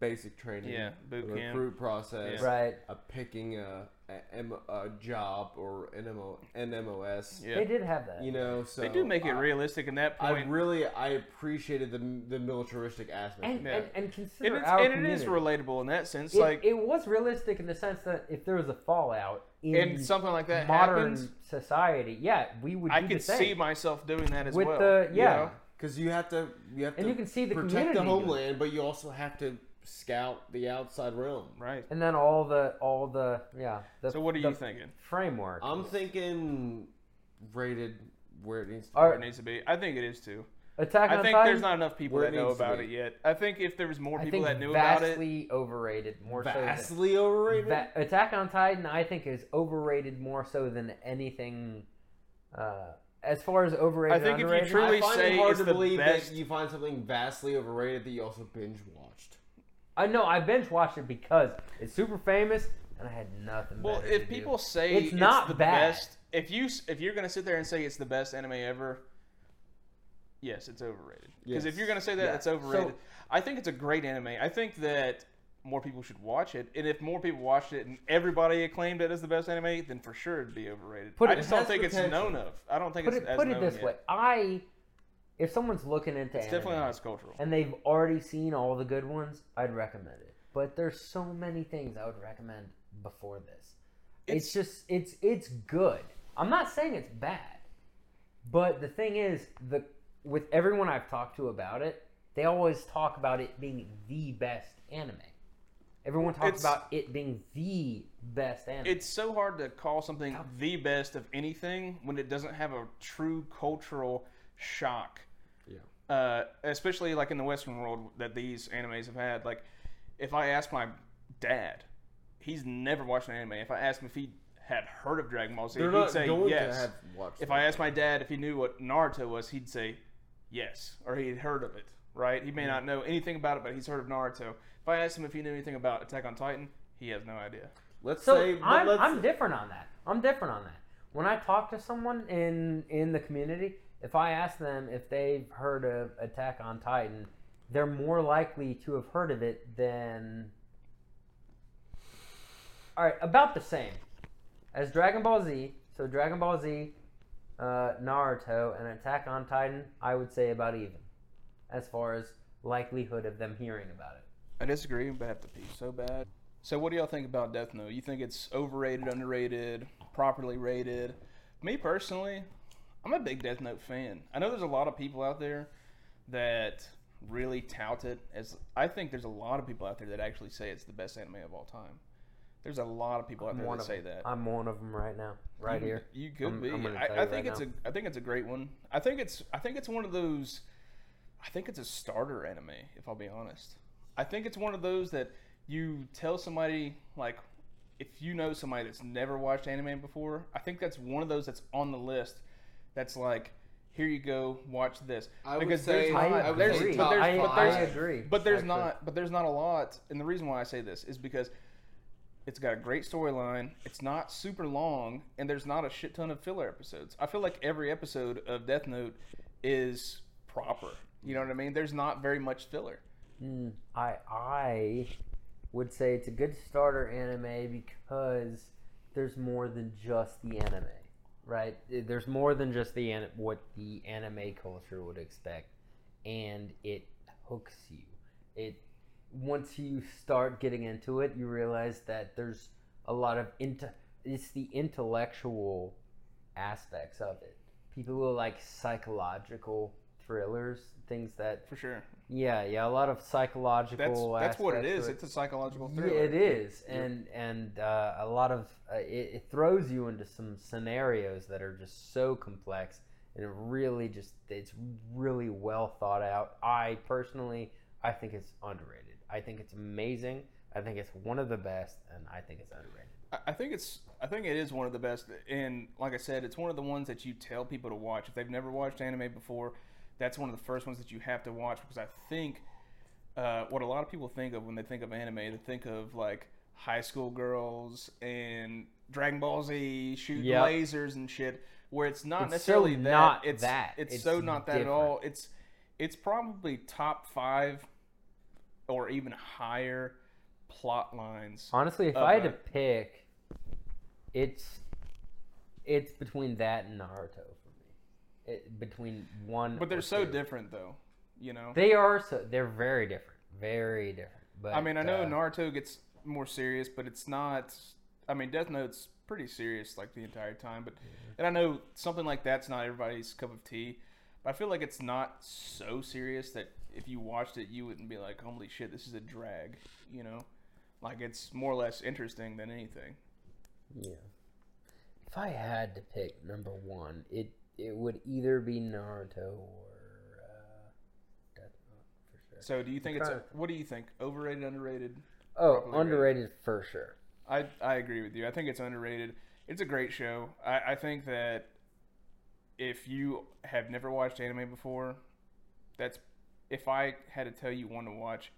Speaker 6: basic training,
Speaker 1: Yeah, boot
Speaker 6: a
Speaker 1: camp.
Speaker 6: recruit process,
Speaker 4: right
Speaker 6: a picking a, a, M- a job or an MO, an MOS.
Speaker 1: yeah.
Speaker 4: they
Speaker 1: They,
Speaker 4: did have that
Speaker 6: You know, so
Speaker 1: do make it
Speaker 6: I-
Speaker 1: realistic in that
Speaker 6: I
Speaker 1: point.
Speaker 6: really I appreciated the the militaristic aspect.
Speaker 4: and,
Speaker 1: Yeah.
Speaker 4: and, and
Speaker 1: and
Speaker 4: consider
Speaker 1: it's,
Speaker 4: our
Speaker 1: and it is
Speaker 4: community.
Speaker 1: relatable in that sense,
Speaker 4: it,
Speaker 1: like
Speaker 4: it was realistic in the sense that if there was a fallout in
Speaker 1: and something like that
Speaker 4: modern
Speaker 1: happens.
Speaker 4: society, yeah, we would.
Speaker 1: I
Speaker 4: do
Speaker 1: could
Speaker 4: the same.
Speaker 1: see myself doing that as
Speaker 4: with
Speaker 1: well.
Speaker 4: the
Speaker 1: you
Speaker 4: yeah,
Speaker 1: know?
Speaker 6: Because you have to, you have
Speaker 4: And
Speaker 6: to
Speaker 4: you can see the
Speaker 6: protect the
Speaker 4: community.
Speaker 6: homeland, but you also have to scout the outside realm.
Speaker 1: right.
Speaker 4: and then all the all the yeah. The,
Speaker 1: So what are
Speaker 4: the
Speaker 1: you thinking?
Speaker 4: Framework.
Speaker 1: Um,
Speaker 6: I'm thinking rated where it needs to.
Speaker 4: Are-
Speaker 1: Where it needs to be. I think it is too.
Speaker 4: Attack on
Speaker 1: I think
Speaker 4: Titan.
Speaker 1: there's not enough people
Speaker 6: Where it
Speaker 1: that know
Speaker 6: needs to
Speaker 1: about
Speaker 6: be.
Speaker 1: it yet. I think if there was more
Speaker 4: I
Speaker 1: people
Speaker 4: think
Speaker 1: that knew about it,
Speaker 4: vastly overrated. More so.
Speaker 6: vastly overrated.
Speaker 4: Than, Va- Attack on Titan, I think, is overrated more so than anything. Uh, as far as overrated,
Speaker 1: I think if you
Speaker 4: underrated,
Speaker 1: truly-
Speaker 6: I find
Speaker 1: say
Speaker 6: it hard
Speaker 1: it's
Speaker 6: to
Speaker 1: the
Speaker 6: believe
Speaker 1: best-
Speaker 6: that you find something vastly overrated that you also binge watched.
Speaker 4: I know I binge watched it because it's super famous, and I had nothing.
Speaker 1: well,
Speaker 4: better to
Speaker 1: if
Speaker 4: do.
Speaker 1: people say
Speaker 4: It's not
Speaker 1: the
Speaker 4: bad.
Speaker 1: best, if you s- if you're gonna sit there and say it's the best anime ever, yes, it's overrated. Because if
Speaker 6: Yes.
Speaker 1: you're gonna say that
Speaker 4: Yeah.
Speaker 1: it's overrated, I think it's a great anime. I think that more people should watch it, and if more people watched it and everybody acclaimed it as the best anime, then for sure it'd be overrated.
Speaker 4: Put
Speaker 1: I
Speaker 4: it-
Speaker 1: just
Speaker 4: it
Speaker 1: don't
Speaker 6: has
Speaker 1: think it's
Speaker 6: potential.
Speaker 1: known of. I don't think
Speaker 4: put
Speaker 1: it's
Speaker 4: it
Speaker 1: as
Speaker 4: put
Speaker 1: known
Speaker 4: it this
Speaker 1: yet.
Speaker 4: way. I if someone's looking into
Speaker 1: It's definitely
Speaker 4: anime
Speaker 1: not as cultural.
Speaker 4: and they've already seen all the good ones, I'd recommend it. But there's so many things I would recommend before this. It's,
Speaker 1: It's-
Speaker 4: just it's it's good. I'm not saying it's bad. But the thing is the with everyone I've talked to about it, they always talk about it being the best anime. Everyone talks
Speaker 1: It's-
Speaker 4: about it being the best anime.
Speaker 1: It's so hard to call something the best of anything when it doesn't have a true cultural shock.
Speaker 6: Yeah.
Speaker 1: Uh, especially like in the Western world that these animes have had. Like, if I ask my dad, he's never watched an anime. If I asked him if he had heard of Dragon Ball Z,
Speaker 6: They're
Speaker 1: he'd
Speaker 6: not
Speaker 1: say
Speaker 6: going
Speaker 1: yes.
Speaker 6: to have watched.
Speaker 1: if
Speaker 6: that.
Speaker 1: I asked my dad if he knew what Naruto was, he'd say yes, or he'd heard of it, right? He may not know anything about it, but he's heard of Naruto. If I asked him if he knew anything about Attack on Titan, he has no idea.
Speaker 6: let's
Speaker 4: So
Speaker 6: say, but
Speaker 4: I'm,
Speaker 6: let's,
Speaker 4: I'm different on that. I'm different on that. When I talk to someone in in the community, if I ask them if they've heard of Attack on Titan, they're more likely to have heard of it than. All right, about the same as Dragon Ball Z. So Dragon Ball Z, uh, Naruto, and Attack on Titan, I would say about even, as far as likelihood of them hearing about it.
Speaker 1: I disagree, but I have to pee so bad. So, what do y'all think about Death Note? You think it's overrated, underrated, properly rated? Me personally, I'm a big Death Note fan. I know there's a lot of people out there that really tout it as. I think there's a lot of people out there that actually say it's the best anime of all time. There's a lot of people out
Speaker 4: I'm
Speaker 1: there
Speaker 4: one
Speaker 1: that
Speaker 4: of
Speaker 1: say
Speaker 4: them.
Speaker 1: that.
Speaker 4: I'm one of them right now, right here.
Speaker 1: You could
Speaker 4: Mm-hmm. I'm-
Speaker 1: be.
Speaker 4: I'm gonna
Speaker 1: I,
Speaker 4: tell
Speaker 1: I
Speaker 4: you
Speaker 1: think
Speaker 4: right
Speaker 1: it's
Speaker 4: now.
Speaker 1: a. I think it's a great one. I think it's. I think it's one of those. I think it's a starter anime, if I'll be honest. I think it's one of those that you tell somebody, like, if you know somebody that's never watched anime before, I think that's one of those that's on the list that's like, here you go, watch this.
Speaker 3: I would
Speaker 1: because
Speaker 3: say-
Speaker 1: there's
Speaker 3: I
Speaker 1: not,
Speaker 3: would
Speaker 1: there's,
Speaker 3: say
Speaker 1: but there's,
Speaker 4: I,
Speaker 1: but
Speaker 4: I
Speaker 1: there's,
Speaker 4: agree.
Speaker 1: but there's
Speaker 4: actually.
Speaker 1: not, but there's not a lot. And the reason why I say this is because it's got a great storyline. It's not super long, and there's not a shit ton of filler episodes. I feel like every episode of Death Note is proper. You know what I mean? There's not very much filler.
Speaker 4: Mm, I I would say it's a good starter anime because there's more than just the anime, right? Eh, There's more than just the an- what the anime culture would expect, and it hooks you. It once you start getting into it, you realize that there's a lot of into it's the intellectual aspects of it. People who like psychological thrillers, things that
Speaker 1: For sure.
Speaker 4: yeah, yeah, a lot of psychological.
Speaker 1: That's that's what it
Speaker 4: aspects
Speaker 1: is.
Speaker 4: to
Speaker 1: It's a psychological
Speaker 4: yeah,
Speaker 1: thriller.
Speaker 4: it is, and and uh, a lot of uh, it, it throws you into some scenarios that are just so complex, and it really just it's really well thought out. I personally, I think it's underrated. I think it's amazing. I think it's one of the best, and I think it's underrated.
Speaker 1: I- I think it's I think it is one of the best and like I said, it's one of the ones that you tell people to watch. If they've never watched anime before, that's one of the first ones that you have to watch because I think uh, what a lot of people think of when they think of anime, they think of like high school girls and Dragon Ball Z shooting
Speaker 4: Yep.
Speaker 1: lasers and shit. Where it's not
Speaker 4: It's so
Speaker 1: necessarily that.
Speaker 4: not
Speaker 1: it's
Speaker 4: that.
Speaker 1: It's,
Speaker 4: It's
Speaker 1: so not that at all. It's it's probably top five or even higher plot lines.
Speaker 4: Honestly, if
Speaker 1: Of
Speaker 4: I had
Speaker 1: a-
Speaker 4: to pick, it's it's between that and Naruto for me. It, between one,
Speaker 1: But
Speaker 4: or
Speaker 1: they're so
Speaker 4: two.
Speaker 1: different, though. You know,
Speaker 4: They are so they're very different, very different. But
Speaker 1: I mean, I know
Speaker 4: uh,
Speaker 1: Naruto gets more serious, but it's not. I mean, Death Note's pretty serious like the entire time, but and I know something like that's not everybody's cup of tea. But I feel like it's not so serious that if you watched it, you wouldn't be like, "Holy shit, this is a drag," you know. Like it's more or less interesting than anything.
Speaker 4: Yeah. If I had to pick number one, it it would either be Naruto or uh, Death Note for sure.
Speaker 1: So, do you think it's
Speaker 4: Okay.
Speaker 1: what do you think? Overrated, underrated?
Speaker 4: Oh,
Speaker 1: Probably
Speaker 4: underrated for sure.
Speaker 1: I, I agree with you. I think it's underrated. It's a great show. I, I think that if you have never watched anime before, that's if I had to tell you one to watch,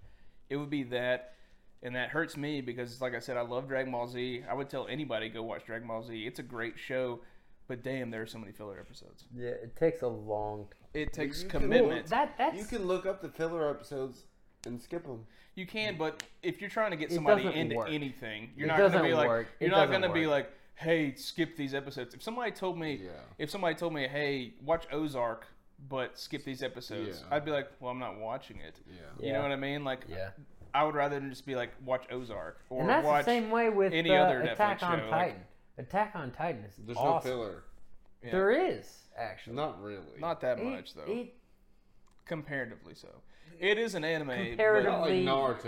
Speaker 1: it would be that. And that hurts me because, like I said, I love Dragon Ball Z. I would tell anybody go watch Dragon Ball Z. It's a great show, but damn, there are so many filler episodes.
Speaker 4: Yeah, it takes a long
Speaker 1: It takes
Speaker 3: you can-
Speaker 1: commitment.
Speaker 4: That that's
Speaker 3: You can look up the filler episodes and skip them.
Speaker 1: You can, but if you're trying to get
Speaker 4: It
Speaker 1: somebody
Speaker 4: doesn't
Speaker 1: into
Speaker 4: work.
Speaker 1: anything, you're
Speaker 4: It
Speaker 1: not going to
Speaker 4: doesn't
Speaker 1: be like
Speaker 4: work. It
Speaker 1: you're not
Speaker 4: doesn't
Speaker 1: going to be
Speaker 4: work.
Speaker 1: like, "Hey, skip these episodes." If somebody told me,
Speaker 3: Yeah.
Speaker 1: if somebody told me, "Hey, watch Ozark, but skip these episodes,"
Speaker 3: Yeah.
Speaker 1: I'd be like, "Well, I'm not watching it."
Speaker 3: Yeah.
Speaker 4: yeah.
Speaker 1: You know what I mean? Like,
Speaker 4: yeah.
Speaker 1: I would rather than just be like, "Watch Ozark" or
Speaker 4: And that's
Speaker 1: watch.
Speaker 4: the same way with
Speaker 1: any
Speaker 4: uh,
Speaker 1: other
Speaker 4: Attack
Speaker 1: Netflix
Speaker 4: on
Speaker 1: show, like-
Speaker 4: Titan. Attack on Titan is
Speaker 3: There's no
Speaker 4: awesome.
Speaker 3: filler.
Speaker 1: Yeah.
Speaker 4: There is actually
Speaker 3: Not really.
Speaker 1: Not that
Speaker 4: It-
Speaker 1: much though,
Speaker 4: it-
Speaker 1: comparatively so. It is an anime,
Speaker 4: Comparatively-
Speaker 1: but
Speaker 3: Not like
Speaker 4: really-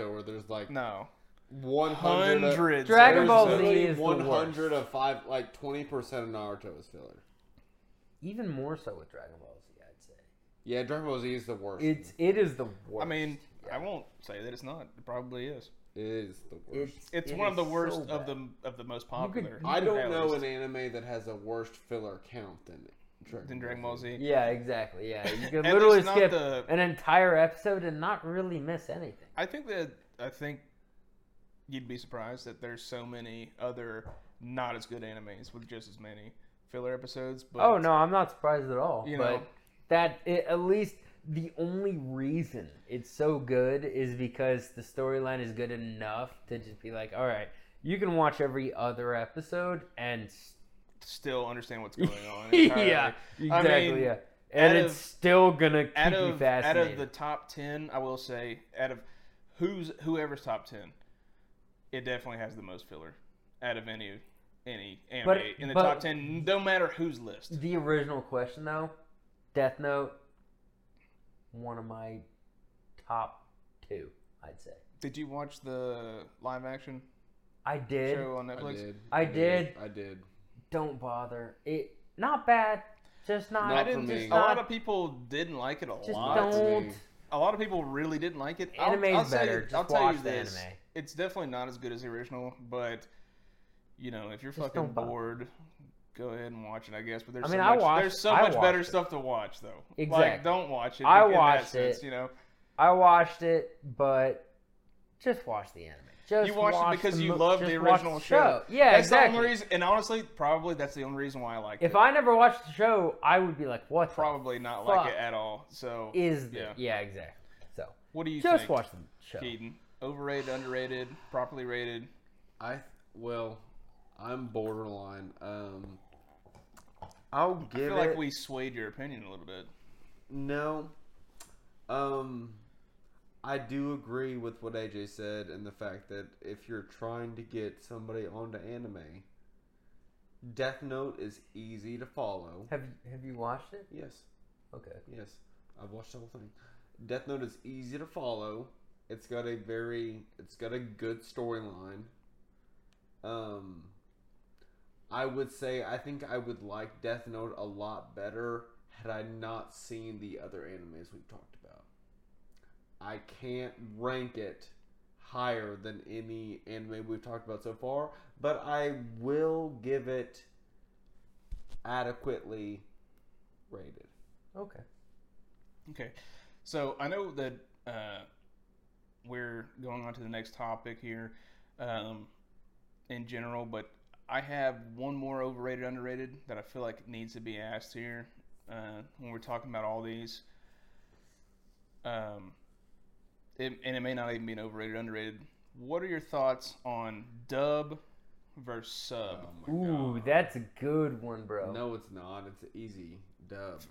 Speaker 3: Naruto where there's like
Speaker 1: no,
Speaker 3: 100 of-
Speaker 1: hundreds.
Speaker 4: Dragon
Speaker 3: there's
Speaker 4: Ball Z
Speaker 3: literally
Speaker 4: is the
Speaker 3: 100
Speaker 4: worst.
Speaker 3: of five like 20% of Naruto is filler.
Speaker 4: even more so with Dragon Ball Z, I'd say.
Speaker 3: Yeah, Dragon Ball Z is the worst.
Speaker 4: It's it is the
Speaker 1: I
Speaker 4: worst.
Speaker 1: mean, I won't say that it's not. It probably is.
Speaker 3: it is the worst.
Speaker 4: it's
Speaker 1: It's
Speaker 4: it
Speaker 1: one of
Speaker 4: is
Speaker 1: the
Speaker 4: so
Speaker 1: worst of
Speaker 4: bad.
Speaker 1: the of the most
Speaker 4: could-
Speaker 1: popular.
Speaker 4: you
Speaker 3: I
Speaker 1: at
Speaker 3: don't know
Speaker 1: least.
Speaker 3: an anime that has a worst filler count than Dragon,
Speaker 1: than Dragon Ball Z.
Speaker 4: Yeah, exactly. Yeah, you could
Speaker 1: And there's
Speaker 4: literally
Speaker 1: not
Speaker 4: skip
Speaker 1: the-
Speaker 4: an entire episode and not really miss anything.
Speaker 1: I think that I think you'd be surprised that there's so many other not as good animes with just as many filler episodes. But
Speaker 4: oh no, I'm not surprised at all.
Speaker 1: You
Speaker 4: but
Speaker 1: know.
Speaker 4: that it, at least the only reason it's so good is because the storyline is good enough to just be like, all right, you can watch every other episode and s-
Speaker 1: still understand what's going on. entirely.
Speaker 4: yeah, exactly,
Speaker 1: mean,
Speaker 4: yeah, and
Speaker 1: out
Speaker 4: it's
Speaker 1: of-
Speaker 4: still gonna keep
Speaker 1: Out
Speaker 4: you
Speaker 1: of out
Speaker 4: fascinated.
Speaker 1: of the top ten, I will say out of who's whoever's top ten, it definitely has the most filler out of any any anime
Speaker 4: But-
Speaker 1: in the
Speaker 4: but-
Speaker 1: top ten. No matter whose list.
Speaker 4: The original question, though, Death Note, one of my top two, I'd say.
Speaker 1: Did you watch the live action
Speaker 4: I did.
Speaker 1: show on
Speaker 3: I
Speaker 1: Netflix?
Speaker 3: did.
Speaker 4: I did.
Speaker 3: I did.
Speaker 4: Don't bother. It not bad, just not.
Speaker 3: Not
Speaker 1: I didn't.
Speaker 3: for
Speaker 4: just
Speaker 3: me.
Speaker 1: A lot
Speaker 4: not-
Speaker 1: of people didn't like it a
Speaker 4: just
Speaker 1: lot.
Speaker 3: to
Speaker 4: don't.
Speaker 3: me.
Speaker 1: a lot of people really didn't like it. I'll-
Speaker 4: Anime's
Speaker 1: I'll tell
Speaker 4: better.
Speaker 1: you-
Speaker 4: Just
Speaker 1: I'll tell you
Speaker 4: watch the
Speaker 1: this.
Speaker 4: anime.
Speaker 1: It's definitely not as good as the original, but you know, if you're
Speaker 4: Just
Speaker 1: fucking
Speaker 4: don't bother.
Speaker 1: bored, go ahead and watch it. I guess. But there's
Speaker 4: I mean,
Speaker 1: so
Speaker 4: I
Speaker 1: much,
Speaker 4: watched-
Speaker 1: there's so
Speaker 4: I
Speaker 1: much better
Speaker 4: watched it.
Speaker 1: stuff to watch though. Like,
Speaker 4: Exactly.
Speaker 1: don't watch it.
Speaker 4: I
Speaker 1: in that
Speaker 4: watched
Speaker 1: sense,
Speaker 4: it.
Speaker 1: You know,
Speaker 4: I watched it, but just watch the anime. Just
Speaker 1: you watched
Speaker 4: watch
Speaker 1: it because
Speaker 4: the
Speaker 1: you
Speaker 4: mo-
Speaker 1: loved the
Speaker 4: just watch
Speaker 1: original show.
Speaker 4: Yeah,
Speaker 1: that's
Speaker 4: exactly.
Speaker 1: the only reason. And honestly, probably that's the only reason why I like it.
Speaker 4: if I never watched the show, I would be like, "What
Speaker 1: probably not like it
Speaker 4: fuck
Speaker 1: at all. So
Speaker 4: the is this?
Speaker 1: yeah.
Speaker 4: Yeah. exactly. So
Speaker 1: What do you
Speaker 4: just
Speaker 1: think,
Speaker 4: watch the show.
Speaker 1: Keaton? Overrated, underrated, properly rated.
Speaker 3: I well, I'm borderline. Um, I'll
Speaker 1: I
Speaker 3: give
Speaker 1: feel
Speaker 3: it
Speaker 1: like we swayed your opinion a little bit.
Speaker 3: no. Um, I do agree with what AJ said and the fact that if you're trying to get somebody onto anime, Death Note is easy to follow.
Speaker 4: Have you have you watched it?
Speaker 3: Yes.
Speaker 4: Okay.
Speaker 3: Yes, I've watched the whole thing. Death Note is easy to follow. It's got a very, it's got a good storyline. Um, I would say I think I would like Death Note a lot better had I not seen the other animes we've talked about. I can't rank it higher than any anime we've talked about so far, but I will give it adequately rated.
Speaker 4: Okay.
Speaker 1: Okay, so I know that uh, we're going on to the next topic here, um, in general, but I have one more overrated, underrated that I feel like needs to be asked here uh, when we're talking about all these. Um, it, and it may not even be an overrated, underrated. What are your thoughts on dub versus sub?
Speaker 4: Um, Ooh, that's a good one, bro.
Speaker 3: No, it's not. It's easy dub.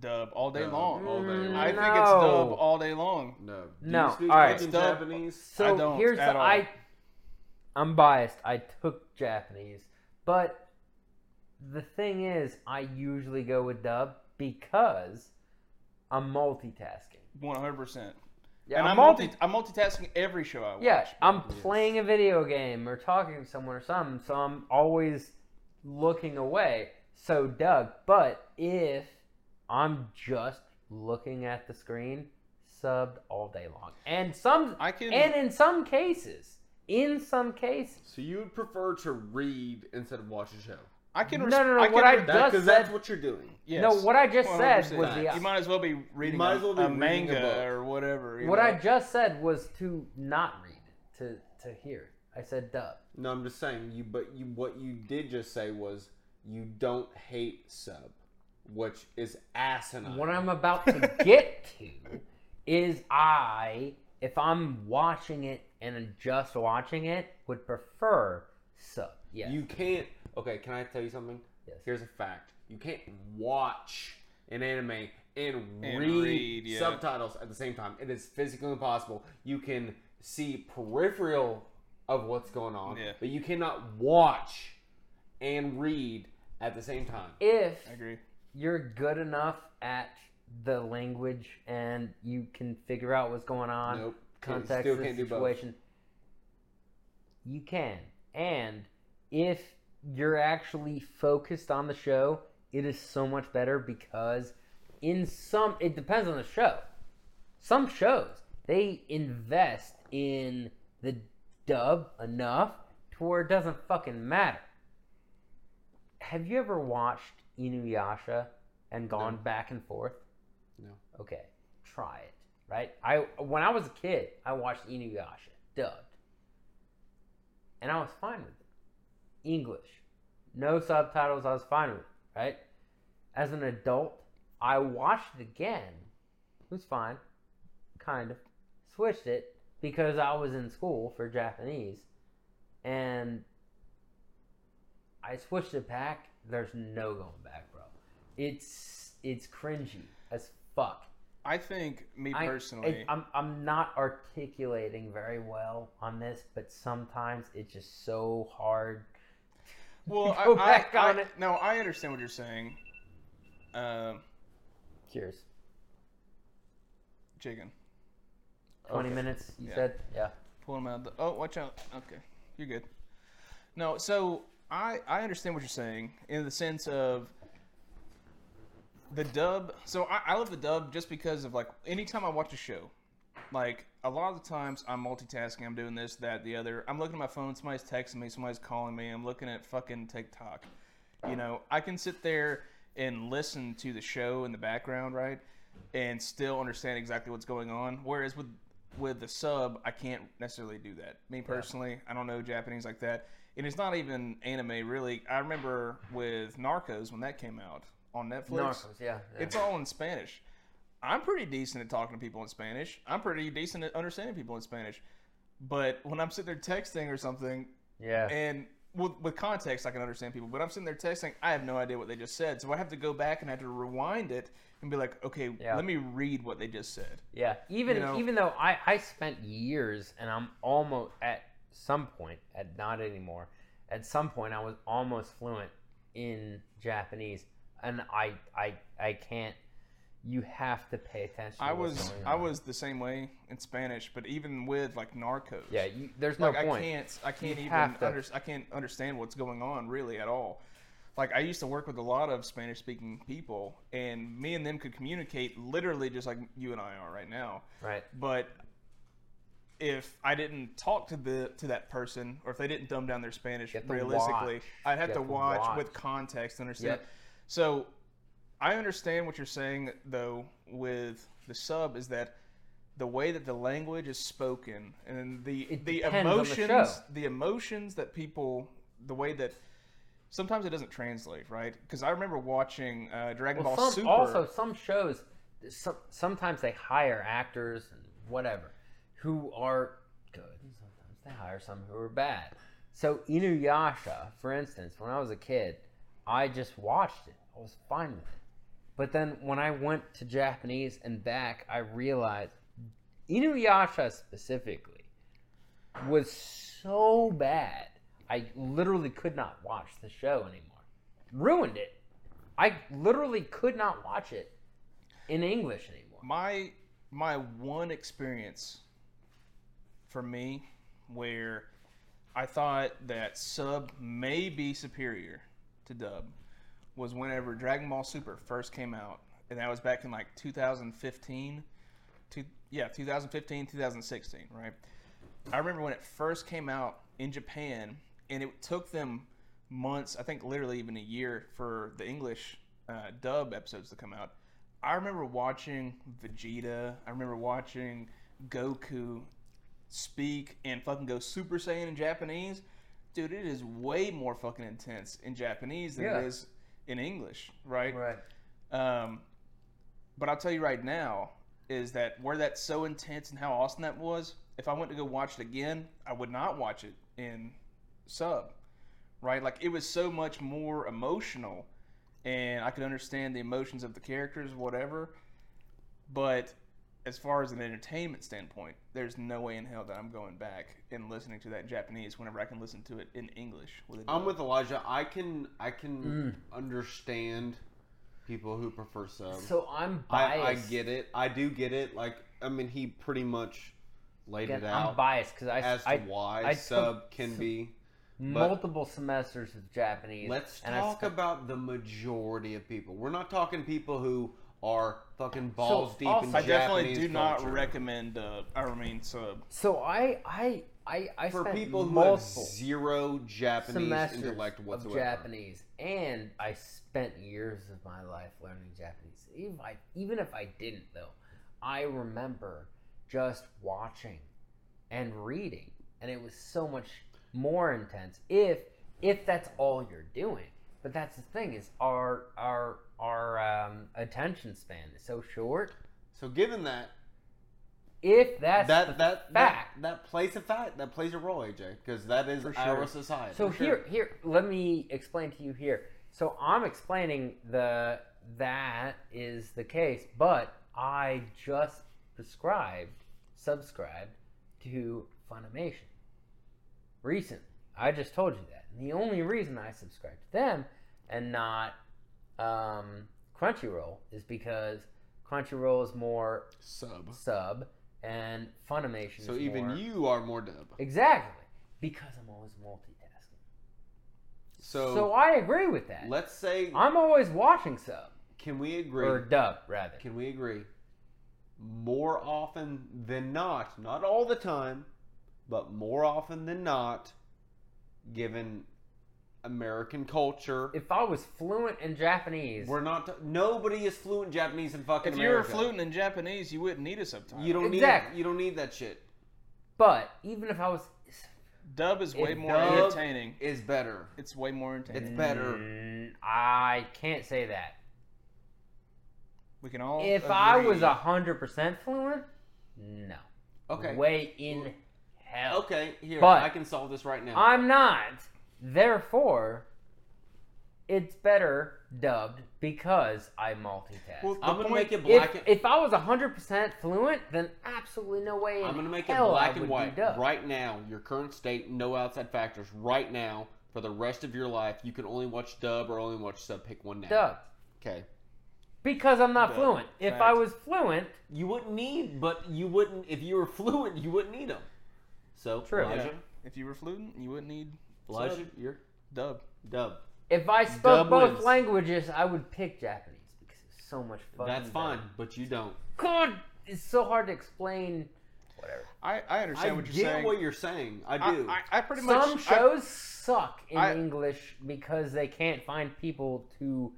Speaker 1: Dub all day
Speaker 3: Dub.
Speaker 1: long.
Speaker 3: All day
Speaker 4: Mm,
Speaker 3: long.
Speaker 1: I think
Speaker 4: no.
Speaker 1: it's dub all day long.
Speaker 3: No. Do
Speaker 4: No,
Speaker 3: You speak
Speaker 4: alright.
Speaker 3: fucking
Speaker 1: Dub.
Speaker 3: Japanese.
Speaker 4: So
Speaker 1: I don't
Speaker 4: here's
Speaker 1: at
Speaker 4: the,
Speaker 1: all.
Speaker 4: I I'm biased. I took Japanese, but the thing is, I usually go with dub because I'm multitasking.
Speaker 1: One hundred percent.
Speaker 4: Yeah,
Speaker 1: and I'm, multi- I'm multitasking every show I watch.
Speaker 4: Yeah, I'm
Speaker 3: Yes.
Speaker 4: playing a video game or talking to someone or something, so I'm always looking away. So Doug, but if I'm just looking at the screen, subbed all day long, and some
Speaker 1: I can.
Speaker 4: and in some cases, in some cases,
Speaker 3: So you would prefer to read instead of watch a show?
Speaker 1: I can.
Speaker 4: No,
Speaker 1: Res-
Speaker 4: no, no,
Speaker 1: I can
Speaker 4: what I
Speaker 1: re-
Speaker 4: do- Just
Speaker 3: Because that's
Speaker 4: said-
Speaker 3: what you're doing.
Speaker 1: yes,
Speaker 4: no, what I just said
Speaker 1: 100%.
Speaker 4: was the
Speaker 1: You might as well be reading
Speaker 3: might
Speaker 1: a,
Speaker 3: as well be
Speaker 1: a
Speaker 3: reading a
Speaker 1: manga
Speaker 3: book.
Speaker 1: or whatever. you
Speaker 4: what
Speaker 1: know?
Speaker 4: I just said was to not read it, to to hear. it. I said dub.
Speaker 3: No, I'm just saying you. But you, what you did just say was you don't hate sub, which is asinine.
Speaker 4: What I'm about to get to is I, if I'm watching it and just watching it, would prefer sub. Yes.
Speaker 3: You can't. Okay, can I tell you something?
Speaker 4: Yes.
Speaker 3: Here's a fact: you can't watch an anime and,
Speaker 1: And
Speaker 3: read,
Speaker 1: read, yeah.
Speaker 3: subtitles at the same time. It is physically impossible. You can see peripheral of what's going on,
Speaker 1: Yeah.
Speaker 3: but you cannot watch and read at the same time.
Speaker 4: if
Speaker 1: I agree.
Speaker 4: you're good enough at the language and you can figure out what's going on,
Speaker 3: Nope. Can't-
Speaker 4: context
Speaker 3: still
Speaker 4: of
Speaker 3: can't
Speaker 4: the
Speaker 3: do both.
Speaker 4: situation, you can. And if you're actually focused on the show, it is so much better because in some it depends on the show. Some shows they invest in the dub enough to where it doesn't fucking matter. Have you ever watched Inuyasha and gone back and forth?
Speaker 3: No.
Speaker 4: Okay, try it. Right? I when I was a kid, I watched Inuyasha dubbed, and I was fine with it. English, no subtitles. I was fine with it. Right? As an adult, I watched it again. It was fine, kind of. Switched it because I was in school for Japanese, and I switched it back. There's no going back, bro. It's it's cringy as fuck.
Speaker 1: I think me
Speaker 4: I-
Speaker 1: personally.
Speaker 4: I, am I'm not articulating very well on this, but sometimes it's just so hard.
Speaker 1: well,
Speaker 4: go
Speaker 1: I,
Speaker 4: back
Speaker 1: I,
Speaker 4: on
Speaker 1: I-
Speaker 4: it.
Speaker 1: No, I understand what you're saying. Um,
Speaker 4: Cheers.
Speaker 1: chicken.
Speaker 4: Twenty minutes, you
Speaker 1: Yeah.
Speaker 4: said? Yeah.
Speaker 1: Pull him out. of The, oh, watch out. Okay, you're good. No, so I I understand what you're saying in the sense of the dub. So I, I love the dub just because of like anytime I watch a show, like a lot of the times I'm multitasking. I'm doing this, that, the other. I'm looking at my phone. Somebody's texting me. Somebody's calling me. I'm looking at fucking TikTok. You know, I can sit there and listen to the show in the background, right, and still understand exactly what's going on. Whereas with with the sub, I can't necessarily do that. Me personally, I don't know Japanese like that. And it's not even anime, really. I remember with Narcos when that came out on Netflix.
Speaker 4: Narcos, yeah. yeah.
Speaker 1: It's all in Spanish. I'm pretty decent at talking to people in Spanish. I'm pretty decent at understanding people in Spanish. But when I'm sitting there texting or something,
Speaker 4: yeah.
Speaker 1: and with, with context, I can understand people. But I'm sitting there texting, I have no idea what they just said. So I have to go back and I have to rewind it and be like, okay,
Speaker 4: Yeah.
Speaker 1: let me read what they just said.
Speaker 4: Yeah, even
Speaker 1: You know-
Speaker 4: even though I I spent years and I'm almost at some point at not anymore. At some point, I was almost fluent in Japanese, and I I I can't. You have to pay attention.
Speaker 1: I
Speaker 4: to what's
Speaker 1: was
Speaker 4: going
Speaker 1: I
Speaker 4: on.
Speaker 1: was the same way in Spanish, but even with like Narcos,
Speaker 4: Yeah, you, there's no
Speaker 1: like I
Speaker 4: point.
Speaker 1: can't I can't
Speaker 4: You
Speaker 1: even
Speaker 4: have to-
Speaker 1: under, I can't understand what's going on really at all. Like I used to work with a lot of Spanish speaking people, and me and them could communicate literally just like you and I are right now.
Speaker 4: Right.
Speaker 1: But if I didn't talk to the to that person, or if they didn't dumb down their Spanish
Speaker 4: You have to
Speaker 1: realistically,
Speaker 4: watch.
Speaker 1: I'd have
Speaker 4: You
Speaker 1: to
Speaker 4: have to
Speaker 1: watch,
Speaker 4: watch.
Speaker 1: with context to understand.
Speaker 4: Yep.
Speaker 1: So I understand what you're saying though with the sub is that the way that the language is spoken and the
Speaker 4: It
Speaker 1: the
Speaker 4: depends on the show.
Speaker 1: emotions the emotions that people the way that sometimes it doesn't translate right because i remember watching uh, dragon
Speaker 4: Well,
Speaker 1: ball
Speaker 4: some,
Speaker 1: super
Speaker 4: also some shows, some, sometimes they hire actors and whatever, who are good, and sometimes they hire some who are bad. So Inuyasha, for instance, when I was a kid, I just watched it. I was fine with it. But then when I went to Japanese and back, I realized Inuyasha specifically was so bad. I literally could not watch the show anymore. Ruined it. I literally could not watch it in English anymore.
Speaker 1: my my one experience for me where I thought that sub may be superior to dub was whenever Dragon Ball Super first came out, and that was back in like 2015. Two, yeah, 2015, 2016, right? I remember when it first came out in Japan, and it took them months, I think literally even a year, for the English uh, dub episodes to come out. I remember watching Vegeta. I remember watching Goku speak and fucking go Super Saiyan in Japanese. Dude, it is way more fucking intense in Japanese than
Speaker 4: Yeah.
Speaker 1: it is in English, right? Um, but I'll tell you right now is that where that's so intense and how awesome that was. If I went to go watch it again, I would not watch it in sub, right? Like it was so much more emotional, and I could understand the emotions of the characters, whatever. But as far as an entertainment standpoint, there's no way in hell that I'm going back and listening to that in Japanese whenever I can listen to it in English. With a
Speaker 3: I'm
Speaker 1: dub.
Speaker 3: with Elijah. I can I
Speaker 4: Mm.
Speaker 3: can understand people who prefer sub.
Speaker 4: So I'm
Speaker 3: um, I,
Speaker 4: biased.
Speaker 3: I get it. I do get it. Like I mean, he pretty much laid
Speaker 4: Again,
Speaker 3: it
Speaker 4: I'm
Speaker 3: out
Speaker 4: biased because I,
Speaker 3: as to
Speaker 4: I
Speaker 3: why
Speaker 4: I took
Speaker 3: sub can
Speaker 4: s-
Speaker 3: be.
Speaker 4: multiple semesters of Japanese.
Speaker 3: Let's
Speaker 4: and I
Speaker 3: talk
Speaker 4: spent-
Speaker 3: about the majority of people. We're not talking people who are fucking balls deep in
Speaker 4: also-
Speaker 1: I
Speaker 3: Japanese
Speaker 1: definitely do not
Speaker 3: culture.
Speaker 1: recommend. Uh, I mean sub.
Speaker 4: So I I I I
Speaker 3: for
Speaker 4: spent
Speaker 3: people who have
Speaker 4: multiple
Speaker 3: zero Japanese
Speaker 4: semesters
Speaker 3: intellect
Speaker 4: of
Speaker 3: whatsoever.
Speaker 4: Japanese, and I spent years of my life learning Japanese. Even if I, even if I didn't, though, I remember just watching and reading, and it was so much more intense. If if that's all you're doing, but that's the thing is our our our um, attention span is so short.
Speaker 3: So given that
Speaker 4: If that's the
Speaker 3: that that,
Speaker 4: fact.
Speaker 3: that that plays a fact that plays a role, AJ, because that is our society.
Speaker 4: So here, here, let me explain to you here. So I'm explaining the that is the case, but I just prescribed, subscribed to Funimation. Recent, I just told you that. And the only reason I subscribe to them and not um, Crunchyroll is because Crunchyroll is more
Speaker 3: sub.
Speaker 4: sub, and Funimation.
Speaker 3: So
Speaker 4: is
Speaker 3: even
Speaker 4: more-
Speaker 3: you are more dub.
Speaker 4: Exactly, because I'm always multitasking.
Speaker 3: So,
Speaker 4: So I agree with that.
Speaker 3: let's say
Speaker 4: I'm always watching sub.
Speaker 3: Can we agree?
Speaker 4: or dub rather.
Speaker 3: Can we agree? More often than not, not all the time, but more often than not, given American culture,
Speaker 4: If I was fluent in Japanese,
Speaker 3: we're not. nobody is fluent Japanese in fucking
Speaker 1: If you were
Speaker 3: America.
Speaker 1: fluent in Japanese, you wouldn't need a subtitle.
Speaker 3: you don't
Speaker 4: Exactly.
Speaker 3: need. You don't need that shit.
Speaker 4: but even if I was,
Speaker 1: dub is way
Speaker 4: If
Speaker 1: more
Speaker 3: dub-
Speaker 1: entertaining.
Speaker 3: Is better.
Speaker 1: It's way more entertaining.
Speaker 3: It's better.
Speaker 4: Mm, I can't say that.
Speaker 1: we can all.
Speaker 4: If I was
Speaker 1: agree.
Speaker 4: a hundred percent fluent, no,
Speaker 3: Okay.
Speaker 4: way in hell.
Speaker 3: Okay. Here,
Speaker 4: But-
Speaker 3: I can solve this right now.
Speaker 4: I'm not. Therefore, it's better dubbed because I multitask.
Speaker 3: Well, the
Speaker 1: I'm
Speaker 3: gonna
Speaker 1: point-
Speaker 3: make it black.
Speaker 4: if,
Speaker 3: and,
Speaker 4: if I was 100% fluent, then absolutely no way. in
Speaker 3: I'm gonna make it
Speaker 4: hell I
Speaker 3: black and
Speaker 4: would
Speaker 3: white
Speaker 4: be dubbed.
Speaker 3: right now. Your current state, no outside factors. Right now, for the rest of your life, you can only watch dub or only watch sub. Pick one now.
Speaker 4: Dubbed.
Speaker 3: Okay.
Speaker 4: Because I'm not
Speaker 1: Dubbed.
Speaker 4: fluent. If
Speaker 1: Fact.
Speaker 4: I was fluent,
Speaker 3: You wouldn't need, but you wouldn't if you were fluent. You wouldn't need them. So
Speaker 4: True.
Speaker 3: Elijah,
Speaker 1: Yeah. If you were fluent, you wouldn't need
Speaker 3: Elijah,
Speaker 1: sub.
Speaker 3: you're
Speaker 1: dub.
Speaker 3: dub.
Speaker 4: if I spoke
Speaker 3: Dub
Speaker 4: both
Speaker 3: wins.
Speaker 4: languages, I would pick Japanese because it's so much fun.
Speaker 3: That's fine, but you don't.
Speaker 4: God, it's so hard to explain.
Speaker 1: I, I
Speaker 3: I
Speaker 1: understand what
Speaker 3: get
Speaker 1: you're saying.
Speaker 3: what you're saying. I
Speaker 1: I,
Speaker 3: do.
Speaker 1: I, I pretty much.
Speaker 4: Some
Speaker 1: I-
Speaker 4: shows suck in
Speaker 1: I-
Speaker 4: English because they can't find people to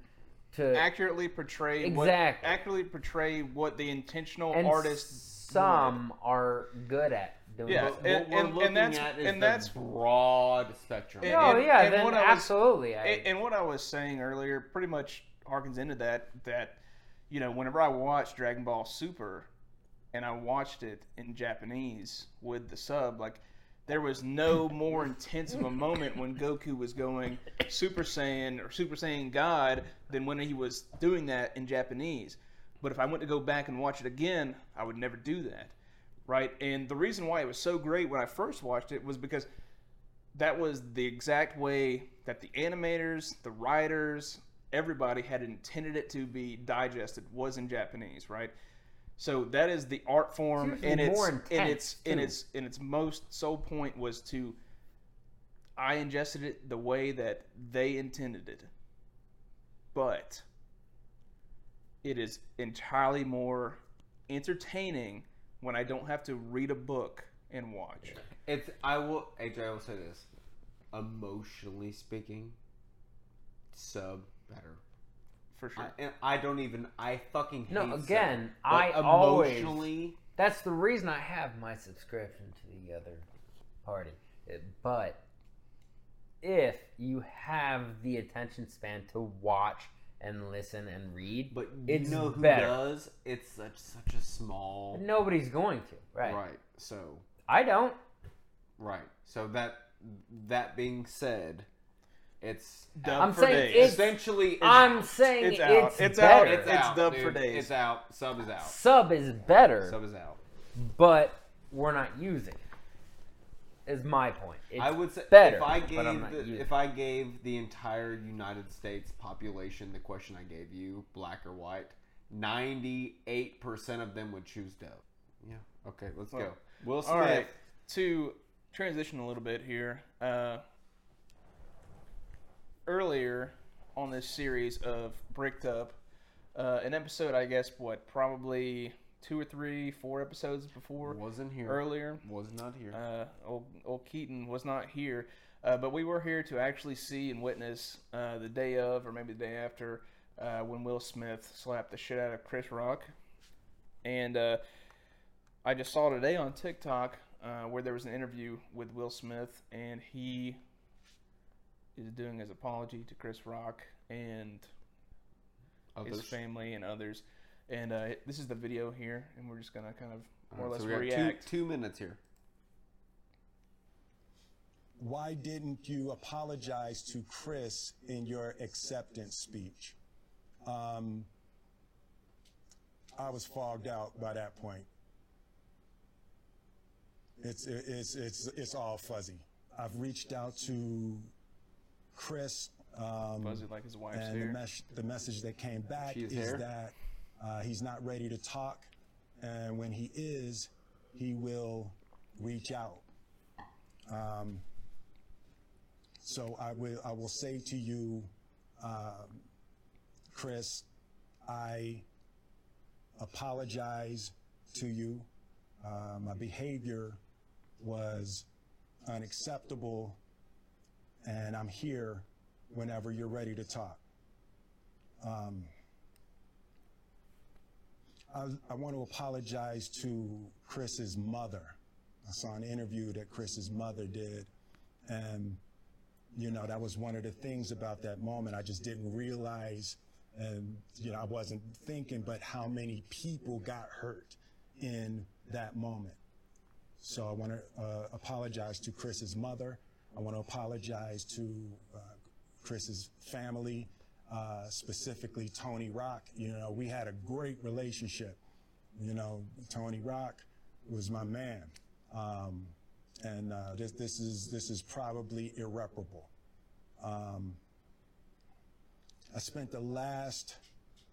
Speaker 4: to
Speaker 1: accurately portray
Speaker 4: Exactly.
Speaker 1: what accurately portray what the intentional
Speaker 4: and
Speaker 1: artist
Speaker 4: Some are good at doing.
Speaker 1: Yeah,
Speaker 4: it.
Speaker 1: and-
Speaker 3: what we're
Speaker 1: and- and
Speaker 3: looking
Speaker 1: that's-
Speaker 3: at is
Speaker 1: and
Speaker 3: the
Speaker 1: that's-
Speaker 3: broad spectrum.
Speaker 1: And-
Speaker 4: No,
Speaker 1: and-
Speaker 4: Oh, yeah,
Speaker 1: and
Speaker 4: then
Speaker 1: what I was-
Speaker 4: absolutely. I,
Speaker 1: and, and what I was saying earlier pretty much harkens into that that you know whenever I watched Dragon Ball Super and I watched it in Japanese with the sub like there was no more intense of a moment when Goku was going Super Saiyan or Super Saiyan God than when he was doing that in Japanese. But if I went to go back and watch it again, I would never do that. Right? And the reason why it was so great when I first watched it was because that was the exact way that the animators, the writers, everybody had intended it to be digested was in Japanese, right? So that is the art form
Speaker 4: It's usually
Speaker 1: and it's
Speaker 4: more
Speaker 1: and
Speaker 4: intense,
Speaker 1: it's and
Speaker 4: too.
Speaker 1: its and its most sole point was to I ingested it the way that they intended it. But it is entirely more entertaining when I don't have to read a book and watch.
Speaker 3: It's I will AJ I will say this. Emotionally speaking, sub better.
Speaker 1: For sure.
Speaker 3: I, and I don't even I fucking hate
Speaker 4: No,
Speaker 3: sub,
Speaker 4: again,
Speaker 3: but
Speaker 4: I always-
Speaker 3: emotionally
Speaker 4: That's the reason I have my subscription to the other party. It- But if you have the attention span to watch and listen and read,
Speaker 3: but you
Speaker 4: It's
Speaker 3: know who
Speaker 4: better.
Speaker 3: does? It's such such a small
Speaker 4: nobody's going to, right?
Speaker 3: right. So
Speaker 4: I don't.
Speaker 3: right. So that that being said, it's
Speaker 1: Dub
Speaker 4: I'm
Speaker 1: for
Speaker 4: saying
Speaker 1: days.
Speaker 4: it's-
Speaker 3: essentially
Speaker 4: I'm saying it's,
Speaker 1: it's out. It's out.
Speaker 4: better.
Speaker 3: it's,
Speaker 1: it's
Speaker 3: out,
Speaker 1: dub
Speaker 3: dude.
Speaker 1: for days.
Speaker 3: It's out. Sub is out.
Speaker 4: Sub is better,
Speaker 3: Sub is out.
Speaker 4: but we're not using. It, is my point. It's,
Speaker 3: I would say
Speaker 4: better,
Speaker 3: if I
Speaker 4: but
Speaker 3: gave
Speaker 4: I'm not
Speaker 3: the,
Speaker 4: using
Speaker 3: if I gave the entire United States population the question I gave you, black or white, ninety eight percent of them would choose Dove. Yeah. Okay. Let's go.
Speaker 1: Well,
Speaker 3: Will Smith.
Speaker 1: All right. To transition a little bit here, uh, earlier on this series of Bricked Up, uh, an episode, I guess, what, probably two or three, four episodes before
Speaker 3: Wasn't here.
Speaker 1: earlier,
Speaker 3: Was not here.
Speaker 1: uh, old, old Keaton was not here, uh, but we were here to actually see and witness uh, the day of, or maybe the day after, uh, when Will Smith slapped the shit out of Chris Rock. And uh, I just saw today on TikTok uh, where there was an interview with Will Smith, and he is doing his apology to Chris Rock and his Uh,
Speaker 3: Others.
Speaker 1: family and others. And uh, this is the video here, and we're just gonna kind of more or
Speaker 3: All right,
Speaker 1: less
Speaker 3: so we got two-
Speaker 1: react.
Speaker 3: Two, minutes here.
Speaker 7: why didn't you apologize to Chris in your acceptance speech? Um, I was fogged out by that point. It's, it's, it's, it's all fuzzy. I've reached out to Chris. Um,
Speaker 1: Buzz it like his wife's
Speaker 7: and the,
Speaker 1: here.
Speaker 7: mes- the message that came back
Speaker 3: She's
Speaker 7: is
Speaker 3: there.
Speaker 7: that uh, he's not ready to talk, and when he is, he will reach out. Um, so I will I will say to you, um Chris, I apologize to you. Uh, my behavior was unacceptable, and I'm here whenever you're ready to talk. Um, I, I want to apologize to Chris's mother. I saw an interview that Chris's mother did, and you know that was one of the things about that moment. I just didn't realize, and you know I wasn't thinking, but how many people got hurt in that moment. So I want to uh, apologize to Chris's mother. I want to apologize to uh, Chris's family, uh, specifically Tony Rock. You know, we had a great relationship. You know, Tony Rock was my man, um, and uh, this this is this is probably irreparable. Um, I spent the last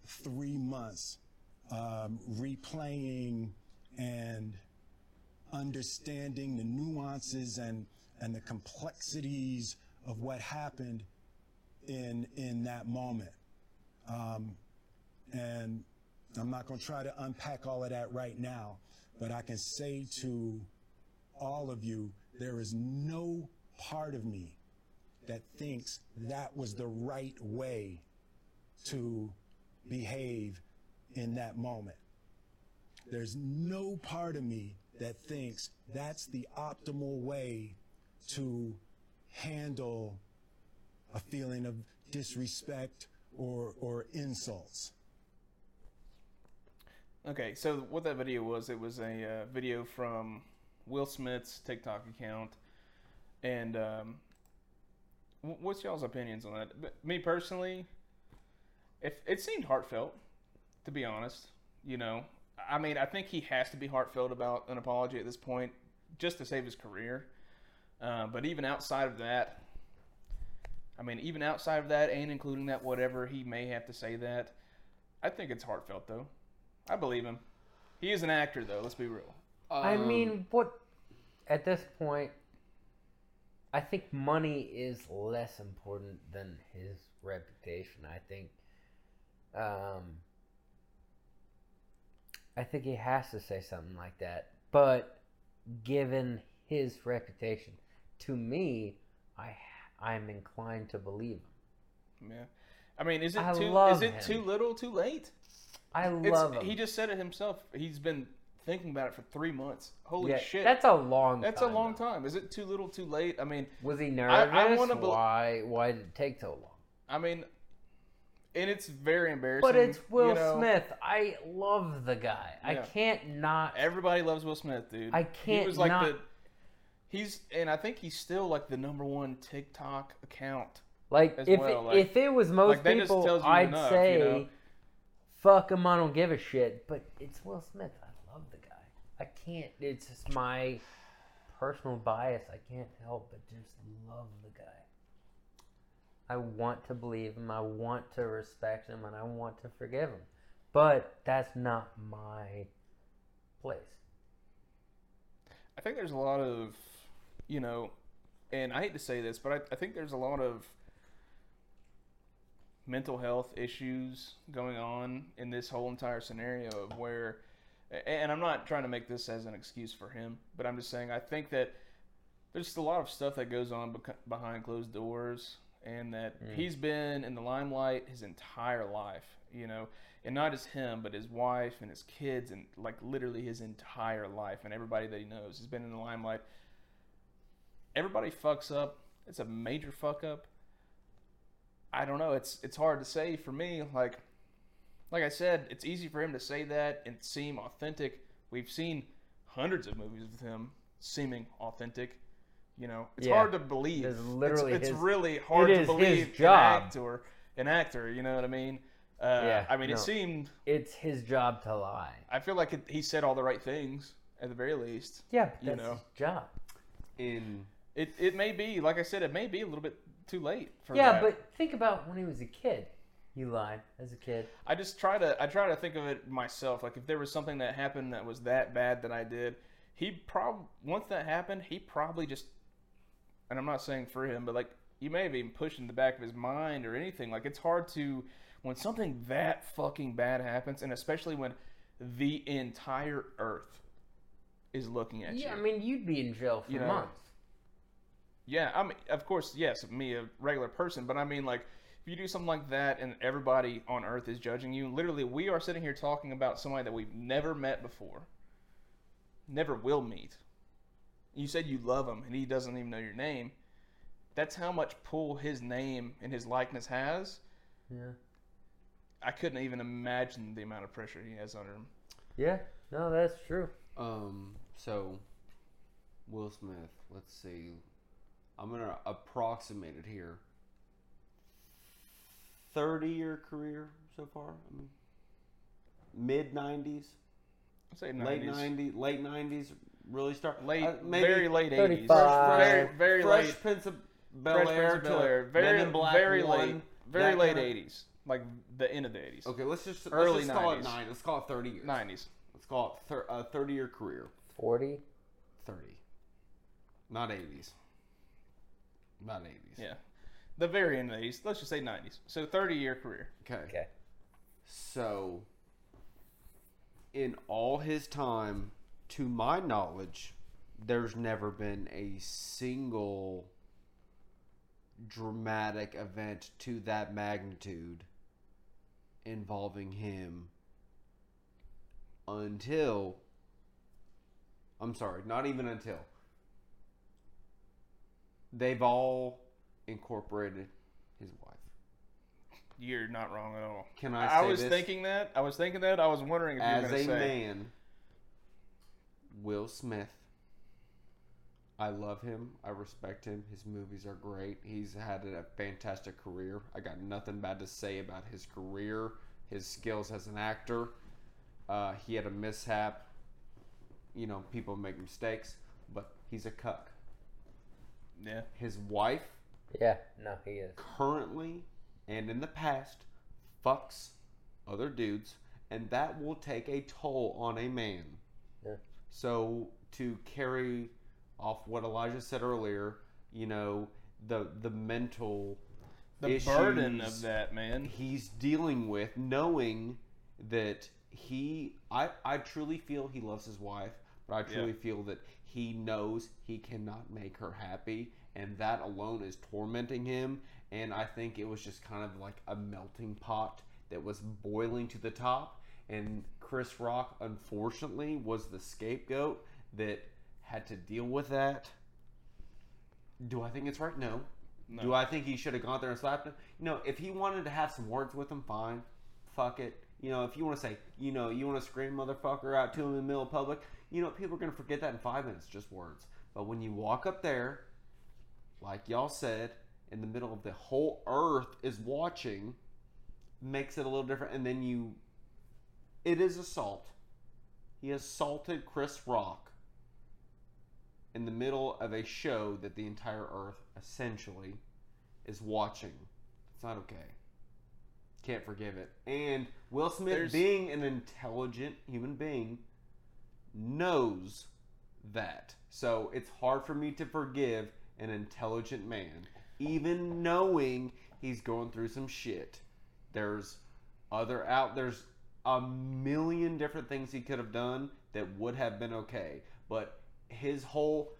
Speaker 7: three months um, replaying and understanding the nuances and and the complexities of what happened in in that moment. Um, and I'm not going to try to unpack all of that right now, but I can say to all of you, there is no part of me that thinks that was the right way to behave in that moment. There's no part of me that thinks that's the optimal way to handle a feeling of disrespect or, or insults.
Speaker 1: Okay, so what that video was, it was a uh, video from Will Smith's TikTok account, and um, wh- what's y'all's opinions on that? But me personally, if it seemed heartfelt, to be honest, you know, I mean, I think he has to be heartfelt about an apology at this point, just to save his career. Uh, but even outside of that, I mean, even outside of that, and including that, whatever he may have to say that, I think it's heartfelt though. I believe him. He is an actor though. Let's be real.
Speaker 4: I
Speaker 1: Um,
Speaker 4: mean, what at this point, I think money is less important than his reputation. I think, um, I think he has to say something like that. But given his reputation, to me, I I'm inclined to believe him.
Speaker 1: Yeah. I mean, is it
Speaker 4: I
Speaker 1: too is
Speaker 4: love
Speaker 1: it
Speaker 4: him.
Speaker 1: too little, too late?
Speaker 4: I
Speaker 1: It's,
Speaker 4: love him.
Speaker 1: he just said it himself. He's been thinking about it for three months. Holy
Speaker 4: Yeah,
Speaker 1: shit.
Speaker 4: That's a long.
Speaker 1: That's
Speaker 4: time,
Speaker 1: a long
Speaker 4: though.
Speaker 1: time. Is it too little, too late? I mean,
Speaker 4: Was he
Speaker 1: I
Speaker 4: nervous?
Speaker 1: wanna bel-
Speaker 4: why? Why did it take so long?
Speaker 1: I mean, and it's very embarrassing.
Speaker 4: But it's Will
Speaker 1: you know?
Speaker 4: Smith. I love the guy. I
Speaker 1: Yeah.
Speaker 4: can't not.
Speaker 1: Everybody loves Will Smith, dude.
Speaker 4: I
Speaker 1: He
Speaker 4: can't
Speaker 1: was like
Speaker 4: not-
Speaker 1: the. He's and I think he's still like the number one TikTok account.
Speaker 4: like
Speaker 1: as
Speaker 4: if
Speaker 1: well,
Speaker 4: it,
Speaker 1: like-
Speaker 4: if it was most
Speaker 1: like, that just
Speaker 4: people,
Speaker 1: tells you
Speaker 4: I'd
Speaker 1: enough, you
Speaker 4: say,
Speaker 1: know?
Speaker 4: "Fuck him, I don't give a shit." But it's Will Smith. I love the guy. I can't. It's just my personal bias. I can't help but just love the guy. I want to believe him. I want to respect him, and I want to forgive him. But that's not my place.
Speaker 1: I think there's a lot of, you know, and I hate to say this, but I, I think there's a lot of mental health issues going on in this whole entire scenario of where, a- and I'm not trying to make this as an excuse for him, but I'm just saying I think that there's just a lot of stuff that goes on bec- behind closed doors and that he's been in the limelight his entire life you know and not just him but his wife and his kids and like literally his entire life and everybody that he knows has been in the limelight everybody fucks up it's a major fuck up i don't know it's it's hard to say for me like like i said it's easy for him to say that and seem authentic we've seen hundreds of movies with him seeming authentic you know it's
Speaker 4: Yeah.
Speaker 1: hard to believe
Speaker 4: It's
Speaker 1: It's-
Speaker 4: literally
Speaker 1: it's,
Speaker 4: his-
Speaker 1: really hard to
Speaker 4: is his
Speaker 1: believe an
Speaker 4: job.
Speaker 1: actor an actor you know what i mean uh,
Speaker 4: Yeah,
Speaker 1: i mean
Speaker 4: no.
Speaker 1: it seemed
Speaker 4: It's his job to lie.
Speaker 1: i feel like it, he said all the right things at the very least
Speaker 4: Yeah, but that's
Speaker 1: You know.
Speaker 4: his job.
Speaker 3: in
Speaker 1: it, it may be like i said it may be a little bit too late for
Speaker 4: Yeah,
Speaker 1: that.
Speaker 4: but think about when he was a kid. He lied as a kid.
Speaker 1: I just try to I try to think of it myself. Like if there was something that happened that was that bad that I did, he prob once that happened, he probably just and I'm not saying for him, but like you may have even pushed in the back of his mind or anything. Like it's hard to When something that fucking bad happens, and especially when the entire earth is looking at
Speaker 4: Yeah, I
Speaker 1: you.
Speaker 4: mean, you'd be in jail for
Speaker 1: You know,
Speaker 4: months.
Speaker 1: Yeah, I mean, of course, yes, me, a regular person, but I mean, like, if you do something like that and everybody on earth is judging you, literally, we are sitting here talking about somebody that we've never met before, never will meet. You said you love him and he doesn't even know your name. That's how much pull his name and his likeness has.
Speaker 4: Yeah.
Speaker 1: I couldn't even imagine the amount of pressure he has under him.
Speaker 4: Yeah. No, that's true.
Speaker 3: Um, so Will Smith, let's see. I'm gonna approximate it here. Thirty year career so far. I mean, mid nineties,
Speaker 1: I'd say 90s.
Speaker 3: late nineties, late nineties. Really start
Speaker 1: Late,
Speaker 3: uh,
Speaker 1: very late 80s.
Speaker 4: 35.
Speaker 1: Very, very
Speaker 3: Fresh
Speaker 1: late.
Speaker 3: Prince of
Speaker 1: Fresh
Speaker 3: Bel
Speaker 1: Prince
Speaker 3: Air,
Speaker 1: of Bel-Air. Very, very late, very late '80s, like the end of the '80s,
Speaker 3: Okay, let's just
Speaker 1: Early
Speaker 3: let's just call
Speaker 1: 90s.
Speaker 3: it nine. Let's call it thirty years.
Speaker 1: '90s.
Speaker 3: Let's call it thir- a thirty year career.
Speaker 4: 40.
Speaker 3: 30. Not 80s. Not 80s.
Speaker 1: Yeah, the very end of the '80s. Let's just say '90s. So 30-year career.
Speaker 3: Okay.
Speaker 4: Okay.
Speaker 3: So, in all his time, to my knowledge, there's never been a single dramatic event to that magnitude involving him until. I'm sorry, not even until. They've all incorporated his wife.
Speaker 1: You're not wrong at all.
Speaker 3: Can I say
Speaker 1: I, was
Speaker 3: this?
Speaker 1: thinking that. I was thinking that. I was wondering if you were
Speaker 3: as
Speaker 1: going
Speaker 3: a
Speaker 1: to say.
Speaker 3: man, Will Smith. I love him. I respect him. His movies are great. He's had a fantastic career. I got nothing bad to say about his career, his skills as an actor. Uh, he had a mishap. You know, people make mistakes, but he's a cuck.
Speaker 1: Yeah,
Speaker 3: His wife
Speaker 4: Yeah. No, he is.
Speaker 3: currently and in the past fucks other dudes, and that will take a toll on a man.
Speaker 4: Yeah.
Speaker 3: So to carry off what Elijah said earlier, you know, the the mental
Speaker 1: the burden
Speaker 3: issues
Speaker 1: of that man.
Speaker 3: he's dealing with knowing that he I, I truly feel he loves his wife but i truly feel that he knows he cannot make her happy and that alone is tormenting him and i think it was just kind of like a melting pot that was boiling to the top and chris rock unfortunately was the scapegoat that had to deal with that do I think it's right? No. Do I think he should have gone there and slapped him? You know, if he wanted to have some words with him, fine. Fuck it. You know, if you want to say, you know, you want to scream motherfucker out to him in the middle of public, you know, people are going to forget that in five minutes, just words. But when you walk up there, like y'all said, in the middle of the whole earth is watching, makes it a little different. And then you, it is assault. He assaulted Chris Rock in the middle of a show that the entire earth essentially is watching. It's not okay. Can't forgive it. And Will Smith,
Speaker 1: There's-
Speaker 3: being an intelligent human being, knows that. So it's hard for me to forgive an intelligent man, even knowing he's going through some shit. There's other out there's a million different things he could have done that would have been okay but his whole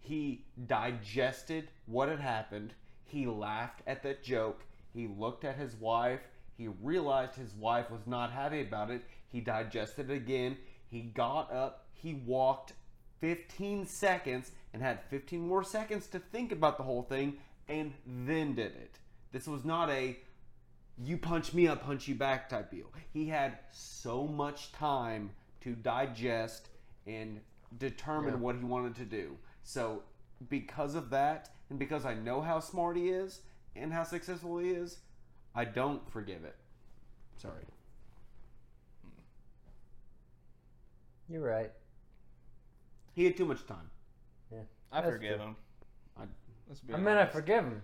Speaker 3: he digested what had happened he laughed at that joke he looked at his wife he realized his wife was not happy about it he digested it again he got up he walked 15 seconds and had 15 more seconds to think about the whole thing and then did it this was not a you punch me, I punch you back type deal. He had so much time to digest and determine what he wanted to do. So, because of that, and because I know how smart he is and how successful he is, I don't forgive it. Sorry.
Speaker 4: You're right.
Speaker 3: He had too much time.
Speaker 1: I
Speaker 4: That's
Speaker 1: forgive
Speaker 4: true.
Speaker 1: him.
Speaker 3: I-
Speaker 1: Let's be
Speaker 4: I mean, I
Speaker 1: honest.
Speaker 4: forgive him,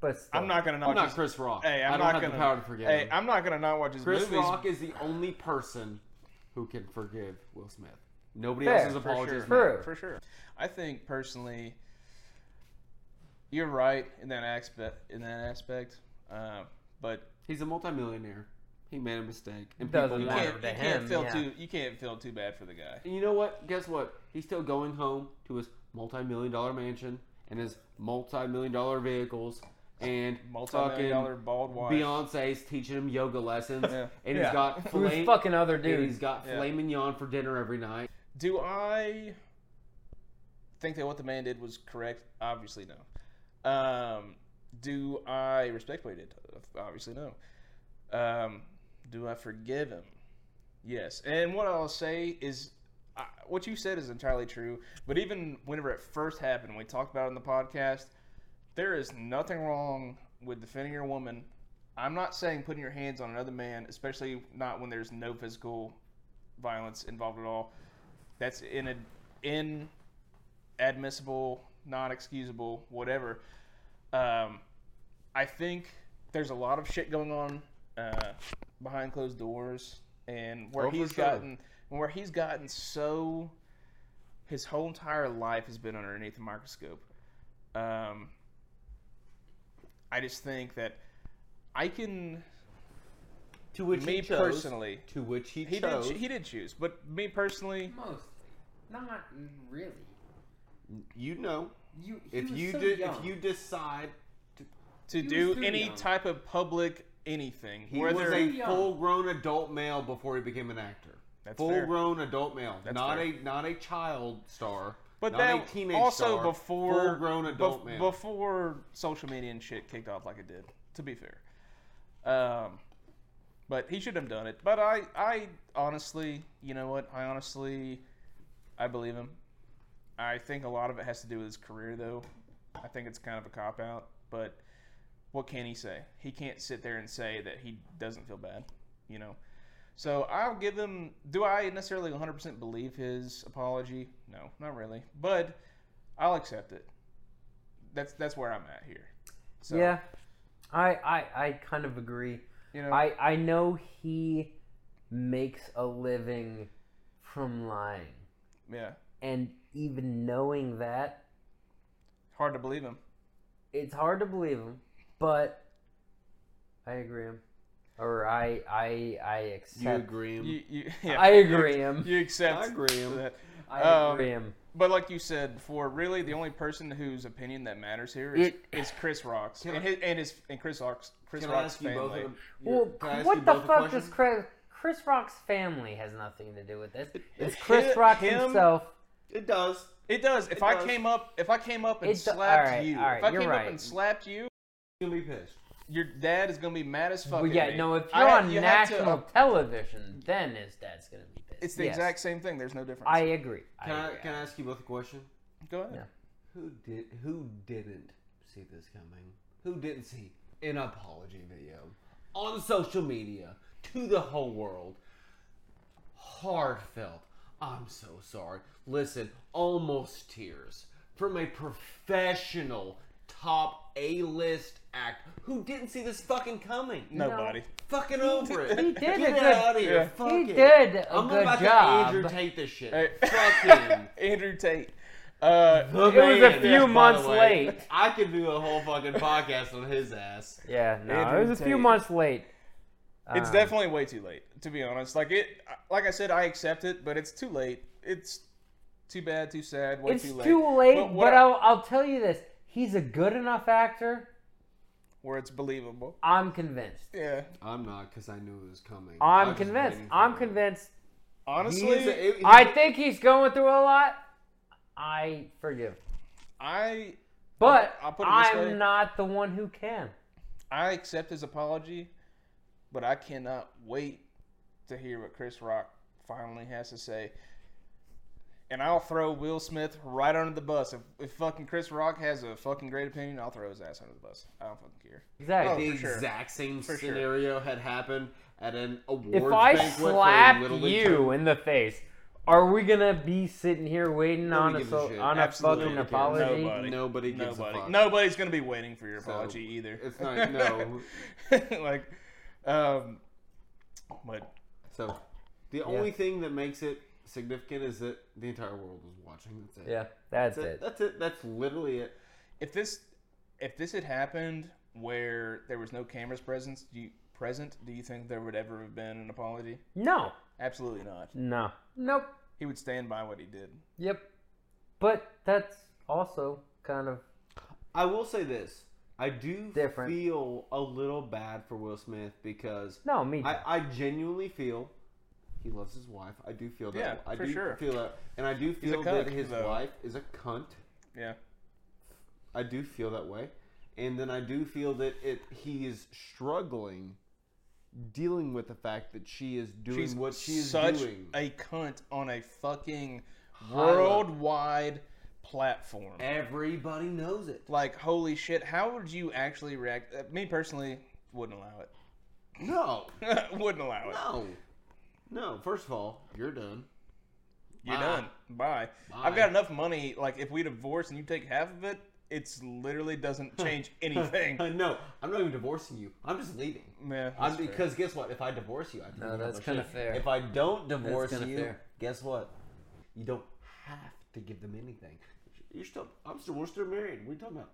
Speaker 4: but still.
Speaker 1: I'm not going to
Speaker 3: I'm
Speaker 1: not.
Speaker 3: not
Speaker 1: just-
Speaker 3: Chris Rock.
Speaker 1: Hey, I'm
Speaker 3: I
Speaker 1: not
Speaker 3: do not have
Speaker 1: gonna,
Speaker 3: the power to forgive
Speaker 1: Hey,
Speaker 3: him.
Speaker 1: I'm not gonna not watch his
Speaker 3: Chris
Speaker 1: movies.
Speaker 3: Rock is the only person who can forgive Will Smith. Nobody
Speaker 4: Fair,
Speaker 3: else's
Speaker 4: for
Speaker 3: apologies.
Speaker 4: sure.
Speaker 3: matter.
Speaker 4: True.
Speaker 1: for sure. I think personally, you're right in that aspect. In that aspect, uh, but
Speaker 3: He's a multimillionaire. He made a mistake, and
Speaker 4: Doesn't
Speaker 3: people
Speaker 1: You
Speaker 4: matter
Speaker 3: laugh.
Speaker 1: can't, you
Speaker 4: to
Speaker 1: can't
Speaker 4: him,
Speaker 1: feel
Speaker 4: yeah.
Speaker 1: too. You can't feel too bad for the guy.
Speaker 3: And you know what? Guess what? He's still going home to his multi-million dollar mansion and his multi-million dollar vehicles and
Speaker 1: Multi-million dollar
Speaker 3: fucking
Speaker 1: bald wife.
Speaker 3: Beyonce's teaching him yoga lessons,
Speaker 1: Yeah.
Speaker 3: and
Speaker 1: Yeah.
Speaker 3: he's got
Speaker 4: Who's
Speaker 3: filet,
Speaker 4: fucking other
Speaker 3: and he's
Speaker 4: dudes?
Speaker 3: got
Speaker 1: Yeah.
Speaker 3: filet mignon for dinner every night.
Speaker 1: Do I think that what the man did was correct? Obviously, no. Um, do I respect what he did? Obviously, no. Um, do I forgive him? Yes. And what I'll say is, I, what you said is entirely true. But even whenever it first happened, we talked about it on the podcast. There is nothing wrong with defending your woman. I'm not saying putting your hands on another man, especially not when there's no physical violence involved at all. That's in a inadmissible, not excusable, whatever. Um, I think there's a lot of shit going on uh, behind closed doors, and where
Speaker 3: Oh, for
Speaker 1: he's
Speaker 3: sure.
Speaker 1: gotten, and where he's gotten so, his whole entire life has been underneath a microscope. Um, I just think that I can,
Speaker 3: To which
Speaker 1: me personally,
Speaker 3: to which he,
Speaker 1: he did
Speaker 3: chose.
Speaker 1: did. He did choose, but me personally,
Speaker 4: Mostly, not really.
Speaker 3: you know,
Speaker 4: You, he
Speaker 3: if
Speaker 4: was
Speaker 3: you
Speaker 4: so
Speaker 3: did,
Speaker 4: young.
Speaker 3: if you decide
Speaker 1: to
Speaker 4: He
Speaker 1: do
Speaker 4: was too
Speaker 1: any
Speaker 4: young.
Speaker 1: type of public anything,
Speaker 3: he was
Speaker 1: whether
Speaker 3: a
Speaker 4: Too young.
Speaker 3: full-grown adult male before he became an actor.
Speaker 1: That's fair.
Speaker 3: full-grown adult male,
Speaker 1: That's
Speaker 3: not
Speaker 1: fair.
Speaker 3: a not a child star,
Speaker 1: but
Speaker 3: not
Speaker 1: that
Speaker 3: a teenage
Speaker 1: also
Speaker 3: star,
Speaker 1: before
Speaker 3: full-grown adult
Speaker 1: bef-
Speaker 3: male.
Speaker 1: before social media and shit kicked off like it did. To be fair, um, but he should have done it. But I, I honestly, you know what? I honestly, I believe him. I think a lot of it has to do with his career, though. I think it's kind of a cop out, but what can he say? He can't sit there and say that he doesn't feel bad, you know. So I'll give him. Do I necessarily 100% believe his apology? No, not really. But I'll accept it. That's that's where I'm at here. So,
Speaker 4: yeah, I, I I kind of agree.
Speaker 1: you know,
Speaker 4: I I know he makes a living from lying,
Speaker 1: yeah,
Speaker 4: and even knowing that,
Speaker 1: hard to believe him.
Speaker 4: it's hard to believe him. But I agree him, or I I I accept.
Speaker 3: you agree him.
Speaker 1: You, you, yeah,
Speaker 4: I agree him.
Speaker 1: You accept.
Speaker 3: I agree him.
Speaker 1: That.
Speaker 4: I
Speaker 1: Um,
Speaker 4: agree him.
Speaker 1: But like you said before, really the only person whose opinion that matters here is,
Speaker 4: It-
Speaker 1: is Chris Rock's
Speaker 3: Can I-
Speaker 1: and his, and his and Chris Rock's Chris
Speaker 3: Can I
Speaker 1: Rock's
Speaker 3: ask you both
Speaker 1: family.
Speaker 3: of
Speaker 4: Well,
Speaker 3: Can I ask you
Speaker 4: what the
Speaker 3: both a
Speaker 4: fuck
Speaker 3: question?
Speaker 4: does Chris, Chris Rock's family has nothing to do with this? It's
Speaker 1: hi-
Speaker 4: Chris Rock
Speaker 1: him-
Speaker 4: himself.
Speaker 3: It does.
Speaker 1: It does. If I
Speaker 3: does.
Speaker 1: came up, if I came up and
Speaker 4: It do-
Speaker 1: slapped
Speaker 4: alright,
Speaker 1: you,
Speaker 4: alright,
Speaker 1: if I
Speaker 4: you're
Speaker 1: came
Speaker 4: right.
Speaker 1: up and slapped you,
Speaker 3: You'll be pissed.
Speaker 1: your dad is gonna be mad as fuck.
Speaker 4: Well,
Speaker 1: at
Speaker 4: yeah,
Speaker 1: me.
Speaker 4: no. If
Speaker 1: I
Speaker 4: you're
Speaker 1: have-
Speaker 4: on
Speaker 1: you have to-
Speaker 4: national television, then his dad's gonna be pissed.
Speaker 1: it's the
Speaker 4: Yes.
Speaker 1: exact same thing. There's no difference.
Speaker 4: I agree.
Speaker 3: Can I,
Speaker 4: agree.
Speaker 3: can I ask you both a question?
Speaker 1: Go ahead.
Speaker 4: Yeah.
Speaker 3: Who did who didn't see this coming? Who didn't see an apology video on social media to the whole world? Heartfelt. I'm so sorry. Listen, almost tears from a professional top A-list act who didn't see this fucking coming.
Speaker 1: Nobody.
Speaker 3: Fucking over it.
Speaker 4: He did
Speaker 3: Get
Speaker 4: a
Speaker 3: it
Speaker 4: good-
Speaker 3: out of here.
Speaker 1: Yeah.
Speaker 3: Fuck
Speaker 4: He
Speaker 3: it.
Speaker 4: did a
Speaker 3: I'm
Speaker 4: good
Speaker 3: about
Speaker 4: job.
Speaker 3: to Andrew Tate this shit.
Speaker 1: Hey.
Speaker 3: Fucking.
Speaker 1: Andrew Tate. Uh,
Speaker 3: The
Speaker 4: It was a
Speaker 3: man,
Speaker 4: few
Speaker 3: by the
Speaker 4: months
Speaker 3: way.
Speaker 4: late.
Speaker 3: I could do a whole fucking podcast on his ass.
Speaker 4: Yeah, no,
Speaker 1: Andrew
Speaker 4: it was a few
Speaker 1: Tate.
Speaker 4: months late.
Speaker 1: It's
Speaker 4: Um,
Speaker 1: definitely way too late, to be honest. Like it, like I said, I accept it, but it's too late. It's too bad, too sad, way
Speaker 4: It's
Speaker 1: too
Speaker 4: too
Speaker 1: late.
Speaker 4: late,
Speaker 1: But
Speaker 4: but,
Speaker 1: what I-
Speaker 4: I'll, I'll tell you this: he's a good enough actor.
Speaker 1: where it's believable.
Speaker 4: I'm convinced.
Speaker 1: Yeah,
Speaker 3: I'm not because I knew it was coming. I
Speaker 4: I'm
Speaker 3: was
Speaker 4: convinced.
Speaker 3: waiting for
Speaker 4: I'm
Speaker 3: it.
Speaker 4: convinced.
Speaker 3: He
Speaker 1: honestly,
Speaker 3: is a- it-
Speaker 4: I think he's going through a lot. I forgive,
Speaker 1: I
Speaker 4: but
Speaker 1: I'll put it this
Speaker 4: I'm
Speaker 1: way.
Speaker 4: not the one who can.
Speaker 1: I accept his apology, but I cannot wait to hear what Chris Rock finally has to say. And I'll throw Will Smith right under the bus. If, if fucking Chris Rock has a fucking great opinion, I'll throw his ass under the bus. I don't fucking care.
Speaker 3: If
Speaker 4: Exactly.
Speaker 3: the
Speaker 1: for sure.
Speaker 3: exact same
Speaker 1: For sure.
Speaker 3: scenario had happened at an awards
Speaker 4: if I
Speaker 3: banquet for
Speaker 4: slap
Speaker 3: Little League
Speaker 4: you in the face, are we gonna be sitting here waiting on a,
Speaker 3: gives a
Speaker 4: so-
Speaker 3: shit.
Speaker 4: on a
Speaker 1: Absolutely
Speaker 4: fucking
Speaker 3: nobody cares.
Speaker 4: apology?
Speaker 1: Nobody.
Speaker 3: tournament, nobody gives
Speaker 1: Nobody,
Speaker 3: a fuck.
Speaker 1: nobody's gonna be waiting for your
Speaker 3: So,
Speaker 1: apology either.
Speaker 3: it's not- no.
Speaker 1: like, um, but
Speaker 3: So the only thing that makes it significant is that the entire world was watching. That's it.
Speaker 4: Yeah, that's
Speaker 3: That's
Speaker 4: it.
Speaker 3: it. That's it. That's literally it.
Speaker 1: if this if this had happened where there was no cameras presence, do you present, do you think there would ever have been an apology?
Speaker 4: No,
Speaker 1: Absolutely not.
Speaker 4: no, nope.
Speaker 1: He would stand by what he did.
Speaker 4: Yep. But that's also kind of
Speaker 3: I will say this. I do
Speaker 4: Different.
Speaker 3: feel a little bad for Will Smith because
Speaker 4: no me.
Speaker 3: I, I genuinely feel he loves his wife. I do feel that.
Speaker 1: Yeah,
Speaker 3: I
Speaker 1: for
Speaker 3: do
Speaker 1: sure.
Speaker 3: feel that, and I do
Speaker 1: a
Speaker 3: feel that
Speaker 1: cuck,
Speaker 3: his
Speaker 1: though.
Speaker 3: wife is a cunt.
Speaker 1: Yeah.
Speaker 3: I do feel that way, and then I do feel that it he is struggling dealing with the fact that she is doing
Speaker 1: She's
Speaker 3: what she is
Speaker 1: such
Speaker 3: doing.
Speaker 1: a cunt on a fucking
Speaker 3: level.
Speaker 1: worldwide platform.
Speaker 3: Everybody knows it.
Speaker 1: Like, holy shit, how would you actually react? Uh, me personally, wouldn't allow
Speaker 3: No,
Speaker 1: it. wouldn't allow it.
Speaker 3: no, no. First of all, you're done.
Speaker 1: You're
Speaker 3: Bye.
Speaker 1: done. Bye. I've
Speaker 3: Bye.
Speaker 1: got enough money. Like, if we divorce and you take half of it, it's literally doesn't change anything.
Speaker 3: no, I'm not even divorcing you. I'm just leaving.
Speaker 1: Yeah,
Speaker 3: I'm,
Speaker 1: that's fair.
Speaker 3: because guess what? If I divorce you, I think
Speaker 4: No,
Speaker 3: you have
Speaker 4: that's
Speaker 3: my
Speaker 4: kinda
Speaker 3: shit.
Speaker 4: fair.
Speaker 3: If I don't divorce
Speaker 4: kinda
Speaker 3: you,
Speaker 4: fair.
Speaker 3: guess what? You don't have to give them anything. You're still, I'm still, we're still married. What are you talking about?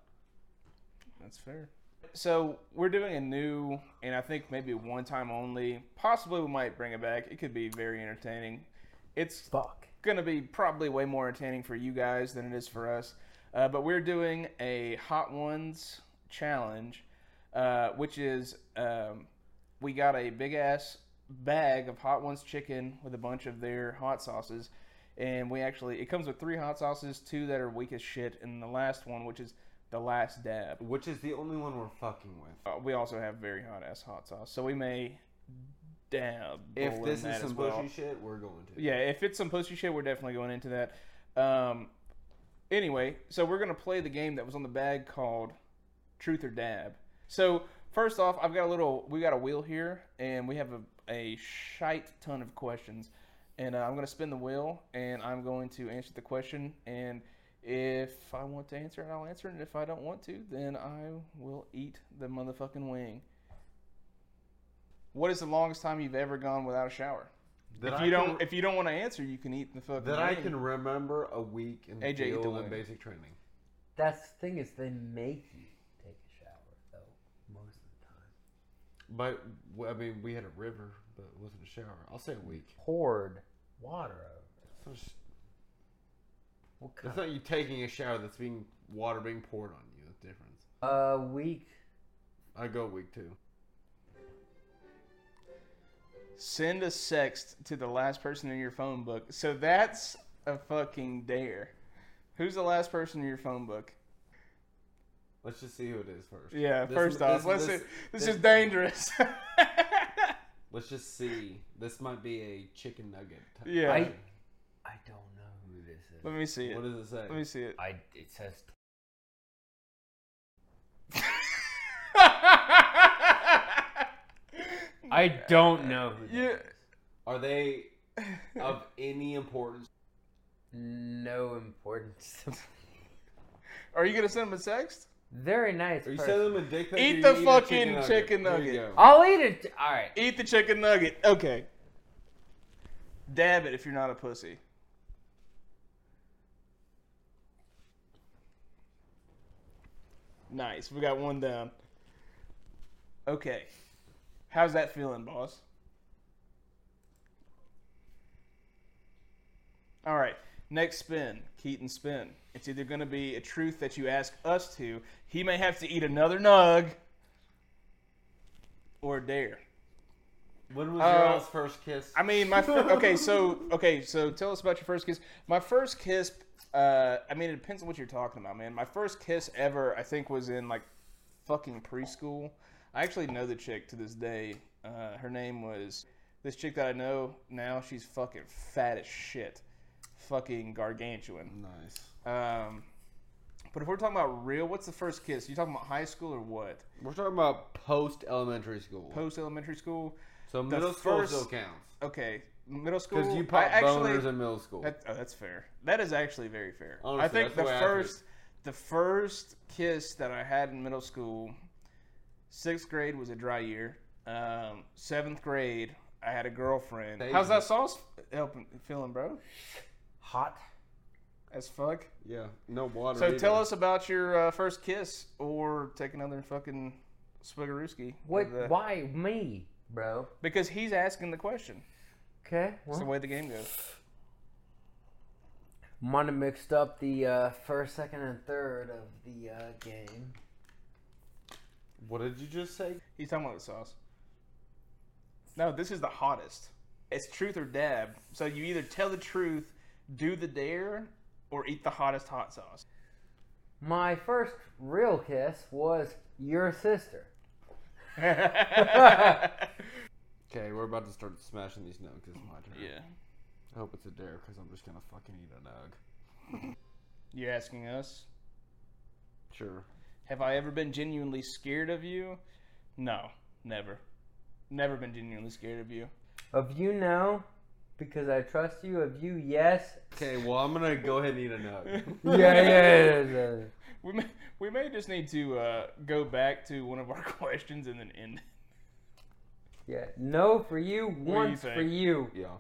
Speaker 1: That's fair. So we're doing a new, and I think maybe one time only. Possibly we might bring it back. It could be very entertaining. It's
Speaker 4: Fuck.
Speaker 1: gonna be probably way more entertaining for you guys than it is for us. Uh, but we're doing a hot ones challenge, uh, which is um, we got a big ass bag of hot ones chicken with a bunch of their hot sauces, and we actually it comes with three hot sauces, two that are weak as shit, and the last one which is the last dab.
Speaker 3: Which is the only one we're fucking with.
Speaker 1: Uh, we also have very hot ass hot sauce, so we may dab.
Speaker 3: If this
Speaker 1: that
Speaker 3: is some
Speaker 1: as well.
Speaker 3: bushy shit, we're going to.
Speaker 1: Yeah, if it's some pussy shit, we're definitely going into that. Um, anyway, so we're gonna play the game that was on the bag called Truth or Dab. So first off, I've got a little, we got a wheel here, and we have a, a shite ton of questions, and uh, I'm gonna spin the wheel, and I'm going to answer the question, and if I want to answer it, I'll answer it, and if I don't want to, then I will eat the motherfucking wing. What is the longest time you've ever gone without a shower? if
Speaker 3: That I
Speaker 1: you
Speaker 3: can-
Speaker 1: don't, if you don't want to answer, you can eat the fucking.
Speaker 3: that I
Speaker 1: wing.
Speaker 3: can remember a week in the
Speaker 1: AJ, eat the
Speaker 3: field
Speaker 1: wing.
Speaker 3: in basic training.
Speaker 4: That's the thing is they make you take a shower though most of the time.
Speaker 3: But well, I mean, we had a river, but it wasn't a shower. I'll say a week.
Speaker 4: Poured water over.
Speaker 3: It's not, sh-
Speaker 4: What kind
Speaker 3: that's not you taking a shower. That's being water being poured on you. That's the difference.
Speaker 4: of, a week?
Speaker 3: I go week two.
Speaker 1: send a sext to the last person in your phone book. So that's a fucking dare. Who's the last person in your phone book?
Speaker 3: Let's just see who it is first.
Speaker 1: Yeah,
Speaker 3: This-
Speaker 1: first off, let's. see- this is dangerous.
Speaker 3: Let's just see. This might be a chicken nugget. type.
Speaker 1: yeah.
Speaker 4: I I don't know who this is.
Speaker 1: Let me see it.
Speaker 3: What does it say?
Speaker 1: Let me see it.
Speaker 4: I it says I don't know who this
Speaker 1: Yeah.
Speaker 4: is.
Speaker 3: Are they of any importance?
Speaker 4: No importance.
Speaker 1: Are you gonna send him a sext?
Speaker 4: Very nice.
Speaker 3: Are you
Speaker 4: person.
Speaker 3: sending them a dick pic? or
Speaker 1: Eat
Speaker 3: you
Speaker 1: the
Speaker 3: a
Speaker 1: fucking chicken
Speaker 3: There you
Speaker 1: nugget.
Speaker 3: go.
Speaker 4: I'll eat it. All right.
Speaker 1: Eat the chicken nugget. Okay. Dab it if you're not a pussy. Nice. We got one down. Okay. How's that feeling, boss? All right. Next spin, Keaton spin. It's either going to be a truth that you ask us to. He may have to eat another nug or a dare.
Speaker 3: When was
Speaker 1: Uh,
Speaker 3: your all's first kiss?
Speaker 1: I mean, my fir- okay. So okay. So tell us about your first kiss. My first kiss. Uh, I mean, it depends on what you're talking about, man. My first kiss ever, I think, was in like fucking preschool. I actually know the chick to this day. Uh, her name was this chick that I know now. She's fucking fat as shit, fucking gargantuan.
Speaker 3: nice.
Speaker 1: Um, but if we're talking about real, what's the first kiss? You talking about high school or what?
Speaker 3: We're talking about post elementary school.
Speaker 1: Post elementary school?
Speaker 3: so middle school
Speaker 1: first-
Speaker 3: still counts
Speaker 1: Okay, middle school.
Speaker 3: because you
Speaker 1: I
Speaker 3: pop
Speaker 1: actually-
Speaker 3: boners in middle school.
Speaker 1: That, oh, that's fair. That is actually very fair. I
Speaker 3: Honestly,
Speaker 1: think
Speaker 3: that's
Speaker 1: the
Speaker 3: the way I feel.
Speaker 1: first, the first kiss that I had in middle school, sixth grade was a dry year. Um, seventh grade, I had a girlfriend.
Speaker 3: Thank
Speaker 1: How's
Speaker 3: you.
Speaker 1: that sauce helping feeling, bro?
Speaker 4: Hot.
Speaker 1: As fuck.
Speaker 3: yeah, no water.
Speaker 1: So
Speaker 3: either.
Speaker 1: tell us about your uh, first kiss, or take another fucking Swigorowski.
Speaker 4: What?
Speaker 1: The-
Speaker 4: Why me, bro?
Speaker 1: Because he's asking the question.
Speaker 4: Okay.
Speaker 1: That's
Speaker 4: Well,
Speaker 1: the way the game goes.
Speaker 4: might have mixed up the uh, first, second, and third of the uh, game.
Speaker 3: What did you just say?
Speaker 1: He's talking about the sauce. No, this is the hottest. It's truth or dab. So you either tell the truth, do the dare, or eat the hottest hot sauce.
Speaker 4: My first real kiss was your sister.
Speaker 1: yeah.
Speaker 3: Okay, we're about to start smashing these nugs. It's my turn. I hope it's a dare because I'm just gonna fucking eat a nug.
Speaker 1: You're asking us,
Speaker 3: Sure.
Speaker 1: have I ever been genuinely scared of you? No, never. Never been genuinely scared of you.
Speaker 4: Of you, no, because I trust you. Of you, yes.
Speaker 3: Okay, well I'm gonna go ahead and eat a nug.
Speaker 4: Yeah, yeah, yeah, yeah.
Speaker 1: We may, we may just need to uh, go back to one of our questions and then end.
Speaker 4: yeah. No for you,
Speaker 1: do you
Speaker 4: once for
Speaker 1: think?
Speaker 4: you.
Speaker 3: yeah.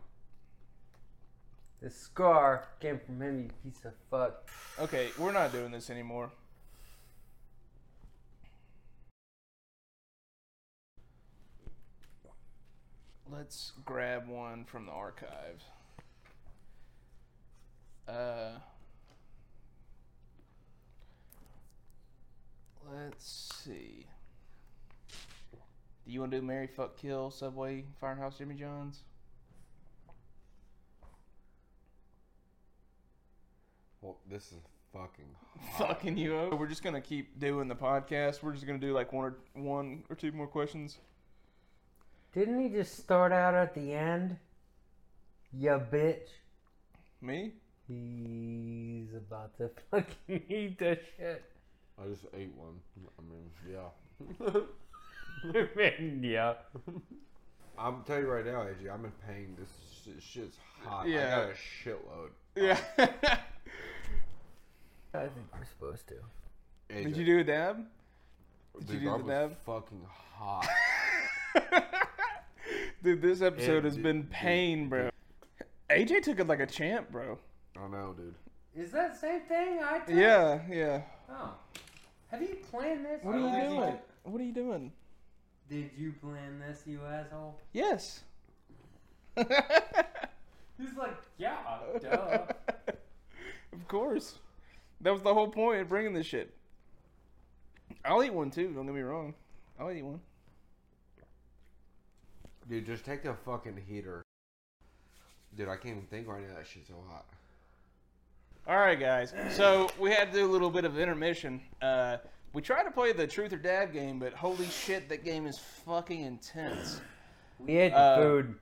Speaker 4: The scar came from him, you piece of fuck.
Speaker 1: Okay, we're not doing this anymore. Let's grab one from the archive. Uh, let's see. Do you want to do Mary Fuck Kill Subway Firehouse Jimmy John's?
Speaker 3: Well, this is fucking.
Speaker 1: fucking you up. We're just gonna keep doing the podcast. We're just gonna do like one or one or two more questions.
Speaker 4: Didn't he just start out at the end? Ya bitch.
Speaker 1: Me?
Speaker 4: He's about to fucking eat the shit.
Speaker 3: I just ate one. I mean, yeah.
Speaker 4: yeah.
Speaker 3: I'm telling you right now, AJ. I'm in pain. This sh- shit's hot.
Speaker 1: Yeah.
Speaker 3: I got a shitload.
Speaker 1: Yeah.
Speaker 4: I think we're supposed to.
Speaker 3: AJ,
Speaker 1: Did you do a dab?
Speaker 3: Did
Speaker 1: you do
Speaker 3: I
Speaker 1: the
Speaker 3: was
Speaker 1: dab?
Speaker 3: Fucking hot.
Speaker 1: Dude, this episode
Speaker 3: It-
Speaker 1: has
Speaker 3: dude,
Speaker 1: been
Speaker 3: dude,
Speaker 1: pain, bro. AJ took it like a champ, bro.
Speaker 3: I know, dude.
Speaker 4: Is that the same thing I did?
Speaker 1: Yeah, yeah.
Speaker 4: Oh. Have you planned this?
Speaker 1: What are you doing? What are you doing?
Speaker 4: Did you plan this, you asshole?
Speaker 1: Yes.
Speaker 4: He's like, yeah, duh.
Speaker 1: Of course. That was the whole point of bringing this shit. I'll eat one too. Don't get me wrong. I'll eat one.
Speaker 3: Dude, just take the fucking heater. Dude, I can't even think right now. That shit's so hot.
Speaker 1: All right, guys. So we had to do a little bit of intermission. Uh, we tried to play the truth or dab game, but holy shit, that game is fucking intense.
Speaker 4: We ate the
Speaker 1: Uh,
Speaker 4: food.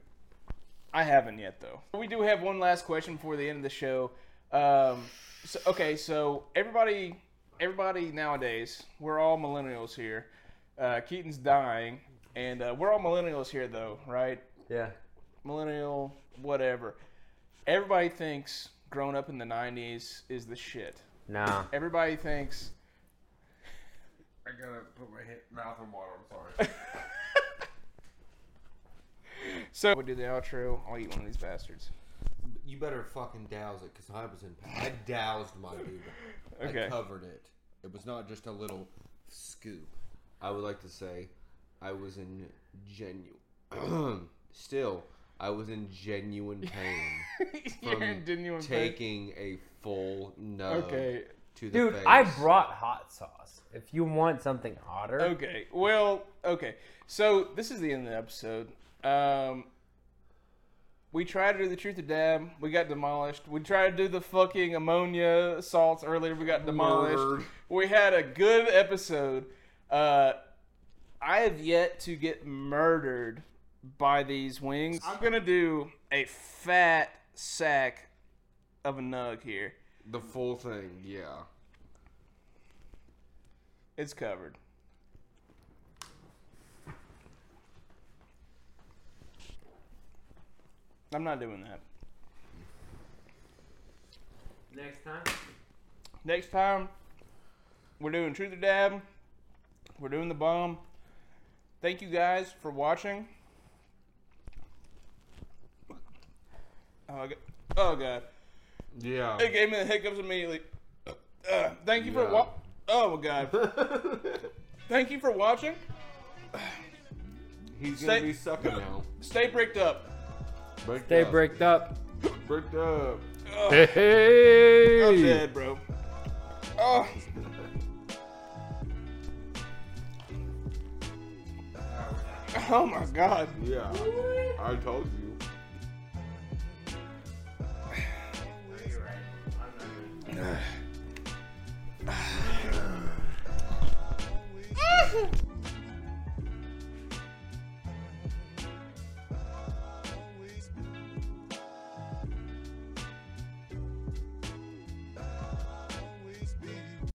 Speaker 1: I haven't yet though. We do have one last question before the end of the show. Um, so, okay, so everybody, everybody nowadays, we're all millennials here. Uh, Keaton's dying, and uh, we're all millennials here though, right?
Speaker 4: Yeah.
Speaker 1: millennial, whatever. Everybody thinks growing up in the 90s is the shit.
Speaker 4: Nah.
Speaker 1: Everybody thinks
Speaker 3: I gotta put my head, mouth in water. I'm sorry.
Speaker 1: so. We do the outro. I'll eat one of these bastards.
Speaker 3: you better fucking douse it, cause I was in pain. I doused my Uber. I
Speaker 1: Okay.
Speaker 3: covered it. It was not just a little scoop. I would like to say, I was in genuine. Still, I was in genuine pain
Speaker 1: You're
Speaker 3: from
Speaker 1: genuine fake.
Speaker 3: taking a full nug
Speaker 1: Okay.
Speaker 3: to the
Speaker 4: Dude,
Speaker 3: face.
Speaker 4: I brought hot sauce. If you want something hotter,
Speaker 1: Okay. Well, okay. So this is the end of the episode. Um, we tried to do the truth or dab. We got demolished. We tried to do the fucking ammonia salts earlier. We got demolished.
Speaker 3: Murdered.
Speaker 1: We had a good episode. Uh, I have yet to get murdered by these wings. I'm gonna do a fat sack of a nug here.
Speaker 3: the full thing. Yeah.
Speaker 1: It's covered. I'm not doing that.
Speaker 4: next time.
Speaker 1: Next time, we're doing Truth or Dab. We're doing the bomb. Thank you guys for watching. Oh, God. Oh, God.
Speaker 3: Yeah.
Speaker 1: It gave me the hiccups immediately. Uh, thank you for
Speaker 3: Yeah.
Speaker 1: wa- Oh, my God. thank you for watching.
Speaker 3: He's
Speaker 1: Stay-
Speaker 3: gonna be sucking now.
Speaker 1: Stay bricked up.
Speaker 3: Bricked
Speaker 4: They
Speaker 3: up.
Speaker 4: bricked up.
Speaker 3: Bricked up.
Speaker 4: Hey,
Speaker 1: I'm
Speaker 4: hey.
Speaker 1: dead, bro. Oh. Oh my god.
Speaker 3: Yeah. I told you.